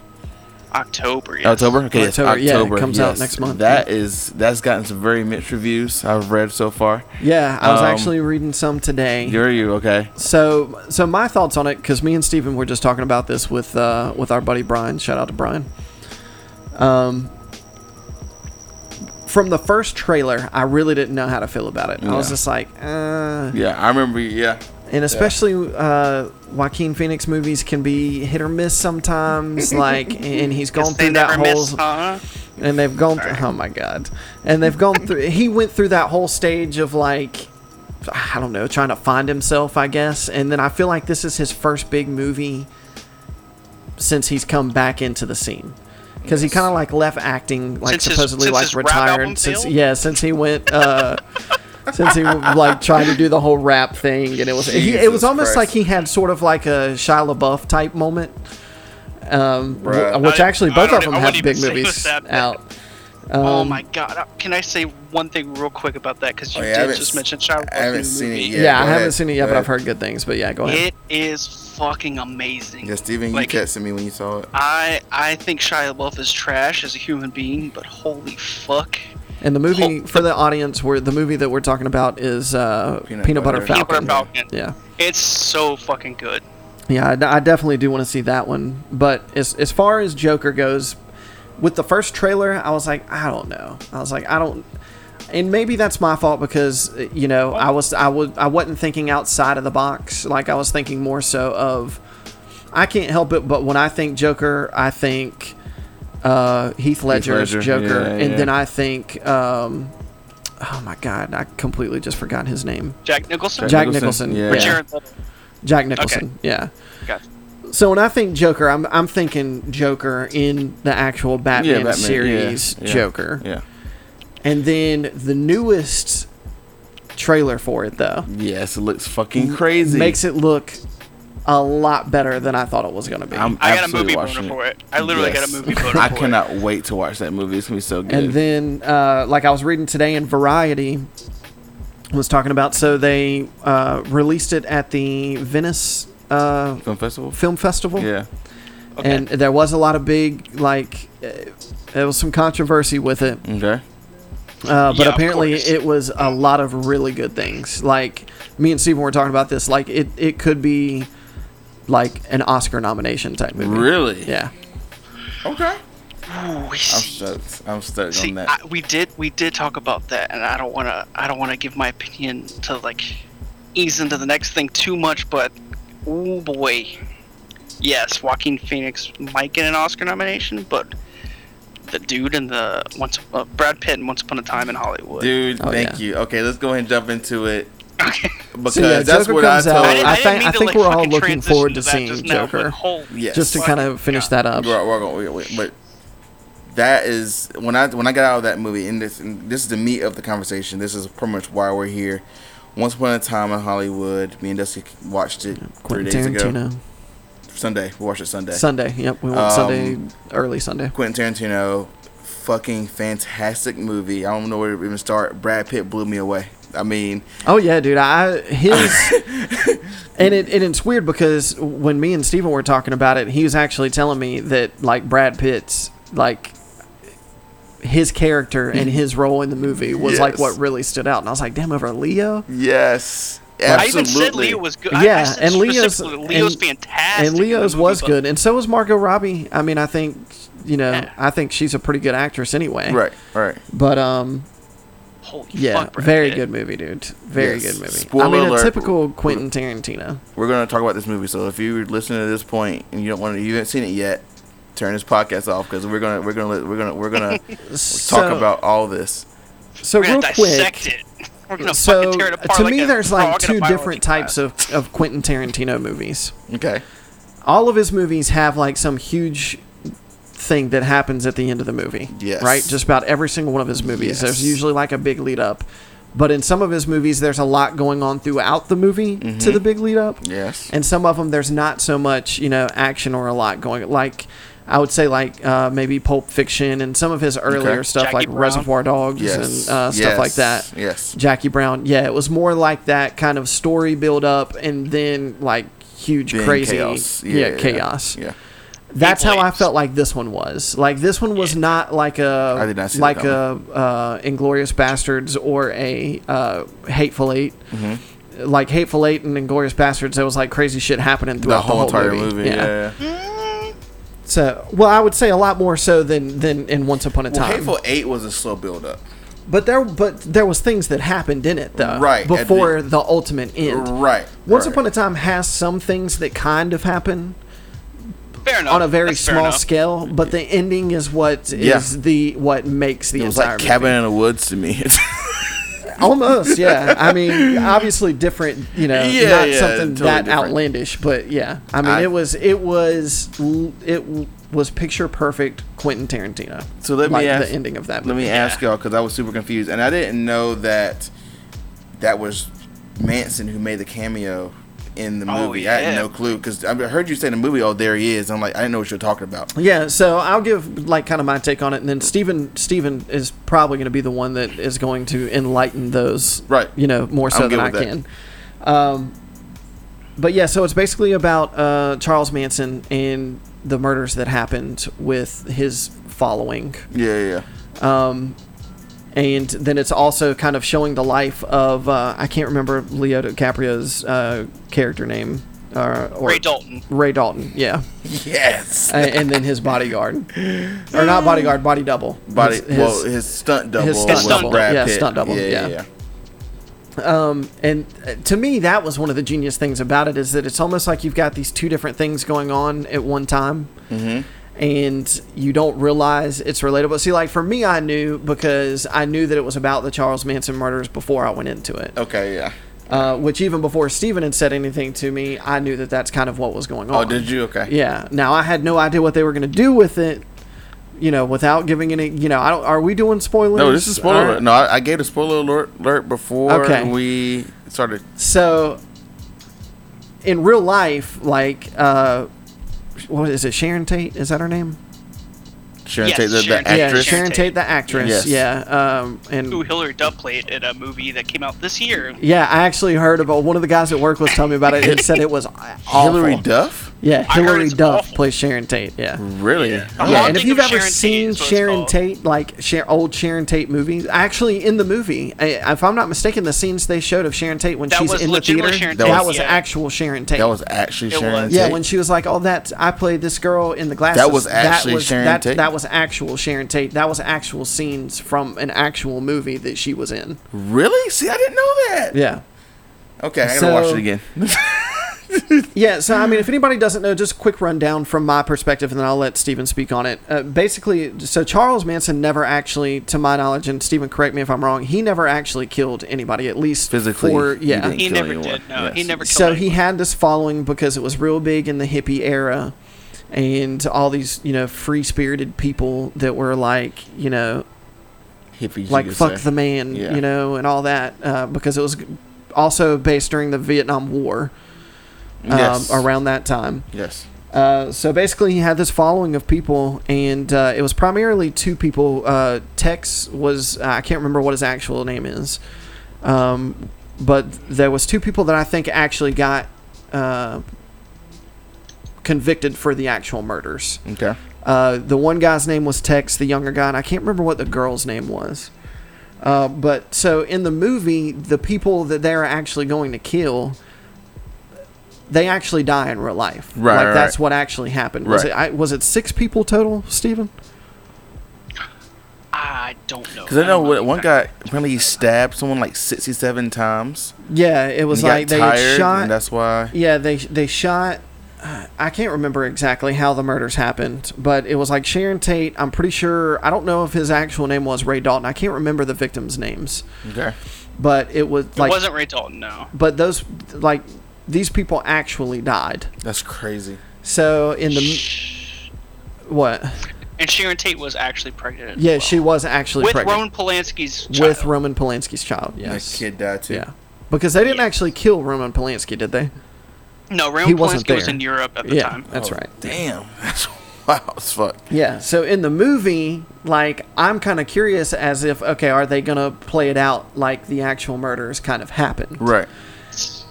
B: October. Yes.
C: October, okay, yes,
A: October, yeah, it
C: October,
A: comes out
C: yes.
A: next month,
C: That
A: yeah.
C: is- that's gotten some very mixed reviews I've read so far.
A: Yeah, I was
C: Um,
A: actually reading some today.
C: You're you okay?
A: So, so my thoughts on it, because me and Steven were just talking about this with uh, with our buddy Brian. Shout out to Brian. Um, from the first trailer, I really didn't know how to feel about it. I was
C: Yeah.
A: just like, uh.
C: Yeah, I remember. Yeah,
A: and especially uh, Joaquin Phoenix movies can be hit or miss sometimes. like, and he's gone
B: Yes, they
A: through that
B: never
A: whole
B: miss, huh?
A: and they've gone through oh my god and they've gone through he went through that whole stage of like i don't know trying to find himself i guess and then i feel like this is his first big movie since he's come back into the scene because he kind of like left acting like
B: Since his-
A: supposedly
B: since
A: like
B: his rap album
A: retired since
B: failed?
A: yeah since he went uh since he like tried to do the whole rap thing and it was he, it
C: Jesus
A: was almost like
C: Christ.
A: he had sort of like a Shia LaBeouf type moment um wh-
C: Bruh.
A: which
B: I-
A: actually
B: I
A: both
B: don't
A: of them
B: e- I
A: have
B: wouldn't
A: big
B: even say it was
A: movies
B: that bad.
A: out Um,
B: oh my god! uh, Can I say one thing real quick about that? Because you
C: Um, Oh, yeah, I haven't
B: did just
C: s-
B: mention Child
C: I haven't
B: Abuse
C: seen it
B: movie.
C: yet.
A: Yeah,
C: go
A: I
C: ahead.
A: haven't seen it yet,
C: Go
A: but I've
C: ahead.
A: heard good things. But yeah, go ahead.
B: It is fucking amazing.
C: yeah. Steven,
B: Like,
C: you texted me when you saw it.
B: I I think Shia LaBeouf is trash as a human being, but holy fuck!
A: And the movie
B: Oh.
A: for the audience, where the movie that we're talking about is uh, Peanut,
C: Peanut
A: Butter,
C: Butter.
A: Falcon.
B: Peanut Butter Falcon.
A: Yeah,
B: It's so fucking good.
A: yeah, I, d- I definitely do want to see that one. But as as far as Joker goes, with the first trailer, I was like, I don't know. I was like, I don't. And maybe that's my fault because uh, you know I was I would I wasn't thinking outside of the box. Like I was thinking more so of I can't help it, but when I think Joker, I think uh, Heath Ledger's
C: Ledger,
A: Joker,
C: yeah,
A: and
C: yeah.
A: then I think, um, oh my God, I completely just forgot his name.
B: Jack Nicholson.
A: Jack
C: Nicholson,
A: Nicholson.
C: yeah.
B: Or
A: Yeah.
B: Jared Leto.
A: Jack Nicholson. Yeah.
B: Gotcha.
A: So when I think Joker, I'm I'm thinking Joker in the actual Batman,
C: Batman,
A: series
C: yeah, yeah,
A: Joker,
C: Yeah.
A: and then the newest trailer for it though
C: Yes, it looks fucking crazy.
A: makes it look a lot better than I thought it was gonna be.
C: I'm
B: I got a movie
C: absolutely watching
B: boner for it. I literally got a movie boner
C: I
B: for it.
C: cannot wait to watch that movie. It's gonna be so good.
A: And then, uh, like I was reading today in Variety, was talking about so they uh, released it at the Venice uh,
C: film festival.
A: Film Festival,
C: Yeah.
B: Okay.
A: and there was a lot of big like uh, there was some controversy with it, uh,
C: Okay.
A: but
B: Yeah, of
A: apparently
B: course.
A: it was a lot of really good things. Like me and Steven were talking about this, like it it could be like an Oscar nomination type movie.
C: Really?
A: Yeah.
C: Okay.
B: Ooh, we
C: I'm
B: see.
C: stoked. I'm stoked
B: See,
C: on
B: I,
C: that.
B: we did we did talk about that, and I don't wanna I don't wanna give my opinion to like ease into the next thing too much, but oh boy, yes, Joaquin Phoenix might get an Oscar nomination, but the dude in the once uh, Brad Pitt in Once Upon a Time in Hollywood.
C: Dude,
A: Oh,
C: thank
A: yeah.
C: you. Okay, let's go ahead and jump into it
B: Okay.
C: because
A: yeah,
C: that's
A: Joker
C: what I
A: comes out.
C: told.
A: I
B: I
A: think-
B: didn't mean
A: I
B: to,
A: think
B: like,
A: we're all
B: fucking
A: looking
B: transition
A: forwed to
B: that
A: seeing
B: just now,
A: Joker.
B: but holy
C: Yes.
A: Just to
B: fuck.
A: kind of finish that up.
C: We're, we're gonna, wait, wait, wait. That is when I when I got out of that movie, and this and this is the meat of the conversation. This is pretty much why we're here. Once upon a time in Hollywood, me and Dusty watched it three days
A: Quentin
C: ago.
A: Tarantino.
C: Sunday, we watched it Sunday.
A: Sunday. Yep, we went
C: Um,
A: Sunday, early Sunday.
C: Quentin Tarantino, fucking fantastic movie. I don't know where to even start. Brad Pitt blew me away. I mean,
A: Oh yeah, dude. I his and it and it's weird because when me and Steven were talking about it, he was actually telling me that like Brad Pitt's like his character and
B: Mm-hmm.
A: his role in the movie was like
C: Yes.
A: what really stood out, and I was like, damn, over Leo.
C: yes,
B: I even
C: absolutely.
B: said Leo was good. I- I,
A: Yeah,
B: said
A: and Leo's-
B: specifically Leo's
A: and-
B: fantastic.
A: And
B: in the
A: Leo's
B: movie,
A: was
B: but-
A: good, and so was Margot Robbie. I mean, I think you know,
B: Yeah.
A: I think she's a pretty good actress anyway.
C: right, right.
A: But um,
B: Holy
A: Yeah,
B: fuck, Brad
A: very
B: Pitt.
A: good movie, dude. Very
C: Yes.
A: good movie. I
C: Spoiler
A: mean, a
C: alert.
A: typical Quentin Tarantino.
C: We're going to talk about this movie. So if you're listening to this point and you don't want to, you haven't seen it yet, turn this podcast off because we're gonna we're gonna we're gonna we're gonna talk
A: So-
C: about all this.
A: So
B: We're
A: real
B: gonna
A: quick.
B: dissect it. We're gonna
A: So
B: fucking tear it apart.
A: to
B: like
A: me,
B: a
A: there's like
B: frog in a
A: two
B: biology
A: different
B: class.
A: types of of Quentin Tarantino movies.
C: Okay.
A: all of his movies have like some huge thing that happens at the end of the movie.
C: Yes.
A: Right? Just about every single one of his movies.
C: Yes.
A: There's usually like a big lead up. But in some of his movies there's a lot going on throughout the movie
C: Mm-hmm.
A: to the big lead up.
C: Yes.
A: And some of them there's not so much, you know, action or a lot going like I would say like uh, maybe Pulp Fiction and some of his earlier
C: Okay.
A: stuff
B: Jackie
A: like
B: Brown.
A: Reservoir Dogs
C: Yes.
A: and uh, stuff like
C: Yes.
A: that.
C: Yes.
A: Jackie Brown. Yeah, it was more like that kind of story build up and then like huge
C: Then
A: crazy
C: chaos.
A: yeah, chaos.
C: Yeah.
A: That's how
B: People
A: I
B: apes.
A: felt like this one was. Like this one was not like a
C: I did not see that
A: like a
C: coming.
A: uh, Inglorious Bastards or a uh, Hateful 8
C: Mm-hmm.
A: Like Hateful Eight and Inglorious Bastards, there was like crazy shit happening
C: The
A: throughout the
C: whole
A: whole,
C: entire movie. yeah.
A: So, well, I would say a lot more so than than in Once Upon a
C: Well,
A: Time.
C: Hateful Eight was a slow build up.
A: But there, but there was things that happened in it though,
C: Right, at the-
A: Before the, ultimate end,
C: Right,
A: Once
C: right.
A: Upon a Time has some things that kind of happen
B: Fair enough.
A: on a very
B: That's fair
A: small
B: enough.
A: scale, but the ending is what is
C: Yeah.
A: the what makes the
C: It was
A: entire
C: like Cabin
A: movie.
C: in the Woods to me.
A: Almost, yeah. I mean, obviously different, you know,
C: Yeah,
A: not
C: yeah,
A: something
C: totally
A: that
C: different.
A: outlandish, but yeah. I mean,
C: I-
A: it was it was l- it w- was picture perfect Quentin Tarantino.
C: So let me
A: like
C: ask-
A: the ending of that.
C: Let
A: movie.
C: me ask y'all because I was super confused and I didn't know that that was Manson who made the cameo in the
B: Oh,
C: movie. I had
B: yeah.
C: no clue because I heard you say in the movie, "Oh, there he is." I'm like, I didn't know what you're talking about.
A: Yeah, so I'll give like kind of my take on it, and then Stephen Stephen is probably going to be the one that is going to enlighten those,
C: Right.
A: You know, more so than
C: I'm good
A: I
C: with that.
A: can. Um, but yeah, so it's basically about uh, Charles Manson and the murders that happened with his following,
C: Yeah, yeah, yeah.
A: and then it's also kind of showing the life of uh, I can't remember Leo DiCaprio's uh, character name uh, or
B: Ray Dalton.
A: Ray Dalton, yeah.
C: yes.
A: A- and then his bodyguard, or not bodyguard, body double.
C: Body.
A: His- his-
C: well, his stunt double.
A: stunt
C: was
B: double.
C: Brad
A: Yeah,
C: Pitt.
A: stunt double, yeah. and uh, to me, that was one of the genius things about it is that it's almost like you've got these two different things going on at one time,
C: Mm-hmm.
A: and you don't realize it's relatable. See, like for me, I knew because I knew that it was about the Charles Manson murders before I went into it.
C: Okay. Yeah.
A: Uh, which even before Steven had said anything to me, I knew that that's kind of what was going
C: Oh,
A: on.
C: did you? Okay.
A: Yeah. Now I had no idea what they were going to do with it. You know, without giving any. You know, I don't. Are we doing spoilers?
C: No, this is spoiler.
A: All right.
C: alert. No, I, I gave a spoiler alert, alert before
A: Okay.
C: we started.
A: So, in real life, like, uh, what is it? Sharon Tate? Is that her name?
C: Sharon
B: Yes,
C: Tate, the, the
B: Sharon Tate.
A: Yeah,
C: actress.
A: Sharon Tate,
B: Sharon Tate.
A: the actress.
C: Yes.
A: Yeah. Um, and
B: Who Hillary Duff played in a movie that came out this year.
A: yeah, I actually heard about one of the guys at work was telling me about it and said it was awful.
C: Hillary Duff. Hmm.
A: Yeah,
B: I heard
A: Hillary
B: it's
A: Duff
B: awful.
A: plays Sharon Tate. Yeah.
C: Really?
B: I'm
A: Yeah,
B: all
A: and if
B: thinking
A: you've
B: of
A: ever
B: Sharon Tate
A: seen
B: is what it's
A: Sharon
B: called.
A: Tate, like Sha- old Sharon Tate movies, actually in the movie, I, if I'm not mistaken, the scenes they showed of Sharon Tate when
B: That
A: she's
B: was
A: in the
B: legitimately
A: theater,
B: Sharon
A: that
C: Tate,
A: was,
B: yeah.
A: actual Sharon Tate.
C: That was actually
B: It
C: Sharon
B: was.
C: Tate.
A: Yeah, when she was like, "Oh, that I played this girl in the glasses."
C: was actually Sharon
A: that,
C: Tate.
A: That was actual Sharon Tate. That was actual scenes from an actual movie that she was in.
C: really? See, I didn't know that.
A: Yeah,
C: Okay, I gotta
A: So-
C: watch it again.
A: yeah. So I mean, if anybody doesn't know, just a quick rundown from my perspective, and then I'll let Steven speak on it. Uh, basically, so Charles Manson never actually, to my knowledge, and Steven, correct me if I'm wrong, he never actually killed anybody, at least
C: Physically,
A: For,
C: he
A: yeah,
C: didn't.
B: He
C: kill
B: never
C: anyone.
B: did. No,
C: Yes.
B: he never. Killed
A: so he
B: anyone.
A: had this following because it was real big in the hippie era and all these you know free spirited people that were like you know
C: Hippies,
A: like
C: you could
A: fuck
C: say.
A: the man
C: Yeah.
A: you know and all that uh, because it was also based during the vietnam war um,
C: Yes.
A: around that time
C: Yes.
A: uh, so basically, he had this following of people, and uh, it was primarily two people. Uh, Tex was I can't remember what his actual name is, um, but there was two people that I think actually got uh, convicted for the actual murders.
C: Okay.
A: Uh, the one guy's name was Tex, the younger guy, and I can't remember what the girl's name was. Uh, but so in the movie, the people that they're actually going to kill, they actually die in real life.
C: Right,
A: like
C: right,
A: that's
C: right.
A: what actually happened. Was
C: Right.
A: it I, was it six people total, Stephen?
B: Ah, I I don't know.
C: Because I know
B: don't
C: what, one
B: the
C: guy
B: exact-
C: apparently he stabbed someone like sixty-seven times.
A: Yeah, it was
C: he
A: like
C: got
A: they had
C: tired,
A: shot.
C: and that's why.
A: Yeah, they they shot. I can't remember exactly how the murders happened, but it was like Sharon Tate. I'm pretty sure. I don't know if his actual name was Ray Dalton. I can't remember the victims' names,
C: Okay.
A: but it was like.
B: it wasn't Ray Dalton. No.
A: but those like these people actually died.
C: That's crazy.
A: So in the what?
B: And Sharon Tate was actually pregnant. as
A: Yeah,
B: well.
A: she was actually
B: with
A: pregnant
B: Roman Polanski's
A: with
B: child.
A: Roman Polanski's child. Yes.
C: That kid died too.
A: Yeah. Because they didn't
B: Yes.
A: actually kill Roman Polanski, did they?
B: no Roman
A: he
B: Polanski
A: wasn't
B: was
A: there.
B: in Europe at the
A: Yeah,
B: time.
A: that's
C: Oh,
A: right.
C: Damn. That's wow as fuck.
A: Yeah. So in the movie, like I'm kind of curious as if okay, are they gonna play it out like the actual murders kind of happened?
C: Right.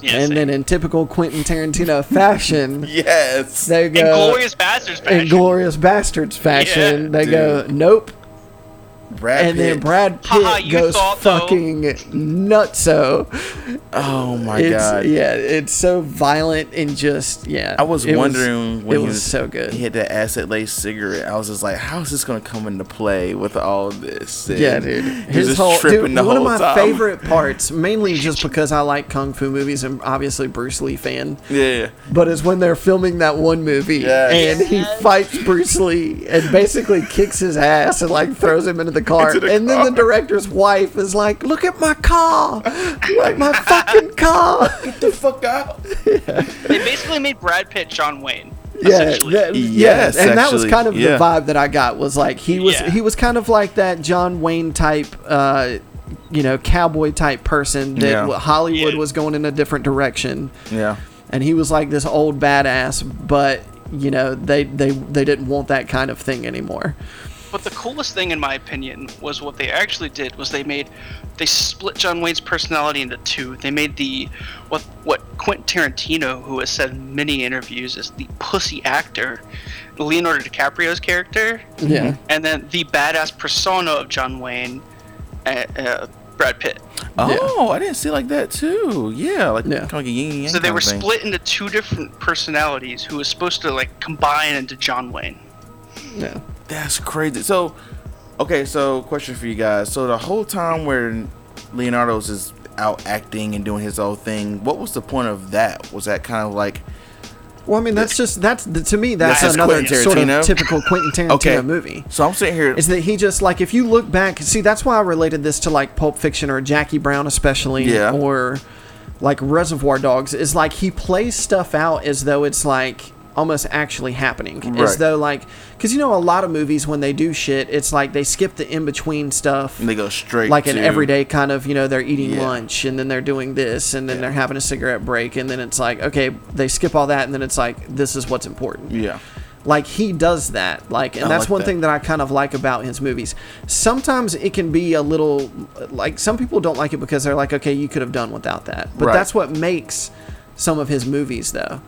B: Yeah,
A: And
B: same.
A: then in typical Quentin Tarantino fashion,
C: Yes.
A: they go
B: Inglorious Bastards. Fashion.
A: Inglorious Bastards fashion.
B: Yeah.
A: they go
C: Dude.
A: nope,
C: Brad
A: and then
C: Pitt.
A: Brad Pitt
B: Haha, you
A: goes
B: thought so.
A: fucking nutso.
C: Oh my
A: It's
C: god.
A: yeah, it's so violent and just yeah.
C: I was
A: it
C: wondering when
A: it
C: he
A: was, so good.
C: He had that acid laced cigarette. I was just like, how is this gonna come into play with all of this?
A: Yeah,
C: And
A: dude.
C: he was
A: His
C: just
A: whole
C: tripping
A: dude,
C: the
A: one of
C: whole
A: my
C: time.
A: favorite parts, mainly just because I like kung fu movies and obviously Bruce Lee fan.
C: Yeah.
A: But is when they're filming that one movie
C: Yes.
A: and he fights Bruce Lee and basically kicks his ass and like throws him into the car.
C: Into the
A: and then the
C: car.
A: director's wife is like, "Look at my car, like my fucking car."
C: Get the fuck out.
B: They basically made Brad Pitt John Wayne.
A: yeah,
B: essentially.
A: that,
C: Yes,
A: yeah, and that was
C: actually,
A: kind of
C: yeah.
A: the vibe that I got was like he was
B: Yeah.
A: he was kind of like that John Wayne type, uh, you know, cowboy type person that
C: Yeah.
A: w- Hollywood
B: Yeah.
A: was going in a different direction,
C: Yeah.
A: and he was like this old badass, but you know they they they didn't want that kind of thing anymore.
B: But the coolest thing, in my opinion, was what they actually did was they made they split John Wayne's personality into two. They made the what what Quentin Tarantino, who has said in many interviews, is the pussy actor, Leonardo DiCaprio's character,
C: Mm-hmm.
A: Yeah,
B: and then the badass persona of John Wayne, uh, uh, Brad Pitt.
C: Oh, I didn't see it like that too. Yeah, like
A: Yeah.
C: kind of like a yin and yang.
B: So they
C: kind
B: were
C: of thing.
B: split into two different personalities, who was supposed to like combine into John Wayne.
A: yeah.
C: That's crazy. So, okay, so question for you guys. So the whole time where Leonardo's is out acting and doing his own thing, what was the point of that? Was that kind of like
A: Well, I mean, that's just that's to me that's
C: That's
A: another
C: Quentin
A: sort of
C: Tarantino.
A: typical Quentin Tarantino
C: okay
A: movie.
C: So I'm sitting here.
A: is that he just like if you look back see that's why i related this to like pulp fiction or jackie brown especially
C: Yeah.
A: or like reservoir dogs is like he plays stuff out as though it's like almost actually happening as
C: Right.
A: though like because you know a lot of movies when they do shit it's like they skip the in-between stuff
C: and they go straight
A: like an
C: to-
A: everyday kind of you know they're eating
C: Yeah.
A: lunch and then they're doing this and then they're having a cigarette break and then it's like okay they skip all that and then it's like this is what's important
C: Yeah.
A: like he does that like and
C: I
A: that's
C: like
A: one
C: that.
A: thing that i kind of like about his movies sometimes it can be a little like some people don't like it because they're like okay you could have done without that but
C: Right.
A: that's what makes some of his movies though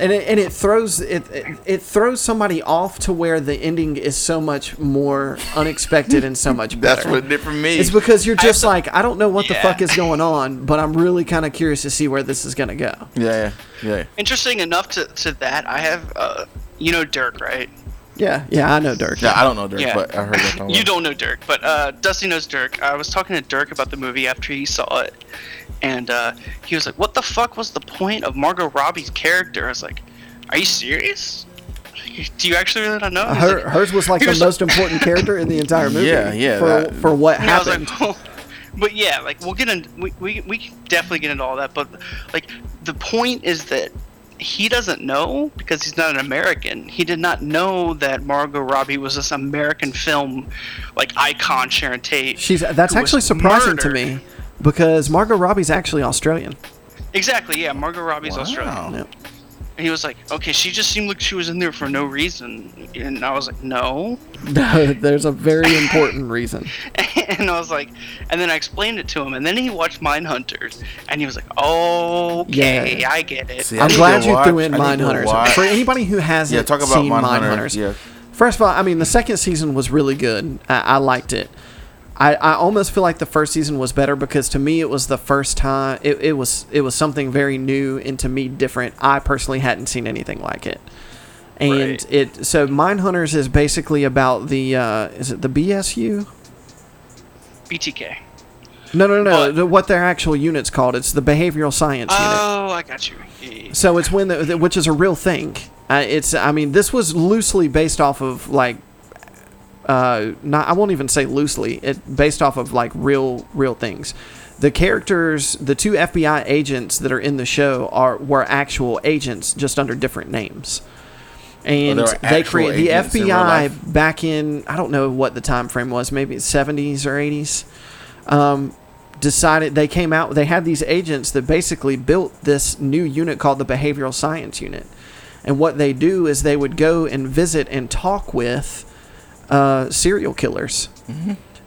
A: and it, and it throws it, it it throws somebody off to where the ending is so much more unexpected and so much better
C: That's what it did for me.
A: it's because you're just like i don't know what the
B: Yeah.
A: fuck is going on but i'm really kind of curious to see where this is going to go
C: yeah, yeah, yeah.
B: Interesting enough to, to that, I have uh, you know Dirk, right?
A: yeah yeah i know dirk
C: Yeah, I don't know Dirk,
B: Yeah.
C: but I heard that.
A: Oh,
C: from
B: You
C: him.
B: don't know Dirk, but uh, Dusty knows Dirk. I was talking to Dirk about the movie after he saw it, and uh, he was like, "What the fuck was the point of Margot Robbie's character?" I was like, "Are you serious? Do you actually really not know?" He's
A: Uh, Her,
B: like-
A: hers was like
B: he
A: the
B: was
A: most important character in the entire movie.
C: Yeah, yeah,
A: For,
C: that-
A: for what
B: And I was like,
A: happened.
B: well, but yeah, like we'll get in. We, we we can definitely get into all that, but like the point is that he doesn't know because he's not an American. He did not know that Margot Robbie was this American film like icon Sharon Tate.
A: She's that's
B: who was
A: actually surprising to
B: murdered.
A: me because Margot Robbie's actually Australian.
B: Exactly, yeah. Margot Robbie's Australian.
C: Wow.
A: Yeah.
B: And he was like, okay, she just seemed like she was in there for no reason. And I was like, no.
A: No, there's a very important reason.
B: and I was like, and then I explained it to him. And then he watched Mindhunters. And he was like, okay,
A: Yeah.
B: I get it.
C: See, I
A: I'm
C: need
A: glad
C: to
A: you threw
C: watch-
A: in
C: I need to
A: Mindhunters.
C: watch-
A: For anybody who hasn't
C: Yeah, talk about
A: seen
C: Mindhunter,
A: Mindhunters,
C: yeah.
A: first of all, I mean the second season was really good. I, I liked it. I, I almost feel like the first season was better because to me it was the first time it, it was it was something very new and to me different. I personally hadn't seen anything like it. And
B: Right.
A: it so Mindhunters is basically about the uh, is it the BSU?
B: BTK.
A: No, no, no.
B: But-
A: no. What their actual unit's called? It's the behavioral science unit.
B: Oh, I got you. Yeah, yeah, yeah.
A: So it's when the, the- which is a real thing. Uh, it's I mean this was loosely based off of like uh not I won't even say loosely it based off of like real real things. The characters, the two FBI agents that are in the show are were actual agents just under different names. And
C: Oh, there were
A: they
C: actual
A: create the
C: agents in real life?
A: FBI back in I don't know what the time frame was, maybe 70s or 80s decided they came out they had these agents that basically built this new unit called the behavioral science unit and what they do is they would go and visit and talk with uh, serial killers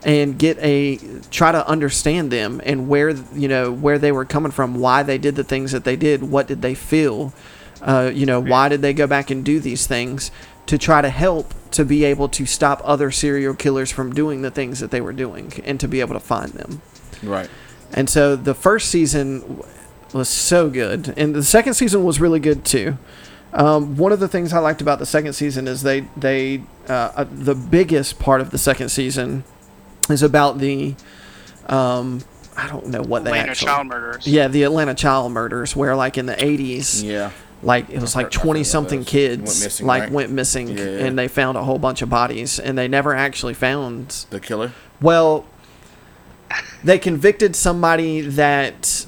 A: and get a try to understand them and where you know where they were coming from why they did the things that they did what did they feel uh, you know why did they go back and do these things to try to help to be able to stop other serial killers from doing the things that they were doing and to be able to find them
C: Right.
A: and so the first season w- was so good, and the second season was really good too. Um, one of the things I liked about the second season is they they uh, uh, the biggest part of the second season is about the um, I don't know what they
B: Atlanta
A: actually
B: child murders.
A: yeah the Atlanta child murders where like in the eighties
C: Yeah.
A: like it was like
C: I've heard- I've heard about
A: 20 something
C: those.
A: kids
C: Went missing,
A: like
C: right?
A: went missing
C: Yeah.
A: and they found a whole bunch of bodies and they never actually found
C: The killer.
A: well, they convicted somebody that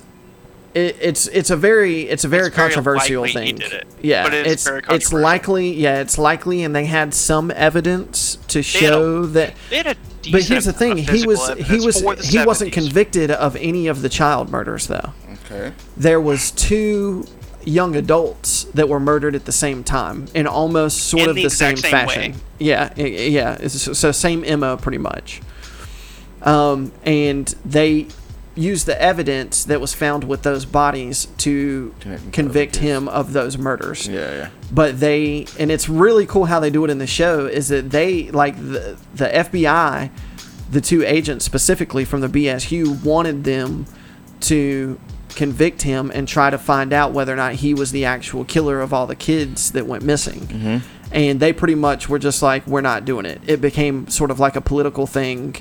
A: it, it's it's a very it's a very
B: It's very
A: controversial
B: likely he
A: thing.
B: did it,
A: Yeah,
B: but it is
A: it's
B: very
A: it's
B: controversial.
A: likely. Yeah, it's likely, and they had some evidence to
B: had a-
A: show that.
B: They had a decent
A: But here's the thing:
B: amount of
A: he was
B: physical
A: he
B: evidence
A: was
B: for the
A: he wasn't
B: 70s.
A: convicted of any of the child murders though
C: Okay.
A: there was two young adults that were murdered at the same time in almost sort
B: In
A: of the,
B: the
A: same,
B: exact same way.
A: fashion. Yeah, i- i- yeah. It's- So same MO pretty much. Um, and they used the evidence that was found with those bodies to
C: Convict-
A: convict him of those murders
C: Yeah. Yeah.
A: but they and it's really cool how they do it in the show is that they like the the FBI the two agents specifically from the BSU wanted them to convict him and try to find out whether or not he was the actual killer of all the kids that went missing and they pretty much were just like we're not doing it it became sort of like a political thing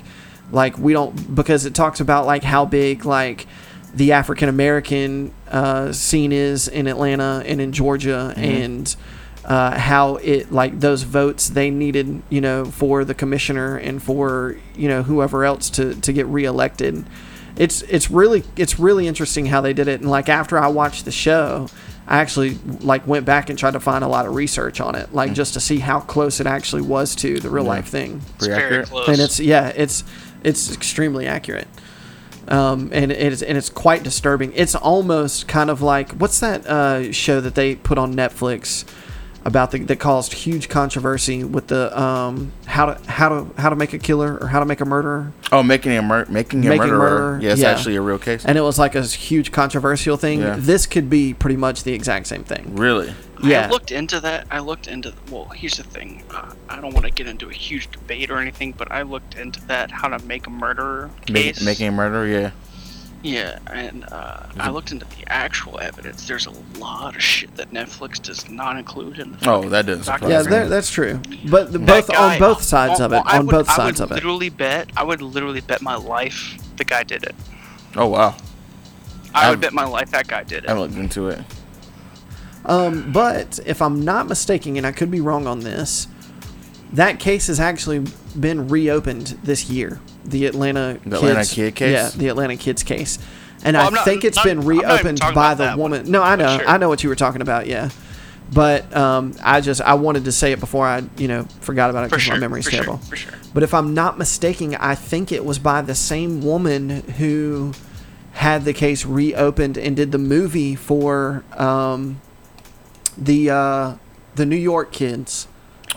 A: like we don't because it talks about like how big like the African American uh, scene is in Atlanta and in Georgia, and uh, how it like those votes they needed, you know, for the commissioner and for you know whoever else to to get reelected. It's it's really it's really interesting how they did it, and like after I watched the show, I actually like went back and tried to find a lot of research on it, like just to see how close it actually was to the real life thing
B: It's
C: Pretty
B: very
C: accurate.
B: close.
A: and it's yeah, it's it's extremely accurate. Um, and it is, and it's quite disturbing. It's almost kind of like what's that uh, show that they put on Netflix about the, that caused huge controversy with the um, how to how to how to make a killer or how to make a murderer.
C: Oh, making a mur- making a
A: Making
C: murderer.
A: murderer,
C: Yeah, it's
A: yeah.
C: actually a real case.
A: And it was like a huge controversial thing.
C: Yeah.
A: This could be pretty much the exact same thing.
C: really?
A: Yeah.
B: I looked into that. I looked into. Well, here's the thing. Uh, I don't want to get into a huge debate or anything, but I looked into that how to make a murderer case.
C: Make, making a murderer. Yeah.
B: Yeah, and uh, I looked into the actual evidence. There's a lot of shit that Netflix does not include in the.
C: Oh,
B: fucking
C: that doesn't
B: documentary.
A: yeah,
C: surprise me.
A: there, that's true. But the,
B: That
A: both
B: guy-
A: on both sides of it,
B: I
A: on
B: would-
A: both
B: I
A: sides
B: would
A: of it.
B: Literally bet. I would literally bet my life the guy did it.
C: Oh wow.
B: I
C: I'm-
B: would bet my life that guy did it.
C: I haven't looked into it.
A: Um, but if I'm not mistaken, and I could be wrong on this, that case has actually been reopened this year. The Atlanta
C: The Atlanta kid case?
A: yeah, the Atlanta kids case, and
B: Well,
A: I
B: I'm not-
A: think it's
B: not-
A: been
B: I'm not even
A: reopened
B: talking
A: by
B: about
A: the
B: that one,
A: woman. No, I
B: but
A: know,
B: sure.
A: I know what you were talking about. Yeah, but um, I just I wanted to say it before I you know forgot about it
B: for
A: because
B: sure.
A: my memory's
B: for
A: terrible.
B: Sure, for sure.
A: But if I'm not mistaken, I think it was by the same woman who had the case reopened and did the movie for um, the uh, the New York kids.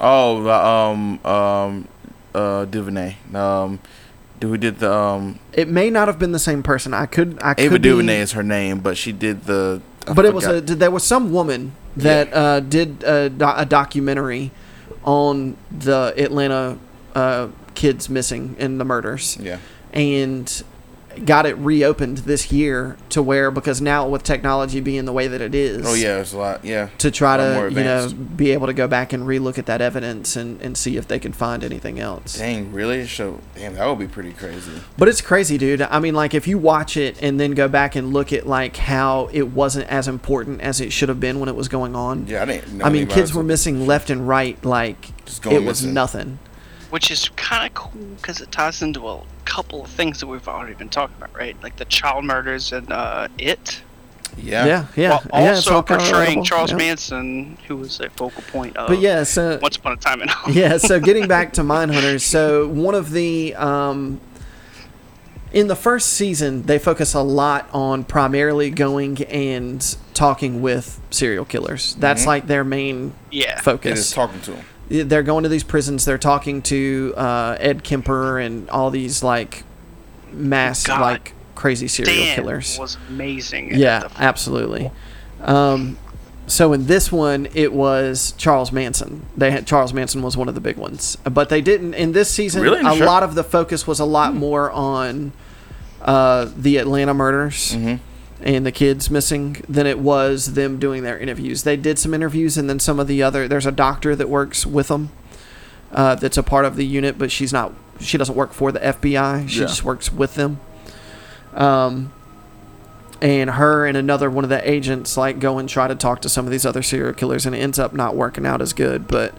C: Oh, the, um, um, uh, Duvernay. Um, do we did the um?
A: It may not have been the same person. I could I
C: Ava
A: could
C: Duvernay
A: be,
C: is her name, but she did the. I
A: but it was a,
C: forgot.
A: there was some woman that uh, did a, do- a documentary on the Atlanta uh, kids missing and the murders.
C: Yeah.
A: and got it reopened this year to where because now with technology being the way that it is.
C: Oh yeah, it's a lot. Yeah.
A: To try
C: A lot more
A: to you know
C: advanced.
A: be able to go back and relook at that evidence and, and see if they can find anything else.
C: Dang, really? So damn, that would be pretty crazy.
A: But it's crazy, dude. I mean, like if you watch it and then go back and look at like how it wasn't as important as it should have been when it was going on.
C: Yeah, I didn't. Know
A: I mean,
C: anybody
A: kids
C: was-
A: were missing left and right. Like
C: Just going
A: it was
C: missing.
A: nothing.
B: which is kind of cool because it ties into a couple of things that we've already been talking about, right? Like the child murders and uh, it.
C: Yeah.
A: Yeah, yeah,
B: While
A: yeah. it's
B: also
A: all kinda
B: portraying
A: relatable,
B: Charles
A: yeah.
B: Manson, who was a focal point of
A: But yeah, so
B: Once Upon a Time in Hollywood.
A: yeah, so getting back to Mindhunters, so one of the um, in the first season they focus a lot on primarily going and talking with serial killers. That's like their main
B: Mm-hmm. Yeah.
C: They're
A: focus.
C: just talking to him.
A: they're going to these prisons. They're talking to uh, Ed Kemper and all these like mass
B: God.
A: like crazy serial
B: Dan
A: killers.
B: was amazing. at
A: yeah,
B: the-
A: absolutely. Um, so in this one, it was Charles Manson. They had Charles Manson was one of the big ones, but they didn't in this season.
C: Really?
A: A
C: Sure.
A: lot of the focus was a lot more on uh, the Atlanta murders.
C: Mm.
A: And the kids missing than it was them doing their interviews. They did some interviews, and then some of the other. There's a doctor that works with them, uh, that's a part of the unit, but she's not. She doesn't work for the FBI. She
C: Yeah.
A: just works with them. Um, and her and another one of the agents like go and try to talk to some of these other serial killers, and it ends up not working out as good. But,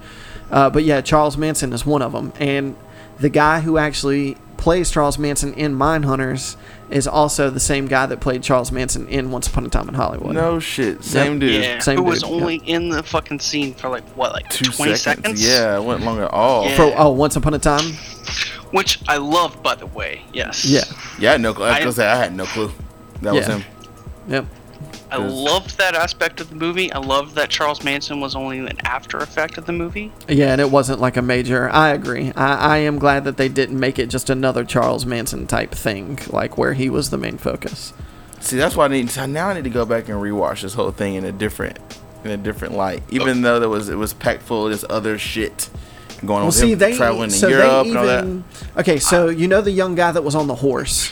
A: uh, but yeah, Charles Manson is one of them, and the guy who actually plays Charles Manson in Mindhunters is also the same guy that played Charles Manson in Once Upon a Time in Hollywood.
C: No shit. Same dude.
B: Yeah.
A: Same
B: who was
A: dude, yeah.
B: only in the fucking scene for like what, like
C: Two
B: twenty
C: seconds. Yeah, it wasn't long at all.
B: Yeah.
A: For, oh, Once Upon a Time.
B: Which I loved, by the way. Yes.
A: Yeah.
C: Yeah, I had no clue. I, was
B: I-
C: gonna say, I had no clue. That was
A: Yeah.
C: him.
A: Yep.
B: I
C: Cause-
B: loved that aspect of the movie. I loved that Charles Manson was only an after effect of the movie.
A: Yeah, and it wasn't like a major. I agree. I, I am glad that they didn't make it just another Charles Manson type thing, like where he was the main focus.
C: See, that's why I need. So now I need to go back and rewatch this whole thing in a different, in a different light.
B: Oh.
C: Even though there was it was packed full of this other shit going on.
A: Well,
C: with
A: see,
C: Oh, him
A: they
C: traveling
A: so
C: to
A: they
C: Europe
A: even,
C: and all that.
A: Okay, so you know the young guy that was on the horse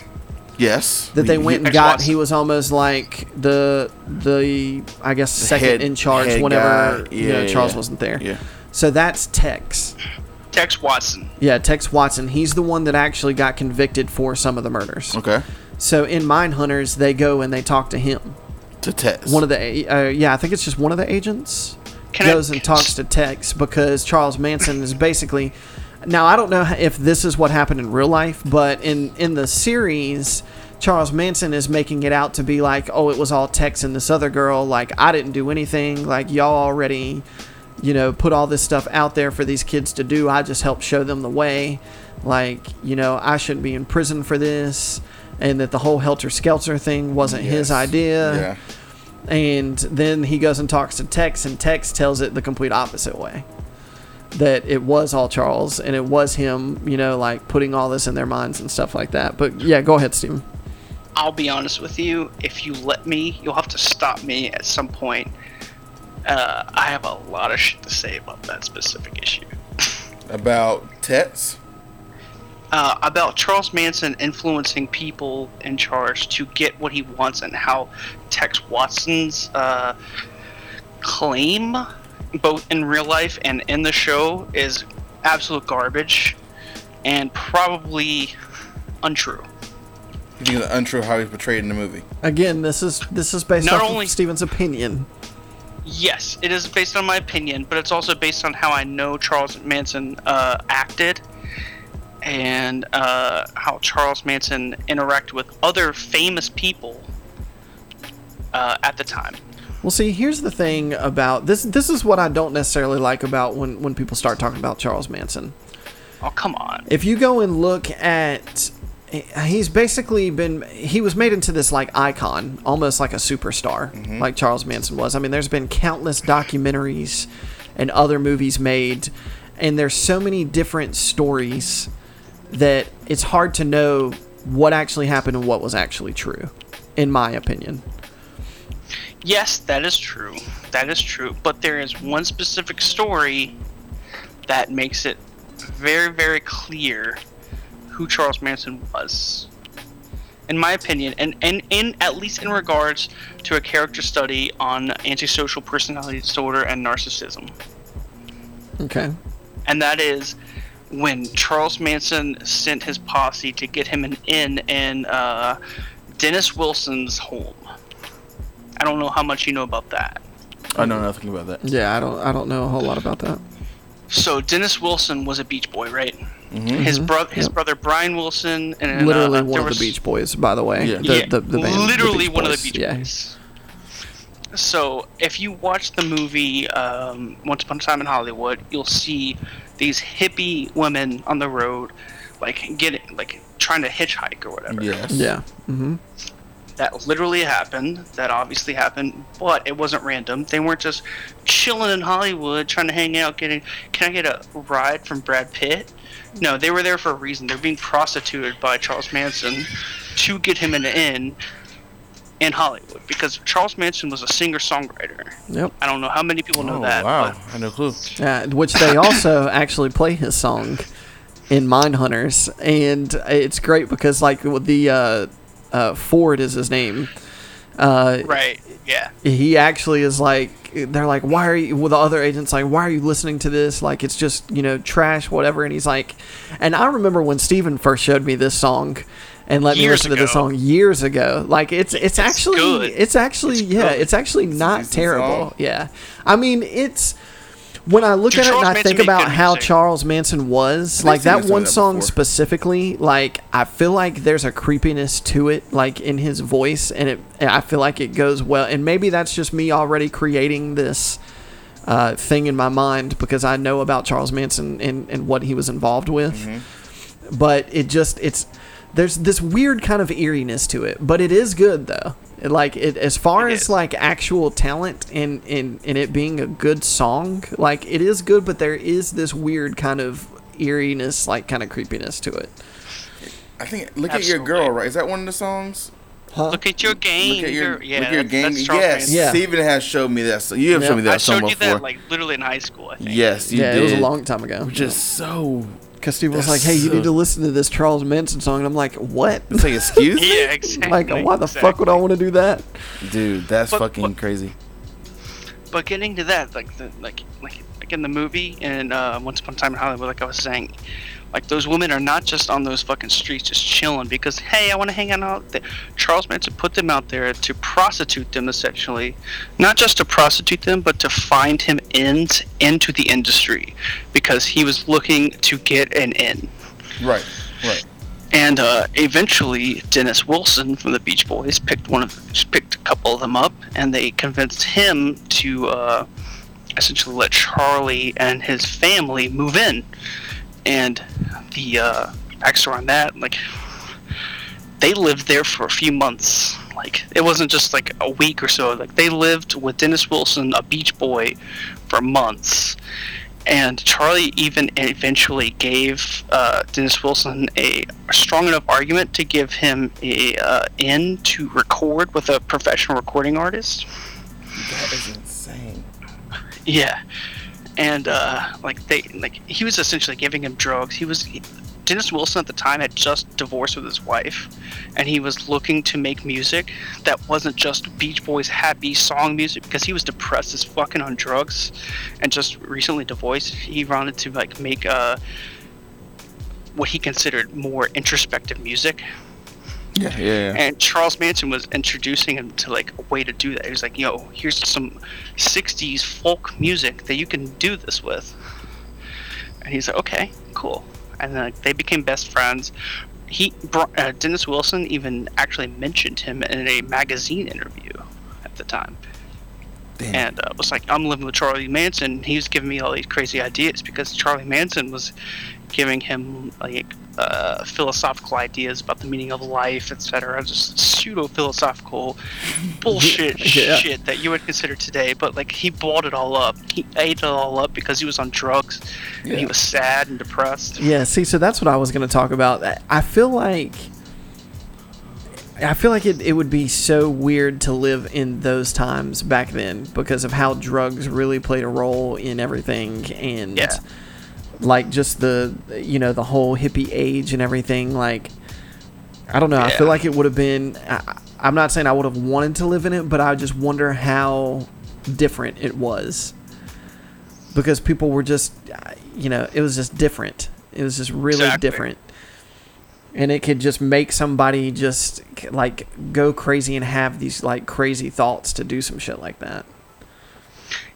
C: Yes.
A: that they
C: He-
A: went
C: he-
A: and got.
B: Xbox.
A: He was almost like the the I guess second
C: head-
A: in charge
C: head
A: whenever
C: guy.
A: you know
C: Yeah,
A: Charles
C: yeah.
A: wasn't there.
C: Yeah.
A: So that's Tex.
B: Tex Watson.
A: Yeah, Tex Watson. He's the one that actually got convicted for some of the murders.
C: Okay.
A: So in Mindhunters, they go and they talk to him.
C: To test.
A: one of the a- uh, yeah i think it's just one of the agents
B: Can I-
A: goes and talks to tex because charles manson is basically now i don't know if this is what happened in real life but in in the series charles manson is making it out to be like oh it was all tex and this other girl like i didn't do anything like y'all already you know put all this stuff out there for these kids to do i just helped show them the way like you know i shouldn't be in prison for this and that the whole helter skelter thing wasn't his
C: Yes.
A: idea
C: Yeah.
A: and then he goes and talks to Tex, and Tex tells it the complete opposite way. That it was all Charles, and it was him, you know, like putting all this in their minds and stuff like that. But yeah, go ahead, Steven.
B: I'll be honest with you. If you let me, you'll have to stop me at some point. Uh, I have a lot of shit to say about that specific issue.
C: About Tets.
B: Uh, about Charles Manson influencing people in charge to get what he wants and how Tex Watson's uh, claim, both in real life and in the show, is absolute garbage and probably untrue.
C: You think it's untrue how he's portrayed in the movie?
A: Again, this is this is based
B: Not
A: off
B: only-
A: of Steven's opinion.
B: Yes, it is based on my opinion, but it's also based on how I know Charles Manson uh, acted and uh, how Charles Manson interacted with other famous people uh, at the time.
A: Well, see, here's the thing about this. This is what I don't necessarily like about when when people start talking about Charles Manson.
B: Oh, come on.
A: if you go and look at he's basically been he was made into this like icon almost like a superstar like charles manson was i mean there's been countless documentaries and other movies made and there's so many different stories that it's hard to know what actually happened and what was actually true in my opinion
B: Yes, that is true. That is true. But there is one specific story that makes it very, very clear who Charles Manson was. in my opinion, and, and in at least in regards to a character study on antisocial personality disorder and narcissism.
A: Okay.
B: And that is when Charles Manson sent his posse to get him an inn in uh, Dennis Wilson's home. I don't know how much you know about that.
C: I know nothing about that.
A: Yeah, I don't I don't know a whole lot about that.
B: So Dennis Wilson was a Beach Boy, right? His brother,
A: Mm-hmm.
B: his
A: Yep.
B: brother Brian Wilson, and
A: Literally
B: uh,
A: one
B: there
A: of the
B: was-
A: Beach Boys, by the way.
C: Yeah.
A: The,
B: yeah,
A: the, the band, the
B: literally
A: Beach
B: one of
A: Boys,
B: the Beach
A: yeah.
B: Boys. So if you watch the movie um, Once Upon a Time in Hollywood, you'll see these hippie women on the road, like getting like trying to hitchhike or whatever.
C: Yes.
A: Yeah. hmm
B: That literally happened. That obviously happened, but it wasn't random. They weren't just chilling in Hollywood, trying to hang out, getting. Can I get a ride from Brad Pitt? No, they were there for a reason. They're being prostituted by Charles Manson to get him an inn in Hollywood because Charles Manson was a singer-songwriter.
A: Yep.
B: I don't know how many people know
C: Oh,
B: that.
C: wow.
B: But
C: I had no clue.
A: Uh, which they also actually play his song in Mindhunters, and it's great because like with the uh, uh, Ford is his name. Uh,
B: right. Yeah.
A: He actually is like they're like why are you with the other agents like why are you listening to this like it's just you know trash whatever and he's like and I remember when Steven first showed me this song and let me
B: Years
A: listen to this
B: ago.
A: song years ago like it's it's, actually
B: good.
A: it's actually
B: It's
A: yeah
B: good.
A: it's actually not
C: decent
A: terrible
C: song.
A: yeah I mean it's when I look
B: Dude,
A: at it
B: Charles
A: and I
B: Manson
A: think
B: made
A: about
B: good
A: how
B: music.
A: Charles Manson was, like
C: seen
A: that
C: some of
A: one
C: that
A: song
C: before.
A: specifically, like I feel like there's a creepiness to it, like in his voice, and it and I feel like it goes well. And maybe that's just me already creating this uh, thing in my mind because I know about Charles Manson and, and what he was involved with.
C: Mm-hmm.
A: But it just it's there's this weird kind of eeriness to it, but it is good though. Like it as far
B: It
A: as
B: is.
A: like actual talent and and and it being a good song, like it is good, but there is this weird kind of eeriness, like kind of creepiness to it.
C: I think look at
B: Absolutely.
C: your girl, right? Is that one of the songs?
A: Huh?
B: Look at your game.
C: Look at your,
B: yeah,
C: look at your
B: that's-
C: game.
B: That's Charles
C: yes,
B: Manson.
A: Yeah.
C: Steven has showed me that. So you have
A: Yeah.
C: shown me that
B: I
C: song
B: showed you
C: before.
B: that like literally in high school. I think.
C: yes, you
A: yeah,
C: did.
A: it was a long time ago.
C: Just so.
A: because Steve was like,
C: that's
A: "Hey, you need
C: so-
A: to listen to this Charles Manson song," and I'm like, "What?
C: It's like excuse me,
B: Yeah. Exactly.
A: like, why the
B: exactly.
A: fuck would I want to do that?"
C: dude. That's
B: But-
C: fucking
B: but-
C: crazy.
B: But getting to that, like, the, like, like, like in the movie and uh, Once Upon a Time in Hollywood, like I was saying, like those women are not just on those fucking streets just chilling because hey, I want to hang out. There. Charles Manson put them out there to prostitute them essentially, not just to prostitute them, but to find him ends into the industry because he was looking to get an in.
C: Right, right.
B: And uh, eventually, Dennis Wilson from the Beach Boys picked one of picked a couple of them up, and they convinced him to uh, essentially let Charlie and his family move in. And the uh, backstory on that, like they lived there for a few months. Like it wasn't just like a week or so. Like they lived with Dennis Wilson, a Beach Boy, for months. And Charlie even eventually gave uh, Dennis Wilson a strong enough argument to give him a uh, in to record with a professional recording artist.
C: That is insane.
B: Yeah, and uh, like they like he was essentially giving him drugs. He was Dennis Wilson at the time had just divorced with his wife, and he was looking to make music that wasn't just Beach Boys happy song music because he was depressed as fucking on drugs, and just recently divorced. He wanted to like make uh what he considered more introspective music
C: Yeah, yeah. yeah.
B: and Charles Manson was introducing him to like a way to do that. He was like, "Yo, here's some '60s folk music that you can do this with," and he's like, "Okay, cool." And then like, they became best friends. He, brought, uh, Dennis Wilson, even actually mentioned him in a magazine interview at the time,
C: Damn.
B: and uh, was like, "I'm living with Charlie Manson." He was giving me all these crazy ideas because Charlie Manson was giving him like uh, philosophical ideas about the meaning of life, etc. Just pseudo philosophical bullshit
A: Yeah.
B: shit that you would consider today. But like he bought it all up. He ate it all up because he was on drugs and he
C: Yeah.
B: was sad and depressed.
A: Yeah, see, so that's what I was going to talk about. I- I feel like I feel like it, it would be so weird to live in those times back then because of how drugs really played a role in everything and
B: Yeah.
A: like just the you know the whole hippie age and everything like I don't know. I
B: Yeah.
A: feel like it would have been. I, I'm not saying I would have wanted to live in it, but I just wonder how different it was because people were just, uh, you know, it was just different. It was just really
B: Exactly.
A: different, and it could just make somebody just like go crazy and have these like crazy thoughts to do some shit like that.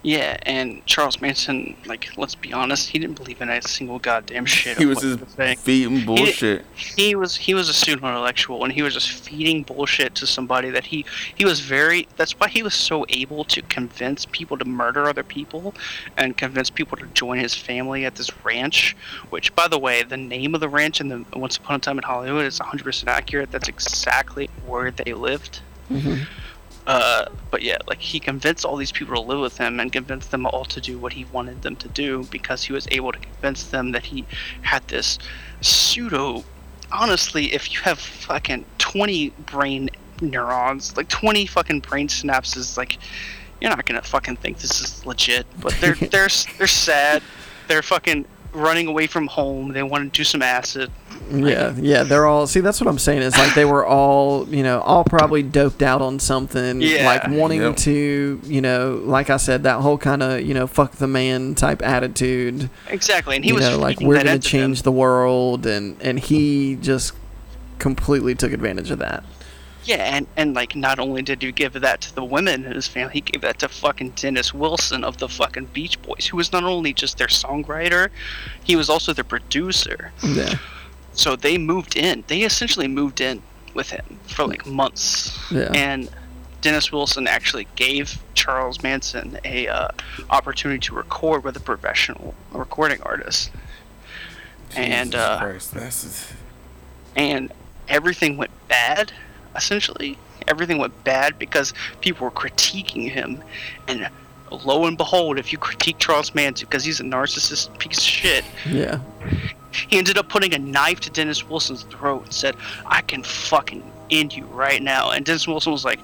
B: Yeah, and Charles Manson, like, let's be honest, he didn't believe in a single goddamn shit.
C: He
B: of
C: was
B: what
C: just
B: saying.
C: feeding bullshit.
B: He was he was a pseudo-intellectual, and he was just feeding bullshit to somebody that he he was very. That's why he was so able to convince people to murder other people, and convince people to join his family at this ranch. Which, by the way, the name of the ranch in the Once Upon a Time in Hollywood is 100% accurate. That's exactly where they lived. Uh, but yeah, like he convinced all these people to live with him and convinced them all to do what he wanted them to do because he was able to convince them that he had this pseudo. Honestly, if you have fucking 20 brain neurons, like 20 fucking brain synapses, like you're not gonna fucking think this is legit. But they're they're they're sad. They're fucking running away from home. They want to do some acid.
A: Yeah, yeah, they're all. See, that's what I'm saying. Is like they were all, you know, all probably doped out on something.
B: Yeah.
A: Like wanting
C: Yep.
A: to, you know, like I said, that whole kind of, you know, fuck the man type attitude.
B: Exactly, and he
A: you
B: was
A: know, like
B: feeding
A: we're
B: that
A: gonna
B: into them.
A: change the world, and and he just completely took advantage of that.
B: Yeah, and, and like not only did he give that to the women in his family, he gave that to fucking Dennis Wilson of the fucking Beach Boys, who was not only just their songwriter, he was also their producer.
A: Yeah,
B: So they moved in. They essentially moved in with him for like months.
A: Yeah.
B: And Dennis Wilson actually gave Charles Manson a uh, opportunity to record with a professional recording artist. and
C: Jesus
B: uh,
C: Christ, that's
B: and everything went bad essentially everything went bad because people were critiquing him and lo and behold if you critique charles manson because he's a narcissist piece of shit
A: yeah,
B: he ended up putting a knife to dennis wilson's throat and said i can fucking end you right now and dennis wilson was like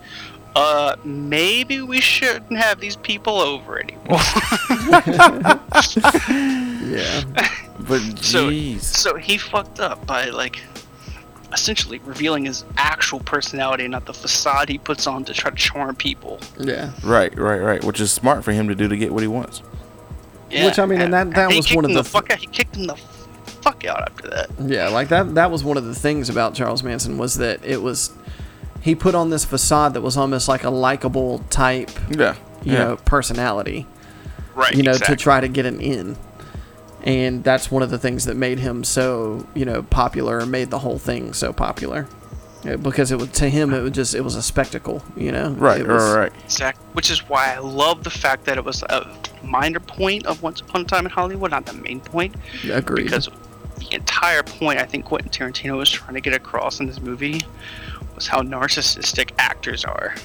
B: uh maybe we shouldn't have these people over anymore
A: yeah,
C: but
B: So-
C: jeez.
B: So he fucked up by like essentially revealing his actual personality, not the facade he puts on to try to charm people.
A: yeah.
C: right, right, right. Which is smart for him to do to get what he wants.
B: Yeah,
A: Which, I mean, and that- that
B: he
A: was
B: kicked
A: one of
B: him
A: the
B: the,
A: th-
B: fuck out. He kicked him the fuck out after that.
A: Yeah, like that that was one of the things about Charles Manson was that it was he put on this facade that was almost like a likable type,
C: Yeah.
A: you know, personality.
B: Right.
A: you know, to try to get an in. And that's one of the things that made him so, you know, popular and made the whole thing so popular. Uh, Because it was to him it was just it was a spectacle, you know.
C: Right,
A: It was-
C: right, right.
B: Exactly. Which is why I love the fact that it was a minor point of Once Upon a Time in Hollywood, not the main point.
A: Agreed.
B: because the entire point I think Quentin Tarantino was trying to get across in this movie was how narcissistic actors are.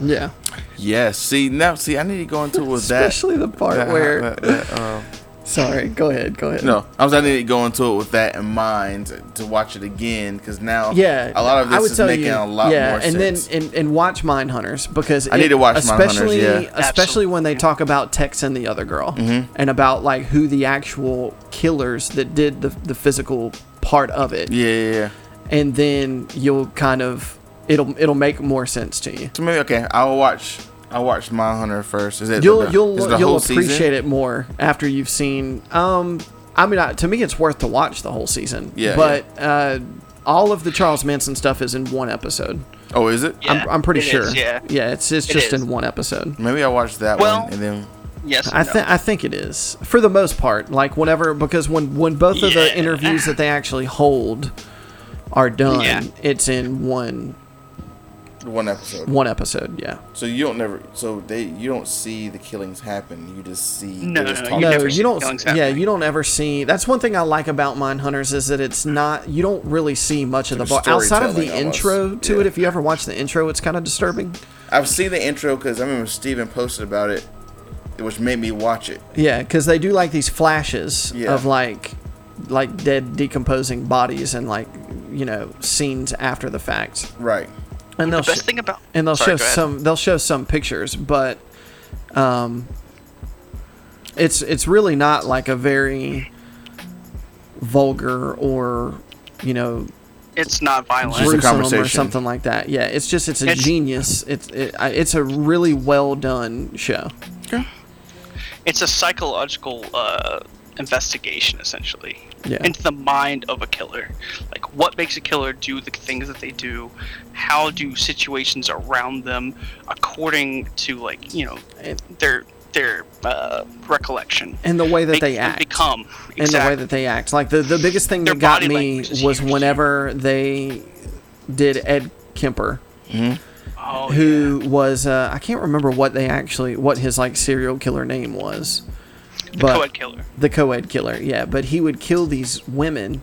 A: yeah.
C: Yes. See now, see, I need to go into with that.
A: Especially the part
C: that-
A: where
C: that- that, um,
A: Sorry, go ahead, go ahead.
C: No, I was. I need to go into it with that in mind to- to watch it again because now,
A: Yeah,
C: a lot of
A: I
C: this
A: would
C: is
A: tell
C: making
A: you,
C: a lot
A: yeah,
C: more
A: and
C: sense.
A: then and, and watch Mindhunters because
C: I need to watch Mindhunters,
A: especially
C: yeah. Mm-hmm.
A: especially when they
B: Absolutely.
A: talk about Tex and the other girl and about like who the actual killers that did the the physical part of it,
C: yeah, yeah, yeah.
A: and then you'll kind of it'll it'll make more sense to you.
C: So maybe okay, I'll watch. I'll watch My Hunter first. Is it?
A: You'll
C: the,
A: you'll
C: is it the
A: you'll
C: whole
A: appreciate
C: season?
A: it more after you've seen. Um, I mean, I, to me, it's worth to watch the whole season.
C: Yeah,
A: but uh, all of the Charles Manson stuff is in one episode.
C: Oh, is it?
B: Yeah.
A: I'm, I'm pretty
B: it
A: sure.
B: is, yeah.
A: it's it's
B: It
A: just
B: is.
A: in one episode.
C: Maybe I watch that
B: Well-
C: one and then.
B: Yes.
A: I
B: no.
A: think I think it is for the most part. Like whenever because when when both of
B: Yeah.
A: the interviews that they actually hold are done,
B: Yeah.
A: it's in one
C: One episode.
A: one episode. Yeah.
C: So you don't never. So they. You don't see the killings happen. You just see.
B: No,
C: they just
B: no,
C: talk
B: you
A: No,
C: about
B: never
C: it.
B: see
A: you don't.
B: killings
A: Yeah,
B: happening.
A: you don't ever see. That's one thing I like about Mindhunters is that it's not. You don't really see much of the
C: Like a
A: bar outside of the
C: storytelling almost.
A: intro to
C: Yeah.
A: it. If you ever watch the intro, it's kind of disturbing.
C: I've seen the intro because I remember Steven posted about it, which made me watch it.
A: Yeah, because they do like these flashes
C: Yeah.
A: of like like dead decomposing bodies and like you know scenes after the fact,
C: Right.
A: and they'll
B: the best
A: sh-
B: thing about
A: and they'll
B: Sorry,
A: show
B: go ahead.
A: some they'll show some pictures, but um, it's it's really not like a very vulgar or you know
B: it's not violent.
C: Just
A: gruesome
C: a
A: or
C: conversation.
A: something like that. Yeah, it's just it's a
B: It's-
A: genius. It's it, I- it's a really well done show.
B: It's a psychological uh, investigation, essentially,
A: Yeah.
B: into the mind of a killer. Like, what makes a killer do the things that they do? How do situations around them, according to like you know
A: And-
B: their their uh, recollection,
A: and the way that
B: make
A: they
B: them
A: act
B: become
A: and the way
B: exactly.
A: that they act like the, the biggest thing
B: Their
A: that got
B: body
A: me
B: language is
A: was
B: huge.
A: whenever they did ed kemper
B: oh,
A: who was uh, i can't remember what they actually what his like serial killer name was
B: yeah.
A: but
B: co-ed killer.
A: the co-ed killer yeah but he would kill these women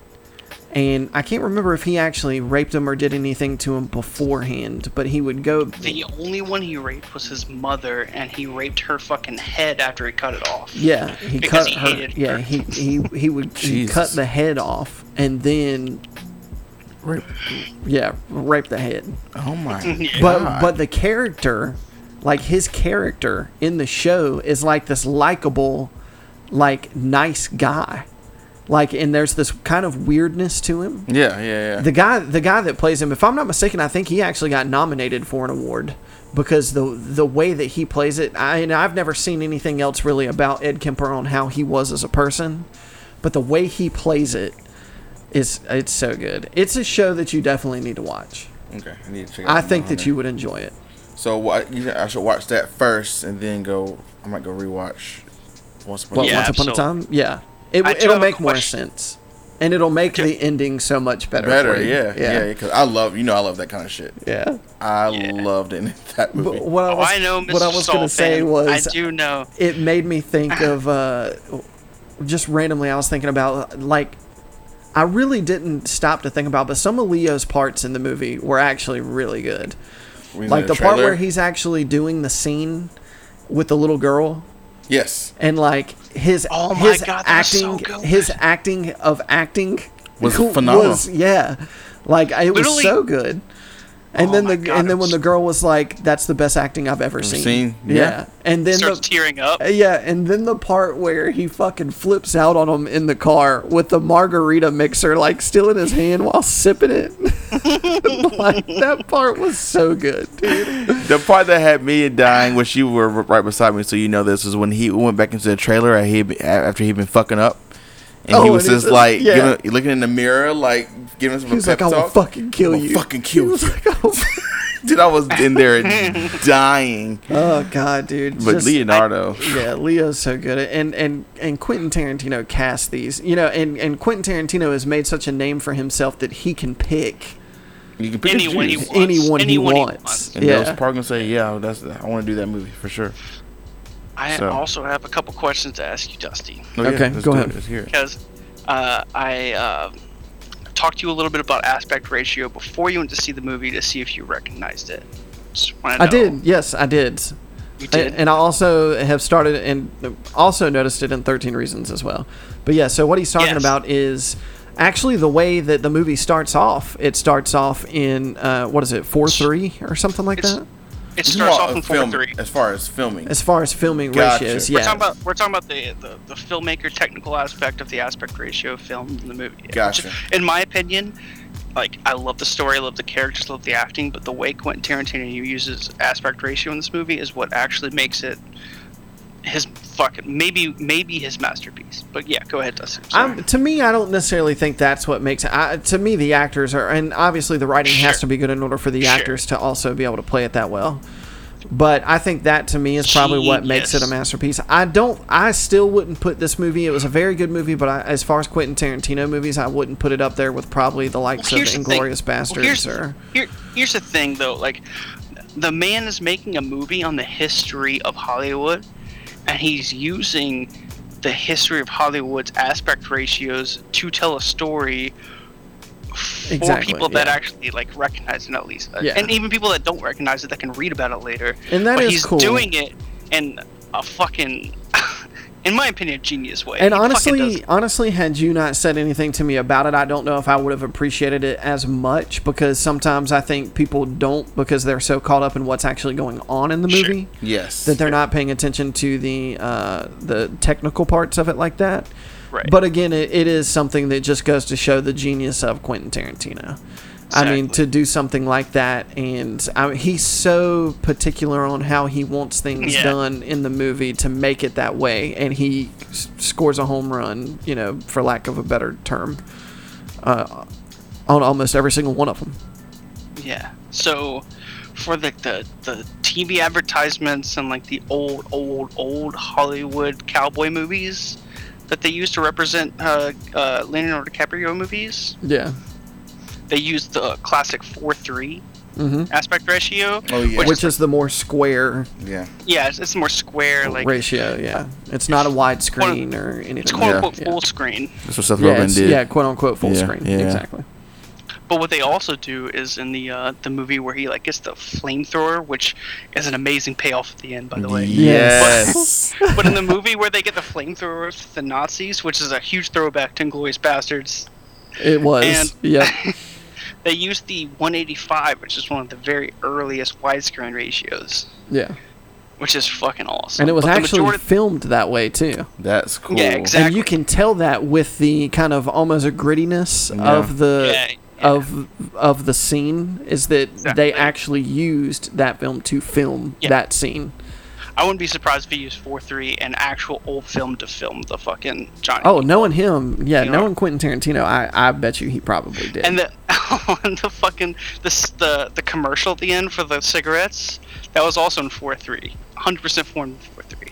A: and i can't remember if he actually raped them or did anything to them beforehand but he would go
B: The only one he raped was his mother, and he raped her fucking head after he cut it off.
A: Yeah, he
B: Because
A: cut
B: he
A: her.
B: hated
A: yeah,
B: her.
A: he he he would he'd cut
C: Jesus.
A: the head off and then
C: Rape.
A: yeah rape the head.
C: Oh my.
A: But but the character, like his character in the show, is like this likable, like nice guy, like and there's this kind of weirdness to him.
C: yeah, yeah, yeah.
A: The guy the guy that plays him, if I'm not mistaken, I think he actually got nominated for an award because the the way that he plays it, I, and I've never seen anything else really about Ed Kemper on how he was as a person, but the way he plays it is it's so good. It's a show that you definitely need to watch.
C: okay, I need to check.
A: I
C: out
A: think
C: Manhunter.
A: that you would enjoy it.
C: So wha- you think I should watch that first, and then go. I might go rewatch. Once upon
A: What,
B: Yeah,
A: Once Upon a Time?
B: absolutely.
A: Yeah. It,
B: I do
A: it'll
B: have a
A: make more
B: question.
A: sense. And it'll make
B: Do-
A: the ending so much better. for
C: better,
A: you.
C: yeah, yeah, because I love you know I love that kind of shit.
A: Yeah.
C: I
B: Yeah.
C: loved it in that movie.
A: But what I
B: Oh,
A: was,
B: I know, Mr.
A: what I was going to
B: Saltman.
A: say was
B: I do know.
A: it made me think of uh, just randomly. I was thinking about like I really didn't stop to think about, but some of Leo's parts in the movie were actually really good.
C: We
A: Like
C: know
A: the part
C: trailer.
A: where he's actually doing the scene with the little girl
C: yes
A: and like his
B: Oh my
A: his
B: God, that was so
A: acting
B: good.
A: his acting of acting
C: Was phenomenal.
A: yeah, like it was
B: Literally-
A: so good. And
B: Oh
A: then
B: my
A: the
B: God,
A: and then
B: it
A: when
B: was-
A: the girl was like, "That's the best acting I've ever seen."
C: seen,
A: Yeah.
C: yeah.
A: And then
B: Starts
A: the,
B: tearing up.
A: uh, Yeah, and then the part where he fucking flips out on him in the car with the margarita mixer like still in his hand while sipping it. like that part was so good, dude.
C: the part that had me dying was you were r- right beside me, so you know this is when he went back into the trailer and he after he'd been fucking up, and he
A: Oh,
C: was
A: and he
C: just
A: says-
C: like
A: yeah.
C: giving, looking in the mirror, like giving him
A: He was like, "I will fucking kill you."
C: fucking kill
A: He was
C: you."
A: like, "I will-"
C: Dude, I was in there dying.
A: oh god, dude.
C: But
A: Just-
C: Leonardo,
A: yeah, Leo's so good, and and and Quentin Tarantino cast these, you know, and and Quentin Tarantino has made such a name for himself that he can pick
C: you can pick
B: Anyone
C: and
B: he
C: choose.
B: wants.
A: anyone, he
B: anyone he
A: wants.
B: wants.
C: And those
A: Yeah,
C: probably gonna say, "Yeah, that's I want to do that movie for sure."
B: I
C: So-
B: also have a couple questions to ask you, Dusty,
C: No, yeah,
A: Okay,
C: let's
A: go
C: do
A: ahead.
C: It. Let's hear it.
B: because uh, I uh, talked to you a little bit about aspect ratio before you went to see the movie to see if you recognized it. Just wanna
A: I
B: know.
A: did. Yes, I did.
B: You
A: A-
B: did.
A: And I also have started and also noticed it in 13 Reasons as well. But yeah, so what he's talking
B: Yes.
A: about is actually the way that the movie starts off. It starts off in, uh, what is it, 4 3 or something like
B: It's-
A: that?
B: it starts off in
C: Well, film-
B: four three.
C: As far as filming,
A: As far as filming
C: Gotcha.
A: ratios, yeah.
C: We're
B: We're talking about we're talking about the, the, the filmmaker technical aspect of the aspect ratio of film in the movie. which,
C: Gotcha.
B: in my opinion, like I love the story, I love the characters, love the acting, but the way Quentin Tarantino uses aspect ratio in this movie is what actually makes it his fucking maybe maybe his masterpiece. But yeah, go ahead, Dustin. Sorry.
A: I'm, to me, I don't necessarily think that's what makes it. I, to me, the actors are, and obviously the writing has
B: Sure.
A: to be good in order for the
B: Sure.
A: actors to also be able to play it that well. But I think that to me is probably what makes it a
B: Genius.
A: masterpiece. I don't, I still wouldn't put this movie. It was a very good movie, but I, as far as Quentin Tarantino movies, I wouldn't put it up there with probably the likes
B: Well,
A: of
B: here's the thing.
A: Inglorious
B: Well,
A: Bastards
B: here's-
A: or
B: here, here's the thing though like the man is making a movie on the history of hollywood and he's using the history of hollywood's aspect ratios to tell a story for
A: Exactly,
B: people that
A: yeah.
B: actually like recognize it at least
A: Yeah.
B: and even people that don't recognize it that can read about it later
A: And that
B: but
A: is
B: he's
A: cool.
B: doing it in a fucking in my opinion, a genius way.
A: And
B: He fucking does
A: honestly,
B: it.
A: honestly, had you not said anything to me about it, I don't know if I would have appreciated it as much because sometimes I think people don't because they're so caught up in what's actually going on in the
B: Sure.
A: movie
C: Yes.
A: that they're not paying attention to the uh, the technical parts of it like that.
B: Right.
A: But again, it, it is something that just goes to show the genius of Quentin Tarantino. I mean,
B: Exactly.
A: to do something like that, and I, he's so particular on how he wants things
B: Yeah.
A: done in the movie to make it that way, and he s- scores a home run, you know, for lack of a better term, uh, on almost every single one of them.
B: yeah. So for like the, the TV advertisements and like the old old old Hollywood cowboy movies that they used to represent uh, uh, Leonardo DiCaprio movies,
A: Yeah.
B: they used the classic four three
A: hmm
B: aspect ratio.
C: Oh, yeah.
B: Which,
A: Which is the more square
C: yeah.
B: yeah, it's, it's more square. Like
A: ratio. Yeah, it's not a widescreen or anything.
B: it's quote unquote
A: yeah.
B: full screen.
C: That's what Seth
A: Yeah,
C: Rogen
A: it's-
C: did.
A: yeah, quote unquote full
C: Yeah,
A: screen.
C: yeah.
A: Exactly.
B: But what they also do is in the uh, the movie where he like gets the flamethrower, which is an amazing payoff at the end, by the way.
C: Yes.
B: but in the movie where they get the flamethrower with the Nazis, which is a huge throwback to Inglorious Bastards,
A: It was.
B: And-
A: yeah.
B: they used the 185, which is one of the very earliest widescreen ratios,
A: Yeah.
B: which is fucking awesome.
A: And it was
B: But the
A: actually
B: majority-
A: filmed that way too.
C: That's cool.
B: Yeah, exactly.
A: And you can tell that with the kind of almost a grittiness
C: Yeah.
A: of the
B: Yeah, yeah.
A: of of the scene is that
B: Exactly.
A: they actually used that film to film
B: Yeah.
A: that scene.
B: I wouldn't be surprised if he used 4.3 and actual old film to film the fucking Johnny.
A: Oh, knowing him, yeah,
B: You know-
A: knowing Quentin Tarantino, I, I bet you he probably did.
B: And the and the fucking the, s- the the commercial at the end for the cigarettes that was also in four three, hundred percent formed in four three.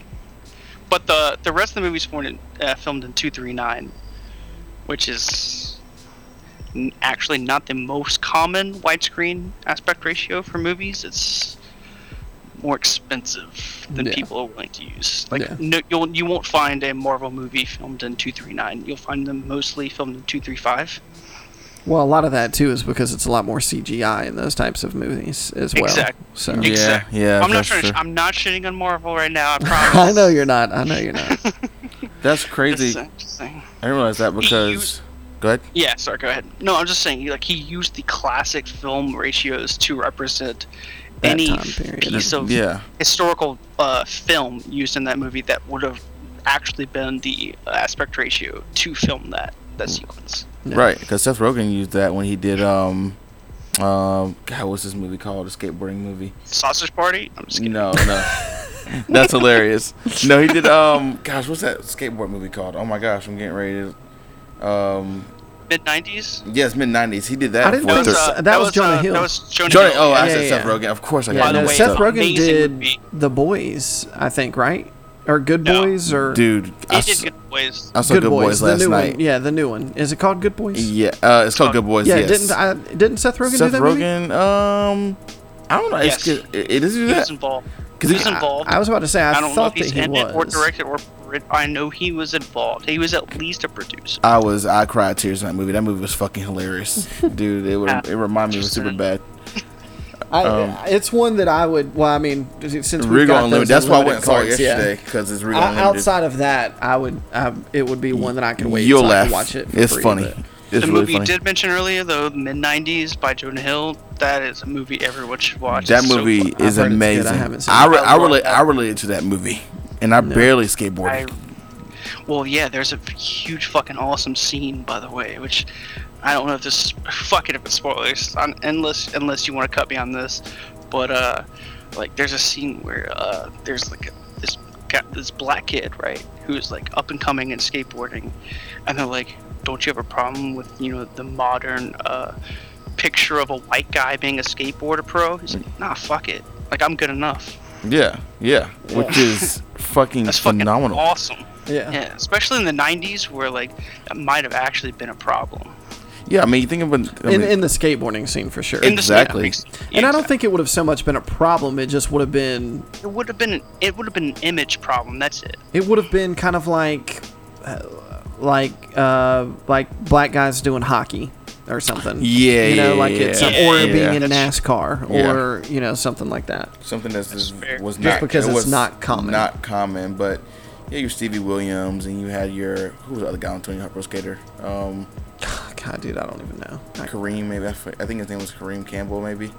B: But the the rest of the movie's formed in, uh, filmed in two three nine, which is n- actually not the most common widescreen aspect ratio for movies. It's more expensive than
A: Yeah.
B: people are willing to use. Like
A: Yeah.
B: no, you'll you won't find a Marvel movie filmed in two three nine. You'll find them mostly filmed in two three five.
A: well, a lot of that too is because it's a lot more CGI in those types of movies as well.
B: Exact-
A: So
C: Yeah,
B: Exactly.
C: yeah,
B: I'm not
C: that's
B: trying.
C: true.
B: To, I'm not shitting on Marvel right now. I promise.
A: I know you're not. I know you're not.
B: It's
C: That's crazy. I
B: interesting.
C: didn't realize that because. Go ahead.
B: Yeah. Sorry. Go ahead. No, I'm just saying. Like he used the classic film ratios to represent
A: That
B: any
A: time period.
B: piece of
C: yeah.
B: historical uh, film used in that movie that would have actually been the uh, aspect ratio to film that
A: Mm.
B: that sequence.
A: Yeah.
C: Right, because Seth Rogen used that when he did um, um, God, what's this movie called? A skateboarding movie?
B: Sausage Party. I'm just kidding.
C: No, no, that's hilarious. No, he did um, gosh, what's that skateboard movie called? Oh my gosh, I'm getting ready to, um,
B: Mid 90s.
C: yes, mid '90s. He did that.
A: I didn't
C: for
A: know
C: the-
A: that- that was Jonah Hill.
B: uh, That was Jonah,
C: Jordan.
B: Hill.
C: Oh,
B: yeah.
C: I
A: yeah,
C: said
A: yeah,
C: Seth
A: yeah.
C: Rogen. Of course, I
A: Yeah,
C: got
B: the
A: no,
C: that
B: way,
A: Seth
C: stuff.
A: Rogen
B: amazing
A: did
B: movie.
A: The Boys, I think, right? Or Good
B: No.
A: Boys or
C: Dude, I,
B: He
C: s-
B: did good boys.
C: I saw Good, Boys,
A: the
C: last
A: new
C: night.
A: One. Yeah, the new one. Is it called Good Boys?
C: Yeah, uh, it's called Good Boys.
A: Yeah,
C: yes.
A: didn't I, didn't Seth Rogen do
C: Seth
A: that movie?
C: Rogen? Um, I don't know. It's,
B: Yes.
C: it, it is do
B: He
C: that.
B: was involved.
C: 'Cause
B: he
C: he-
B: was
C: I-
B: involved.
A: I was about to say I,
B: I don't know if
A: thought
B: he's
A: that he
B: in it or
A: was.
B: directed or writ- I know he was involved. He was at least a producer.
C: I was I cried tears in that movie. That movie was fucking hilarious, dude. It would, it reminded me of super bad.
A: I,
C: Um,
A: it's one that I would. Well, I mean, since we
C: Regal
A: got
C: Unlimited.
A: those
C: That's why I
A: unlimited
C: went and saw it
A: cards, yeah.
C: yesterday because it's Regal
A: O-
C: Unlimited.
A: Uh, outside of that, I would. I, it would be one that I could wait.
C: you'll
A: till I
C: laugh.
A: could watch it. for
C: it's
A: free,
C: funny.
A: but-
C: It's
B: the
C: really
B: movie you
C: funny.
B: did mention earlier, though, Mid 90s by Jonah Hill, that is a movie everyone should watch.
C: that
B: It's so
C: movie
B: fun.
A: I've
C: is
A: heard it's good. I
C: amazing.
A: haven't seen
C: I,
A: it.
C: re- I
B: I love
C: relate.
B: that.
C: I related to that movie, and I barely
B: I,
C: skateboarded.
B: well, yeah, there's a huge fucking awesome scene, by the way, which I don't know if this fuck it if it's spoilers, un- unless unless you want to cut me on this, but uh, like there's a scene where uh, there's like a, this guy, this black kid, right, who's like up and coming in skateboarding, and they're like, don't you have a problem with you know the modern uh picture of a white guy being a skateboarder pro? He's like, nah, fuck it, like I'm good enough.
C: yeah, yeah, which is fucking
B: That's fucking
C: phenomenal.
B: awesome.
A: Yeah.
B: Yeah, especially in the '90s, where like that might have actually been a problem.
C: Yeah, I mean, you think about I
A: In,
C: mean,
A: in the skateboarding scene for sure.
B: In the
C: Exactly.
B: skateboarding scene.
A: and I don't
B: Exactly.
A: think it would have so much been a problem. It just would have been
B: it would have been it would have been an image problem. That's it.
A: it would have been kind of like uh, like uh like black guys doing hockey or something
C: Yeah,
A: you know
C: yeah,
A: like it's
C: yeah,
A: or
B: yeah,
A: being
C: yeah.
A: in an
B: That's-
A: nascar
C: Yeah.
A: or you know something like that
C: something that's,
B: That's fair.
C: was
A: Just
C: not
A: because
C: it
A: it's
C: was
A: not common.
C: Not common, but Yeah, your Stevie Williams, and you had your who was the other guy on Tony Hawk Pro Skater? Um,
A: God, dude, I don't even know. I-
C: Kareem, maybe I, fo- I think his name was Kareem Campbell, maybe.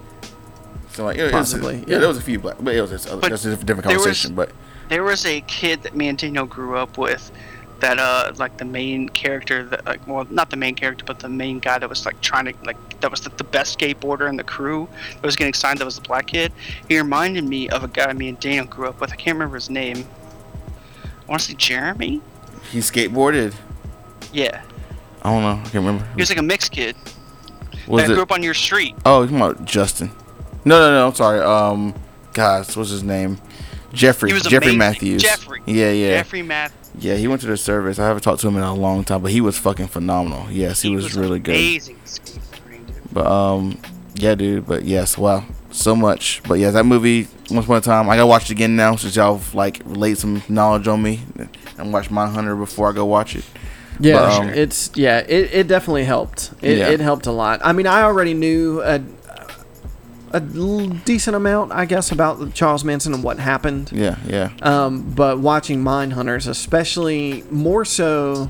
C: So like, it was-
A: Possibly,
C: yeah,
A: yeah.
C: there was a few black, but it was this other,
B: But
C: that's a different
B: there was-
C: conversation. but
B: There was a kid that me and Daniel grew up with that uh like the main character that like well not the main character but the main guy that was like trying to like that was the, the best skateboarder in the crew that was getting signed that was a black kid he reminded me of a guy me and daniel grew up with i can't remember his name i want to say jeremy
C: he skateboarded.
B: yeah
C: I don't know. I can't remember.
B: he was like a mixed kid
C: Was
B: that
C: it?
B: grew up on your street
C: oh, come on, Justin. No, no, no. I'm sorry. Um, gosh, what's his name? Jeffrey.
B: He was
C: Jeffrey
B: amazing.
C: Matthews.
B: Jeffrey.
C: Yeah, yeah,
B: jeffrey math
C: yeah. He went to the service. I haven't talked to him in a long time, but he was fucking phenomenal. Yes, he, was, really good.
B: amazing skateboarding, dude.
C: But um, yeah, dude. But yes, wow, so much. But yeah, that movie. Once upon a time, I gotta watch it again now since y'all like laid some knowledge on me and watch My Hunter before I go watch it.
A: Yeah,
C: But, um,
A: it's yeah, it, it definitely helped. It,
C: Yeah.
A: it helped a lot. I mean, I already knew a a l- decent amount, I guess, about Charles Manson and what happened.
C: Yeah, yeah,
A: Um, but watching Mindhunters, especially more so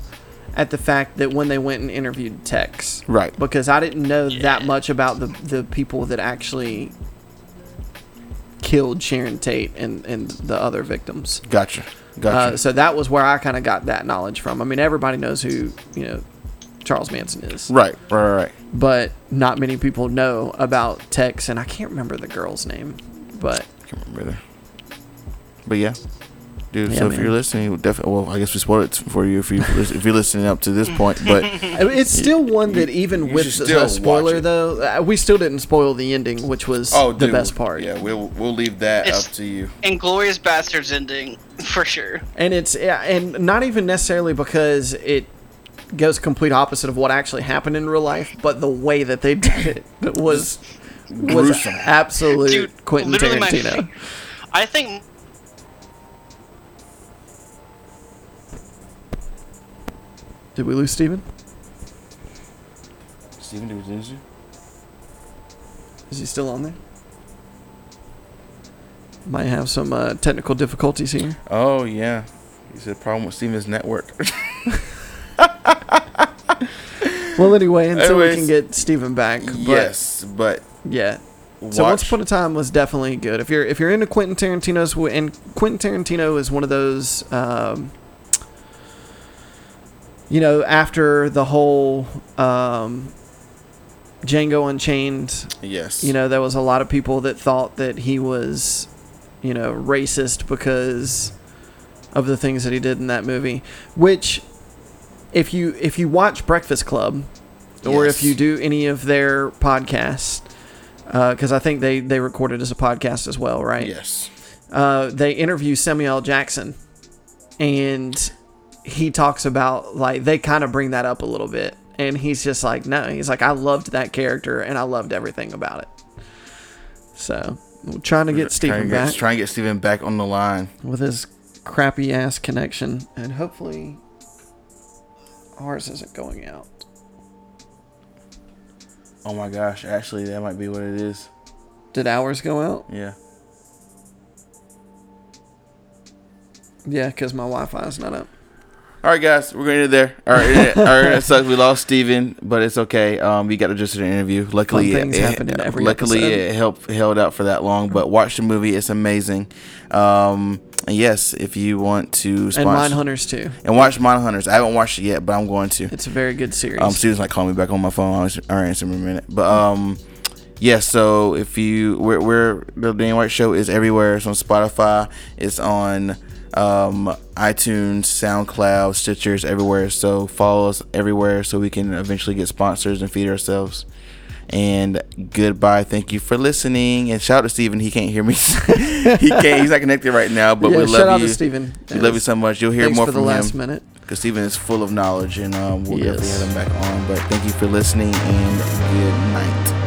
A: at the fact that when they went and interviewed Tex,
C: Right.
A: Because I didn't know that much about the the people that actually killed Sharon Tate and and the other victims.
C: gotcha, gotcha.
A: Uh, so that was where I kind of got that knowledge from. I mean, everybody knows who you know Charles Manson is,
C: right, right, right, right.
A: but not many people know about Tex, and I can't remember the girl's name, but
C: can't remember either. But yeah, dude.
A: Yeah,
C: so if
A: man.
C: you're listening, definitely. Well, I guess we spoiled it for you if you if you're listening up to this point. But
A: I mean, it's still one that even
C: you
A: with the,
C: should still
A: the
C: watch
A: spoiler
C: it.
A: though, uh, we still didn't spoil the ending, which was
C: oh,
A: the
C: dude,
A: best part.
C: Yeah, we'll we'll leave that
B: It's-
C: up to you.
B: Inglorious Bastards ending, for sure.
A: and it's yeah, and not even necessarily because it goes complete opposite of what actually happened in real life, but the way that they did it was was
C: Gruesome.
A: absolute
B: Dude,
A: Quentin
B: literally my
A: Tarantino.
B: fa- I think
A: Did we lose Steven?
C: Steven, did we lose you?
A: Is he still on there? Might have some uh, technical difficulties here.
C: Oh yeah, he said problem with Steven's network.
A: Well, anyway, until we can
C: Anyways.
A: get Steven back. But
C: yes, but
A: Yeah. So
C: watch.
A: Once Upon a Time was definitely good. If you're if you're into Quentin Tarantino's w- and Quentin Tarantino is one of those, um, you know, after the whole um, Django Unchained,
C: yes,
A: you know, there was a lot of people that thought that he was, you know, racist because of the things that he did in that movie. Which, if you if you watch Breakfast Club, or if
C: Yes.
A: you do any of their podcasts, because I think they they recorded as a podcast as well, right?
C: yes,
A: Uh, they interview Samuel L. Jackson, and he talks about like they kind of bring that up a little bit, and he's just like, no, he's like, I loved that character, and I loved everything about it. So, we're trying to get
C: trying
A: Stephen
C: to get,
A: back
C: trying to get Steven back on the line.
A: with his crappy ass connection, and hopefully, ours isn't going out.
C: Oh my gosh, actually, that might be what it is.
A: Did ours go out?
C: Yeah.
A: Yeah, because my Wi-Fi is not up.
C: All right, guys, we're going to end it there. All right, it- all right, it sucks. We lost Steven, but it's okay. Um, we got to just an interview. Luckily,
A: Fun things
C: it,
A: happen in every
C: luckily
A: episode.
C: it helped held out for that long. But watch the movie; it's amazing. Um, and yes, if you want to
A: And Mine
C: sponsor and,
A: Hunters too.
C: watch Mine Hunters, I haven't watched it yet, but I'm going to.
A: It's a very good series.
C: Um, Steven's like calling me back on my phone. I'll answer, I'll answer him in a minute. But um, yeah. So if you, we're, we're the Dan White Show is everywhere. It's on Spotify. It's on um iTunes, SoundCloud, Stitchers, everywhere. So follow us everywhere so we can eventually get sponsors and feed ourselves. And goodbye. Thank you for listening. And shout out to Steven. He can't hear me. he can't. He's not connected right now. But
A: Yeah,
C: we love
A: shout out to
C: you,
A: Steven.
C: We love you so much. You'll hear
A: Thanks
C: more
A: for the
C: from
A: last
C: him
A: minute.
C: because Steven is full of knowledge, and um, we'll
A: Yes.
C: definitely have him back on. But thank you for listening, and good night.